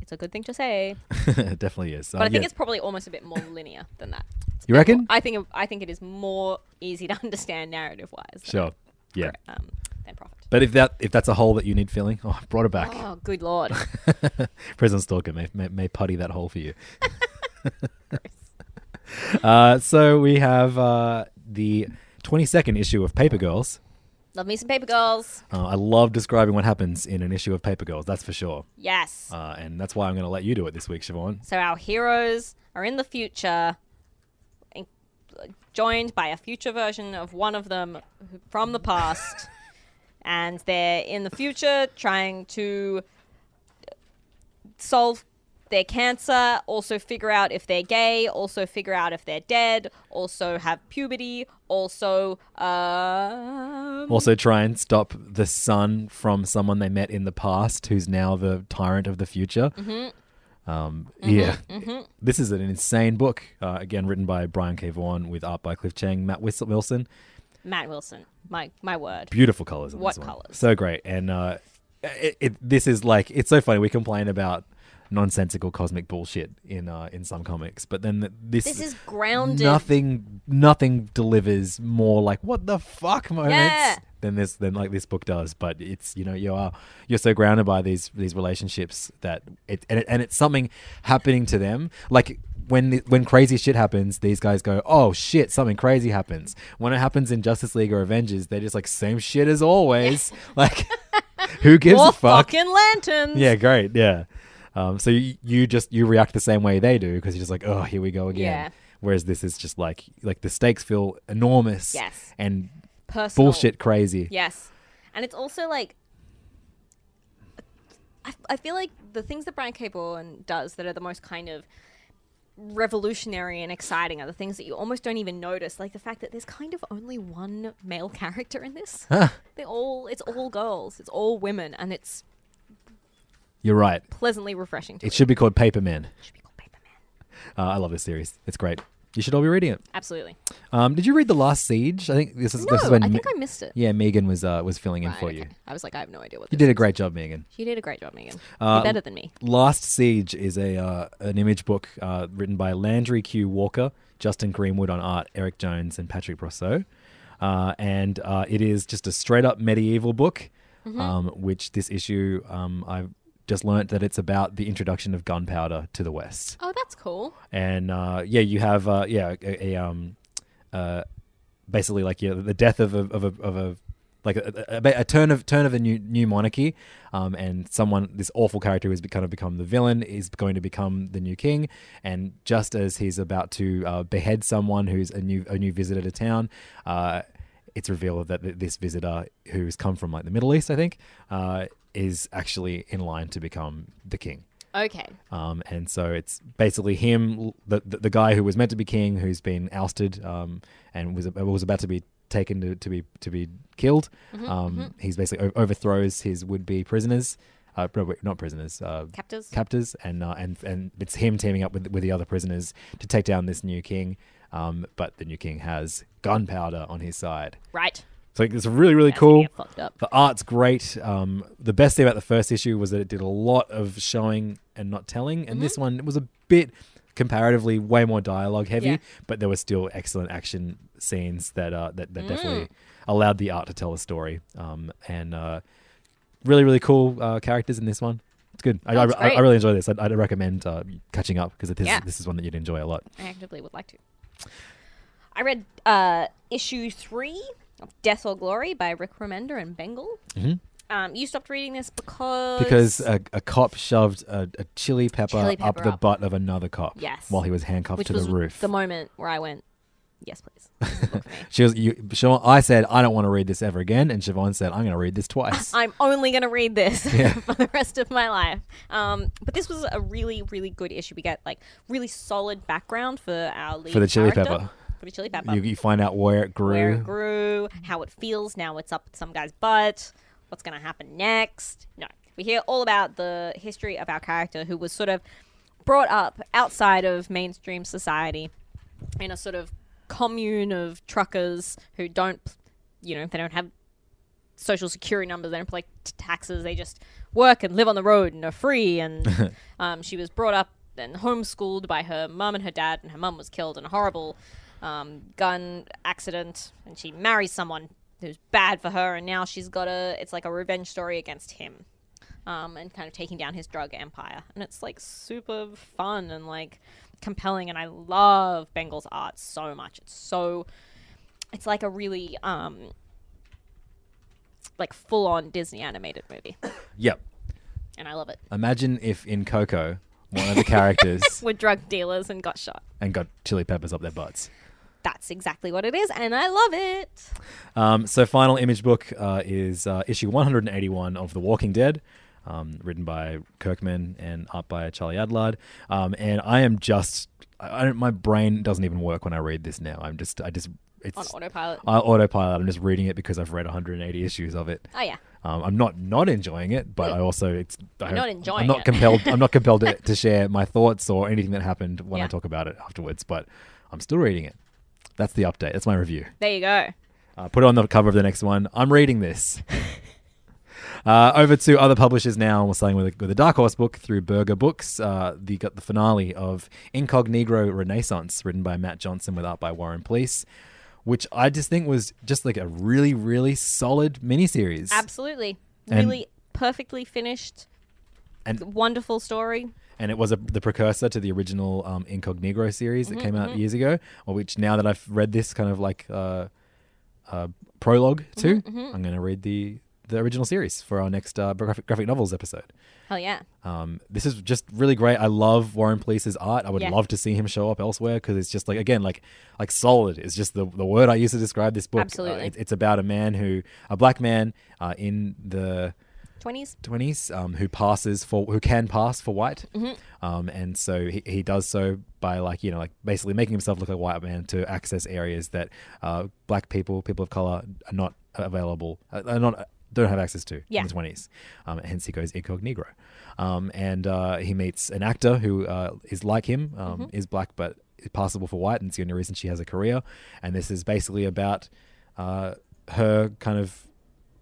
[SPEAKER 6] it's a good thing to say.
[SPEAKER 5] it definitely is. Uh,
[SPEAKER 6] But I think
[SPEAKER 5] yeah.
[SPEAKER 6] it's probably almost a bit more linear than that. It's a
[SPEAKER 5] You
[SPEAKER 6] bit
[SPEAKER 5] reckon?
[SPEAKER 6] more- I think I think it is more easy to understand narrative wise.
[SPEAKER 5] sure. Yeah.
[SPEAKER 6] Um, than profit.
[SPEAKER 5] But if that if that's a hole that you need filling, oh, I brought it back.
[SPEAKER 6] Oh, good lord!
[SPEAKER 5] Prison Stalker may, may, may putty that hole for you. uh, so we have uh, the 22nd issue of Paper Girls.
[SPEAKER 6] Love me some paper girls.
[SPEAKER 5] Uh, I love describing what happens in an issue of Paper Girls, that's for sure.
[SPEAKER 6] Yes.
[SPEAKER 5] Uh, and that's why I'm going to let you do it this week, Siobhan.
[SPEAKER 6] So our heroes are in the future, in- joined by a future version of one of them who- from the past, and they're in the future trying to uh, solve their cancer, also figure out if they're gay, also figure out if they're dead, also have puberty, also um,
[SPEAKER 5] Also, try and stop the son from someone they met in the past who's now the tyrant of the future.
[SPEAKER 6] Mm-hmm.
[SPEAKER 5] Um, yeah. This is an insane book. Uh, again, written by Brian K. Vaughan with art by Cliff Chang, Matt Wis- Wilson.
[SPEAKER 6] Matt Wilson. My my word.
[SPEAKER 5] Beautiful colors. In
[SPEAKER 6] What
[SPEAKER 5] this one.
[SPEAKER 6] colours?
[SPEAKER 5] So great. And uh, it, it, this is like, it's so funny. We complain about nonsensical cosmic bullshit in uh, in some comics, but then th- this,
[SPEAKER 6] This is grounded.
[SPEAKER 5] Nothing, nothing delivers more like what the fuck moments
[SPEAKER 6] Yeah.
[SPEAKER 5] than this than like this book does. But it's you know you are you're so grounded by these these relationships that it and, it and it's something happening to them. Like when the- when crazy shit happens, these guys go, "Oh shit, something crazy happens." When it happens in Justice League or Avengers, they're just like same shit as always. like, who gives
[SPEAKER 6] More
[SPEAKER 5] a fuck?
[SPEAKER 6] fucking lanterns.
[SPEAKER 5] Yeah, great. Yeah. Um, so you, you just you react the same way they do because you're just like, oh, here we go again.
[SPEAKER 6] Yeah.
[SPEAKER 5] Whereas this is just like like the stakes feel enormous.
[SPEAKER 6] Yes.
[SPEAKER 5] And
[SPEAKER 6] Personal.
[SPEAKER 5] bullshit crazy.
[SPEAKER 6] Yes. And it's also like I, I feel like the things that Brian K. Vaughan does that are the most kind of revolutionary and exciting are the things that you almost don't even notice, like the fact that there's kind of only one male character in this.
[SPEAKER 5] Huh.
[SPEAKER 6] They all it's all girls, it's all women, and it's
[SPEAKER 5] You're right.
[SPEAKER 6] pleasantly refreshing to
[SPEAKER 5] It should be called Paperman. Should be called Paperman. Uh, I love this series. It's great. You should all be reading it.
[SPEAKER 6] Absolutely.
[SPEAKER 5] Um, did you read the Last Siege? I think this is this is
[SPEAKER 6] No,
[SPEAKER 5] when
[SPEAKER 6] I
[SPEAKER 5] Me-
[SPEAKER 6] think I missed it.
[SPEAKER 5] Yeah, Megan was uh, was filling in for you.
[SPEAKER 6] I was like, I have no idea what
[SPEAKER 5] You
[SPEAKER 6] this
[SPEAKER 5] did a
[SPEAKER 6] is.
[SPEAKER 5] great job, Megan.
[SPEAKER 6] You did a great job, Megan.
[SPEAKER 5] Uh,
[SPEAKER 6] You're better than me.
[SPEAKER 5] Last Siege is a uh, an image book uh, written by Landry Q. Walker, Justin Greenwood on art, Eric Jones, and Patrick Brosseau. Uh, and uh, it is just a straight up medieval book,
[SPEAKER 11] Mhm.
[SPEAKER 5] um, which this issue um, I've just learnt that it's about the introduction of gunpowder to the West
[SPEAKER 6] Oh, that's cool.
[SPEAKER 5] and uh, yeah, you have uh, yeah a, a um, uh, basically like yeah, the death of a, of a, of a like a, a, a turn of turn of a new new monarchy, um, and someone this awful character who's be- kind of become the villain is going to become the new king, and just as he's about to uh, behead someone who's a new a new visitor to town. Uh, it's revealed that th- this visitor, who's come from like the Middle East, I think, uh, is actually in line to become the king.
[SPEAKER 6] Okay.
[SPEAKER 5] Um, and so it's basically him, the, the the guy who was meant to be king, who's been ousted um, and was was about to be taken to, to be to be killed.
[SPEAKER 6] Mhm,
[SPEAKER 5] um,
[SPEAKER 6] mhm.
[SPEAKER 5] He's basically o- overthrows his would be prisoners, uh, no, wait, not prisoners, uh,
[SPEAKER 6] Captors.
[SPEAKER 5] captors, and uh, and and it's him teaming up with with the other prisoners to take down this new king. Um, but the new king has gunpowder on his side.
[SPEAKER 6] Right.
[SPEAKER 5] So it's really, really
[SPEAKER 6] That's gonna
[SPEAKER 5] cool.
[SPEAKER 6] get fucked up.
[SPEAKER 5] The art's great. Um, the best thing about the first issue was that it did a lot of showing and not telling, and
[SPEAKER 6] Mm-hmm.
[SPEAKER 5] this one was a bit comparatively way more dialogue heavy,
[SPEAKER 6] Yeah.
[SPEAKER 5] but there were still excellent action scenes that uh, that, that definitely
[SPEAKER 6] Mm.
[SPEAKER 5] allowed the art to tell a story. Um, and uh, really, really cool uh, characters in this one. It's good. I, I,
[SPEAKER 6] That's
[SPEAKER 5] I,
[SPEAKER 6] great.
[SPEAKER 5] I really enjoy this. I'd, I'd recommend uh, catching up because this,
[SPEAKER 6] Yeah.
[SPEAKER 5] this is one that you'd enjoy a lot.
[SPEAKER 6] I actively would like to. I read uh, issue three of Death or Glory by Rick Remender and Bengal.
[SPEAKER 5] Mhm.
[SPEAKER 6] Um, you stopped reading this because
[SPEAKER 5] Because a, a cop shoved a, a chili, pepper
[SPEAKER 6] Chili
[SPEAKER 5] up
[SPEAKER 6] pepper
[SPEAKER 5] the
[SPEAKER 6] up.
[SPEAKER 5] butt of another cop
[SPEAKER 6] yes,
[SPEAKER 5] while he was handcuffed
[SPEAKER 6] Which
[SPEAKER 5] to
[SPEAKER 6] was
[SPEAKER 5] the roof.
[SPEAKER 6] The moment where I went, yes, please.
[SPEAKER 5] She was, you, Siobhan, I said, I don't want to read this ever again. And Siobhan said, I'm going to read this twice.
[SPEAKER 6] I'm only going to read this
[SPEAKER 5] Yeah.
[SPEAKER 6] for the rest of my life. Um, but this was a really, really good issue. We get like really solid background for our lead
[SPEAKER 5] For the chili
[SPEAKER 6] character,
[SPEAKER 5] pepper.
[SPEAKER 6] For the chili pepper.
[SPEAKER 5] You, you find out where it grew.
[SPEAKER 6] where it grew, how it feels now it's up some guy's butt, what's going to happen next. No, we hear all about the history of our character who was sort of brought up outside of mainstream society in a sort of commune of truckers who don't, you know, they don't have social security numbers, they don't pay t- taxes, they just work and live on the road and are free. And um, she was brought up and homeschooled by her mum and her dad, and her mum was killed in a horrible um, gun accident. And she marries someone who's bad for her, and now she's got a it's like a revenge story against him. Um, and kind of taking down his drug empire. And it's like super fun and like compelling. And I love Bengal's art so much. It's so, it's like a really um, like full on Disney animated movie,
[SPEAKER 5] Yep.
[SPEAKER 6] and I love it.
[SPEAKER 5] Imagine if in Coco, one of the characters
[SPEAKER 6] We're drug dealers and got shot.
[SPEAKER 5] and got chili peppers up their butts.
[SPEAKER 6] That's exactly what it is, and I love it.
[SPEAKER 5] Um, so, final image book uh, is uh, issue 181 of The Walking Dead, um, written by Kirkman and art by Charlie Adlard. Um, and I am just, I I don't, my brain doesn't even work when I read this now. I'm just, I just, it's
[SPEAKER 6] On autopilot.
[SPEAKER 5] I autopilot. I'm just reading it because I've read 180 issues of it.
[SPEAKER 6] Oh, yeah.
[SPEAKER 5] Um, I'm not not enjoying it, but I also it's I
[SPEAKER 6] Hmm. You're
[SPEAKER 5] have-
[SPEAKER 6] not enjoying
[SPEAKER 5] I'm not
[SPEAKER 6] it.
[SPEAKER 5] compelled. I'm not compelled to, to share my thoughts or anything that happened when I
[SPEAKER 6] Yeah.
[SPEAKER 5] talk about it afterwards. But I'm still reading it. That's the update. That's my review.
[SPEAKER 6] There you go.
[SPEAKER 5] Uh, put it on the cover of the next one. I'm reading this. uh, over to other publishers now. We're starting with a, with a Dark Horse book through Burger Books. Uh, the got the finale of Incognito Renaissance, written by Matt Johnson with art by Warren Police, which I just think was just like a really, really solid miniseries.
[SPEAKER 6] Absolutely,
[SPEAKER 5] And-
[SPEAKER 6] really perfectly finished,
[SPEAKER 5] And-
[SPEAKER 6] wonderful story.
[SPEAKER 5] and it was a, the precursor to the original um, Incognito series that
[SPEAKER 6] Mm-hmm,
[SPEAKER 11] Mhm,
[SPEAKER 5] came out
[SPEAKER 11] mhm.
[SPEAKER 5] years ago. or Which now that I've read this kind of like uh, uh, prologue to,
[SPEAKER 6] Mhm, mhm.
[SPEAKER 5] I'm going to read the the original series for our next uh, graphic, graphic novels episode.
[SPEAKER 6] Hell yeah.
[SPEAKER 5] Um, this is just really great. I love Warren Police's art. I would
[SPEAKER 6] Yeah.
[SPEAKER 5] love to see him show up elsewhere because it's just like again, like like solid is just the the word I use to describe this book. Uh,
[SPEAKER 6] Absolutely.
[SPEAKER 5] it- it's about a man who a black man uh, in the
[SPEAKER 6] 20s.
[SPEAKER 5] 20s um, who passes for who can pass for white
[SPEAKER 6] Mhm.
[SPEAKER 5] um, and so he, he does so by like you know like basically making himself look like a white man to access areas that uh, black people people of color are not available uh, are not don't have access to
[SPEAKER 11] Yeah.
[SPEAKER 5] in the 20s um, hence he goes incognito um, and uh, he meets an actor who uh, is like him um,
[SPEAKER 11] Mhm.
[SPEAKER 5] is black but is passable for white and it's the only reason she has a career and this is basically about uh, her kind of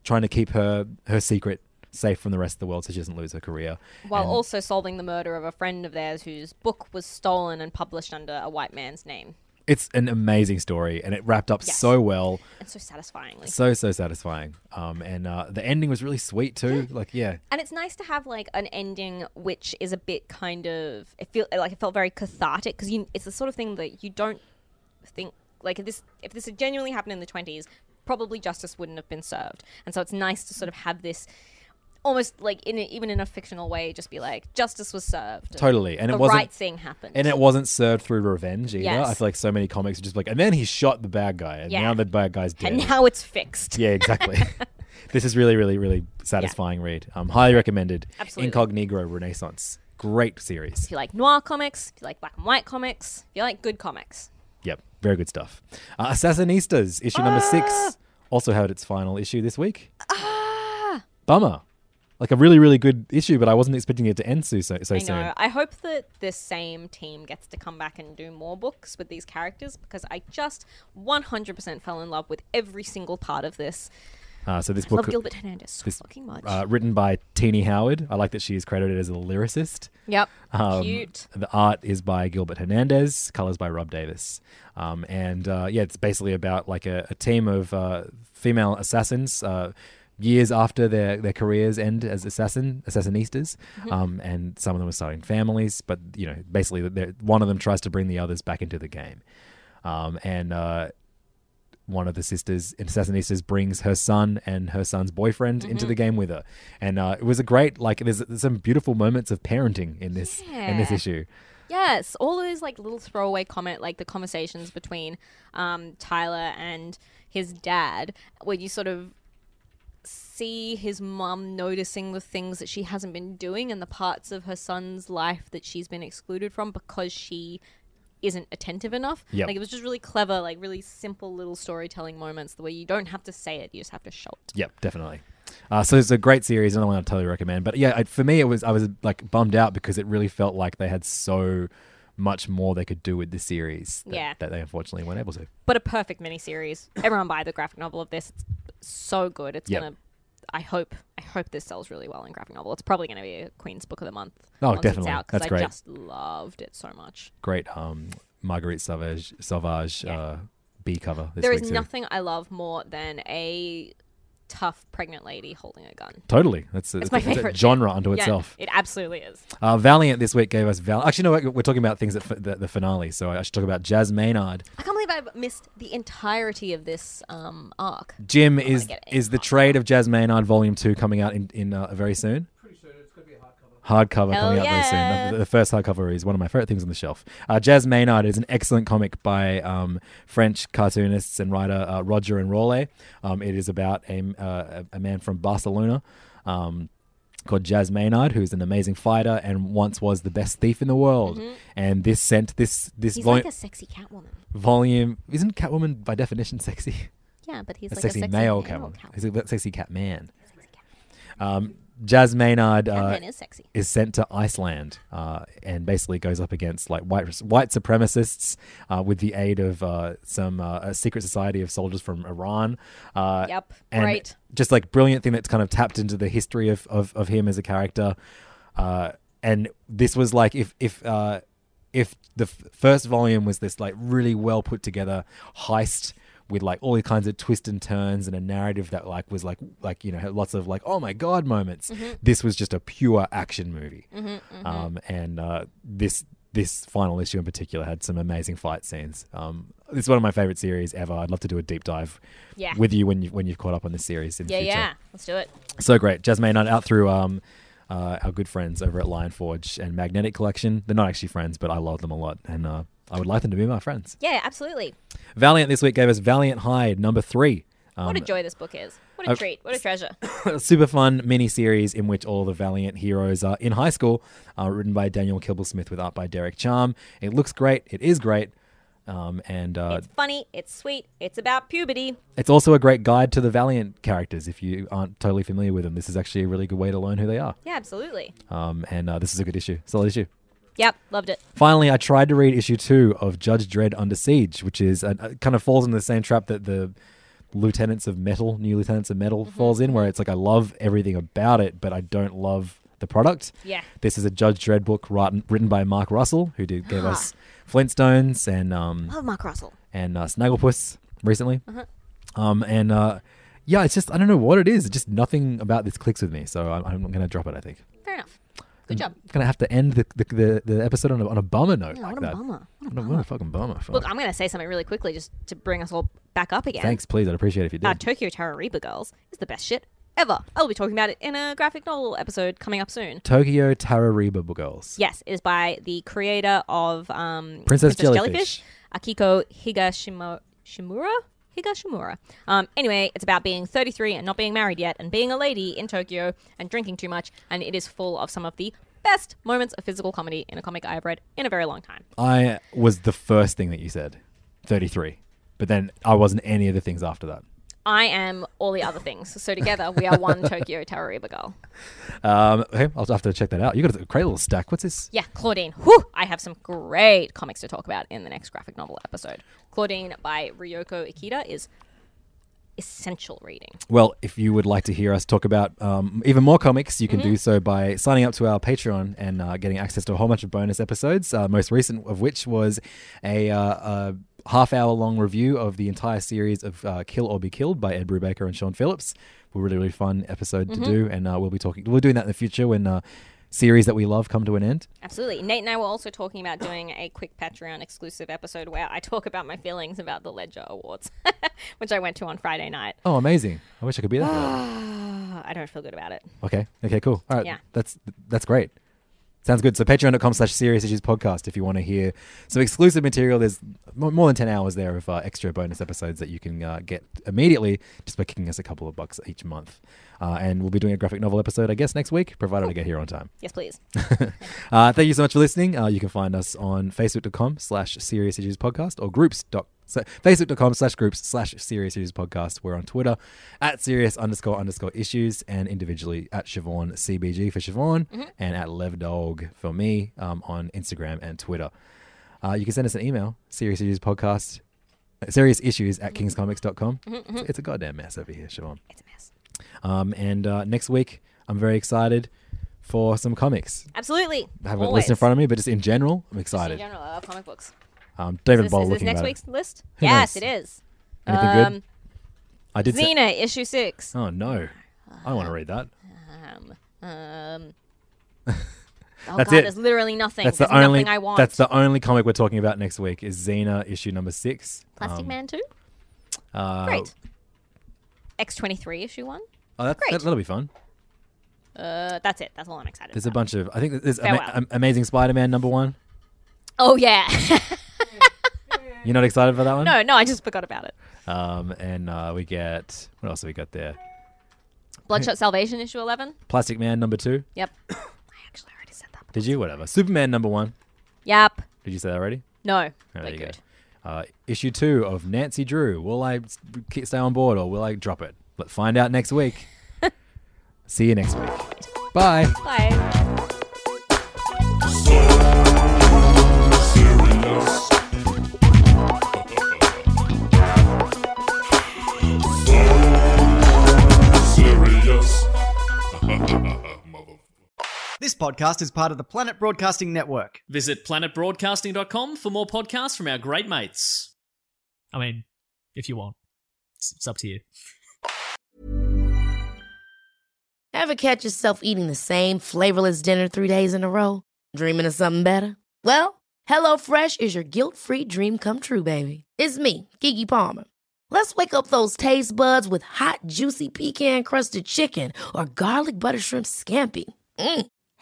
[SPEAKER 5] trying to keep her her secret safe from the rest of the world so she doesn't lose her career
[SPEAKER 6] While
[SPEAKER 5] And-
[SPEAKER 6] also solving the murder of a friend of theirs whose book was stolen and published under a white man's name.
[SPEAKER 5] it's an amazing story and it wrapped up
[SPEAKER 6] Yes.
[SPEAKER 5] so well
[SPEAKER 6] And so satisfyingly.
[SPEAKER 5] so so satisfying um and uh the ending was really sweet too like yeah
[SPEAKER 6] and it's nice to have like an ending which is a bit kind of it feel like it felt very cathartic because you it's the sort of thing that you don't think like if this if this had genuinely happened in the 20s probably justice wouldn't have been served and so it's nice to sort of have this almost like in a, even in a fictional way just be like justice was served
[SPEAKER 5] totally and
[SPEAKER 6] the
[SPEAKER 5] it wasn't
[SPEAKER 6] right thing happened
[SPEAKER 5] and it wasn't served through revenge either i
[SPEAKER 6] Yes.
[SPEAKER 5] feel like so many comics are just like and then he shot the bad guy and
[SPEAKER 6] Yeah.
[SPEAKER 5] now the bad guy's dead
[SPEAKER 6] and now it's fixed
[SPEAKER 5] yeah exactly this is really really really satisfying read um highly recommended
[SPEAKER 6] Absolutely.
[SPEAKER 5] incognito renaissance great series
[SPEAKER 6] if you like noir comics if you like black and white comics if you like good comics
[SPEAKER 5] Yep, very good stuff. Uh, Assassinistas issue number
[SPEAKER 6] Ah!
[SPEAKER 5] six also had its final issue this week.
[SPEAKER 6] Ah!
[SPEAKER 5] Bummer, like a really really good issue, but I wasn't expecting it to end so so, so
[SPEAKER 6] I know.
[SPEAKER 5] soon.
[SPEAKER 6] I hope that this same team gets to come back and do more books with these characters because I just 100% fell in love with every single part of this.
[SPEAKER 5] Uh, so this
[SPEAKER 6] I
[SPEAKER 5] book,
[SPEAKER 6] love Gilbert Hernandez so
[SPEAKER 5] this,
[SPEAKER 6] fucking much.
[SPEAKER 5] uh, written by Teeny Howard. I like that she is credited as the lyricist.
[SPEAKER 6] Yep.
[SPEAKER 5] Um,
[SPEAKER 6] Cute.
[SPEAKER 5] The art is by Gilbert Hernandez, colors by Rob Davis. Um, and uh, yeah, it's basically about like a, a team of uh, female assassins. Uh, Years after their, their careers end as assassin assassinistas,
[SPEAKER 11] Mhm.
[SPEAKER 5] um, and some of them are starting families, but you know, basically, they're- one of them tries to bring the others back into the game, um, and uh, one of the sisters, Assassinistas, brings her son and her son's boyfriend into the game with her, and uh, it was a great like. There's, there's some beautiful moments of parenting in this in this
[SPEAKER 6] Yeah.
[SPEAKER 5] issue.
[SPEAKER 6] Yes, all those like little throwaway comment, like the conversations between um, Tyler and his dad, where you sort of see his mum noticing the things that she hasn't been doing and the parts of her son's life that she's been excluded from because she isn't attentive enough.
[SPEAKER 5] Yep.
[SPEAKER 6] Like it was just really clever, like really simple little storytelling moments the way you don't have to say it, you just have to show it.
[SPEAKER 5] Yep, definitely. Uh, so it's a great series, another one I totally recommend. But yeah, I, for me, it was I was like bummed out because it really felt like they had so much more they could do with the series that,
[SPEAKER 6] Yeah.
[SPEAKER 5] that they unfortunately weren't able to.
[SPEAKER 6] But a perfect miniseries. Everyone buy the graphic novel of this. It's so good. It's
[SPEAKER 5] Yep.
[SPEAKER 6] gonna I hope I hope this sells really well in graphic novel. It's probably gonna be a Queen's Book of the Month.
[SPEAKER 5] Oh,
[SPEAKER 6] once
[SPEAKER 5] definitely.
[SPEAKER 6] It's out, 'cause
[SPEAKER 5] That's
[SPEAKER 6] I
[SPEAKER 5] great.
[SPEAKER 6] just loved it so much.
[SPEAKER 5] Great um, Marguerite Sauvage, Sauvage uh, B cover. This
[SPEAKER 6] there
[SPEAKER 5] week
[SPEAKER 6] is
[SPEAKER 5] too.
[SPEAKER 6] nothing I love more than a tough pregnant lady holding a gun.
[SPEAKER 5] Totally, that's a,
[SPEAKER 6] It's
[SPEAKER 5] that's
[SPEAKER 6] my
[SPEAKER 5] a- that's a
[SPEAKER 6] favorite thing.
[SPEAKER 5] genre unto
[SPEAKER 6] Yeah,
[SPEAKER 5] itself.
[SPEAKER 6] It absolutely is.
[SPEAKER 5] Uh, Valiant this week gave us Val. Actually, no, we're- we're talking about things that f- the, the finale. So I should talk about Jazz Maynard.
[SPEAKER 6] I can't believe I've missed the entirety of this um, arc.
[SPEAKER 5] Jim
[SPEAKER 6] I wanna
[SPEAKER 5] is
[SPEAKER 6] get it.
[SPEAKER 5] is the trade of Jazz Maynard Volume Two coming out in, in uh, very soon. Pretty soon, it's going to be a hardcover. Hardcover
[SPEAKER 11] Hell
[SPEAKER 5] coming out very
[SPEAKER 11] yeah.
[SPEAKER 5] soon. The, the first hardcover is one of my favorite things on the shelf. Uh, Jazz Maynard is an excellent comic by um, French cartoonists and writer uh, Roger and Rolle. Um, it is about a uh, a a man from Barcelona. Um, called Jazz Maynard, who's an amazing fighter and once was the best thief in the world.
[SPEAKER 6] Mhm.
[SPEAKER 5] And this sent this this
[SPEAKER 6] He's
[SPEAKER 5] volu-
[SPEAKER 6] like a sexy Catwoman.
[SPEAKER 5] volume isn't Catwoman by definition sexy?
[SPEAKER 6] Yeah, but he's
[SPEAKER 5] a
[SPEAKER 6] like
[SPEAKER 5] sexy
[SPEAKER 6] a sexy
[SPEAKER 5] male
[SPEAKER 6] male
[SPEAKER 5] Catwoman.
[SPEAKER 6] Catwoman.
[SPEAKER 5] He's a sexy cat man. Um, Jazz Maynard uh,
[SPEAKER 6] Catman is sexy.
[SPEAKER 5] sent to Iceland uh, and basically goes up against like white white supremacists uh, with the aid of uh, some uh, a secret society of soldiers from Iran. Uh,
[SPEAKER 6] Yep,
[SPEAKER 5] and
[SPEAKER 6] right.
[SPEAKER 5] Just like brilliant thing that's kind of tapped into the history of of, of him as a character. Uh, and this was like if if uh, if the f- first volume was this like really well put together heist with like all kinds of twists and turns and a narrative that like was like like you know had lots of like oh my god moments.
[SPEAKER 6] Mm-hmm.
[SPEAKER 11] Mhm.
[SPEAKER 5] This was just a pure action movie,
[SPEAKER 11] Mhm, mhm.
[SPEAKER 5] Um, and uh, this this final issue in particular had some amazing fight scenes. Um, this is one of my favorite series ever. I'd love to do a deep dive
[SPEAKER 6] Yeah.
[SPEAKER 5] with you when you when you've caught up on this series in the
[SPEAKER 6] yeah,
[SPEAKER 5] future.
[SPEAKER 6] yeah. Let's do it.
[SPEAKER 5] So great. Jasmine out, out through um, uh, our good friends over at Lion Forge and Magnetic Collection. They're not actually friends, but I love them a lot. And uh, I would like them to be my friends.
[SPEAKER 6] Yeah, absolutely.
[SPEAKER 5] Valiant this week gave us Valiant Hide number three.
[SPEAKER 6] what a joy this book is. What a
[SPEAKER 5] Um, I've-
[SPEAKER 6] treat. What a treasure.
[SPEAKER 5] a super fun mini series in which all the valiant heroes are in high school, uh, written by Daniel Kibblesmith with art by Derek Charm. It looks great. It is great. Um, and uh, it's,
[SPEAKER 6] Funny. It's sweet. It's about puberty.
[SPEAKER 5] also a great guide to the Valiant characters if you aren't totally familiar with them. This is actually a really good way to learn who they are.
[SPEAKER 6] Yeah, absolutely.
[SPEAKER 5] Um, and uh, this is a good issue, solid issue.
[SPEAKER 6] Yep, loved it.
[SPEAKER 5] Finally, I tried to read issue two of Judge Dredd Under Siege, which is uh, uh, kind of falls in the same trap that the Lieutenants of Metal, New Lieutenants of Metal, falls in, where it's like I love everything about it, but I don't love the product.
[SPEAKER 11] Yeah.
[SPEAKER 5] this is a Judge Dredd book written, written by Mark Russell, who did gave us Flintstones and um,
[SPEAKER 6] Love Mark Russell.
[SPEAKER 5] and uh, Snagglepuss recently.
[SPEAKER 6] Uh-huh.
[SPEAKER 5] Um, and uh, yeah, it's just I don't know what it is. It's just nothing about this clicks with me, so I'm, I'm going to drop it. I think.
[SPEAKER 6] Fair enough. Good job.
[SPEAKER 5] Gonna have to end the the, the, the episode on a, on a bummer note
[SPEAKER 6] Yeah,
[SPEAKER 5] like
[SPEAKER 6] what a
[SPEAKER 5] that.
[SPEAKER 6] bummer.
[SPEAKER 5] What a, what a fucking bummer. Fuck.
[SPEAKER 6] Look, I'm going to say something really quickly just to bring us all back up again.
[SPEAKER 5] Thanks, please. I'd appreciate it if you did.
[SPEAKER 6] Uh, Tokyo Terror Reaper Girls is the best shit ever. I'll be talking about it in a graphic novel episode coming up soon.
[SPEAKER 5] Tokyo Tarariba Girls.
[SPEAKER 6] Yes, it is by the creator of um,
[SPEAKER 5] Princess Jellyfish.
[SPEAKER 6] Akiko Higashimo- Shimura. Higashimura. Um, anyway, it's about being 33 and not being married yet, and being a lady in Tokyo and drinking too much, and it is full of some of the best moments of physical comedy in a comic I have read in a very long time.
[SPEAKER 5] I was the first thing that you said, 33. But then I wasn't any of the things after that.
[SPEAKER 6] I am all the other things, so together we are one Tokyo Tarariba girl.
[SPEAKER 5] Um, okay, I'll have to check that out. You got a great little stack. What's this?
[SPEAKER 6] Yeah, Claudine. Whew, I have some great comics to talk about in the next graphic novel episode. Claudine by Ryoko Ikeda is essential reading.
[SPEAKER 5] Well, if you would like to hear us talk about um, even more comics, you can
[SPEAKER 6] Mhm.
[SPEAKER 5] do so by signing up to our Patreon and uh, getting access to a whole bunch of bonus episodes. Uh, most recent of which was a, uh, a half hour long review of the entire series of uh, Kill or Be Killed by Ed Brubaker and Sean Phillips. A really, really fun episode
[SPEAKER 6] Mhm.
[SPEAKER 5] to do, and uh, we'll be talking. We'll be doing that in the future when uh, series that we love come to an end.
[SPEAKER 6] Absolutely. Nate and I were also talking about doing a quick Patreon exclusive episode where I talk about my feelings about the Ledger Awards, which I went to on Friday night. Uh,
[SPEAKER 5] Oh, amazing! I wish I could be there. for that.
[SPEAKER 6] I don't feel good about it.
[SPEAKER 5] Okay. Okay. Cool. All right.
[SPEAKER 6] Yeah.
[SPEAKER 5] That's that's great. Sounds good. So patreon.com slash serious issues podcast if you want to hear some exclusive material. There's mo- more than 10 hours there of uh, extra bonus episodes that you can uh, get immediately just by kicking us a couple of bucks each month. Uh, and we'll be doing a graphic novel episode, I guess, next week, provided I get here on time.
[SPEAKER 6] Yes, please.
[SPEAKER 5] Uh, thank you so much for listening. Uh, you can find us on facebook.com slash serious issues podcast or groups. Doc, so facebook.com slash groups slash serious issues podcast. We're on Twitter at serious underscore underscore issues and individually at Siobhan CBG for Siobhan and at Levdog for me um, on Instagram and Twitter. Uh, you can send us an email, serious issues podcast, uh, serious issues at kingscomics.com.
[SPEAKER 11] Mhm, mhm.
[SPEAKER 5] It's, it's a goddamn mess over here, Siobhan. Mm-hmm. It's a mess. Um, and uh, next week, I'm very excited for some comics.
[SPEAKER 6] Absolutely.
[SPEAKER 5] I haven't got a
[SPEAKER 6] Always.
[SPEAKER 5] list in front of me, but just in general, I'm
[SPEAKER 6] Just in
[SPEAKER 5] excited.
[SPEAKER 6] general, I love comic books.
[SPEAKER 5] Um,
[SPEAKER 6] Is
[SPEAKER 5] David
[SPEAKER 6] this,
[SPEAKER 5] Bowl
[SPEAKER 6] is this
[SPEAKER 5] looking
[SPEAKER 6] next
[SPEAKER 5] about it.
[SPEAKER 6] week's list?
[SPEAKER 5] Who
[SPEAKER 6] yes,
[SPEAKER 5] knows?
[SPEAKER 6] it is. Um,
[SPEAKER 5] Anything good? I did. say-
[SPEAKER 6] Xena, issue six.
[SPEAKER 5] oh no, I want to read that.
[SPEAKER 6] Um, um, oh
[SPEAKER 5] That's
[SPEAKER 6] god,
[SPEAKER 5] it.
[SPEAKER 6] there's literally nothing.
[SPEAKER 5] That's
[SPEAKER 6] There's
[SPEAKER 5] the only.
[SPEAKER 6] nothing I want.
[SPEAKER 5] That's the only comic we're talking about next week. Is Xena issue number six?
[SPEAKER 6] Plastic
[SPEAKER 5] Um,
[SPEAKER 6] Man two.
[SPEAKER 5] Uh,
[SPEAKER 6] Great. X twenty three issue one.
[SPEAKER 5] Oh, that's,
[SPEAKER 6] Great.
[SPEAKER 5] that, that'll be fun.
[SPEAKER 6] Uh, that's it. That's all I'm excited.
[SPEAKER 5] There's a bunch of. I think there's ama-
[SPEAKER 6] Farewell.
[SPEAKER 5] Am- Amazing Spider-Man number one.
[SPEAKER 6] Oh yeah.
[SPEAKER 5] You're not excited for that one?
[SPEAKER 6] no, no, I just forgot about it.
[SPEAKER 5] Um, and uh, we get what else have we got there?
[SPEAKER 6] Bloodshot Salvation issue eleven.
[SPEAKER 5] Plastic Man number two.
[SPEAKER 6] Yep.
[SPEAKER 5] Did you? Whatever. Superman number one.
[SPEAKER 6] Yep.
[SPEAKER 5] Did you say that already?
[SPEAKER 6] No.
[SPEAKER 5] Oh, there you go. Uh, issue two of Nancy Drew. Will I s- k- stay on board or will I drop it? Let's find out next week. See you next week. Bye.
[SPEAKER 6] Bye.
[SPEAKER 3] This podcast is part of the Planet Broadcasting Network.
[SPEAKER 4] Visit planetbroadcasting.com for more podcasts from our great mates. I mean, if you want. It's, it's up to you.
[SPEAKER 2] Ever catch yourself eating the same flavorless dinner three days in a row? Dreaming of something better? Well, HelloFresh is your guilt free dream come true, baby. It's me, Gigi Palmer. Let's wake up those taste buds with hot, juicy pecan crusted chicken or garlic butter shrimp scampi. Mm.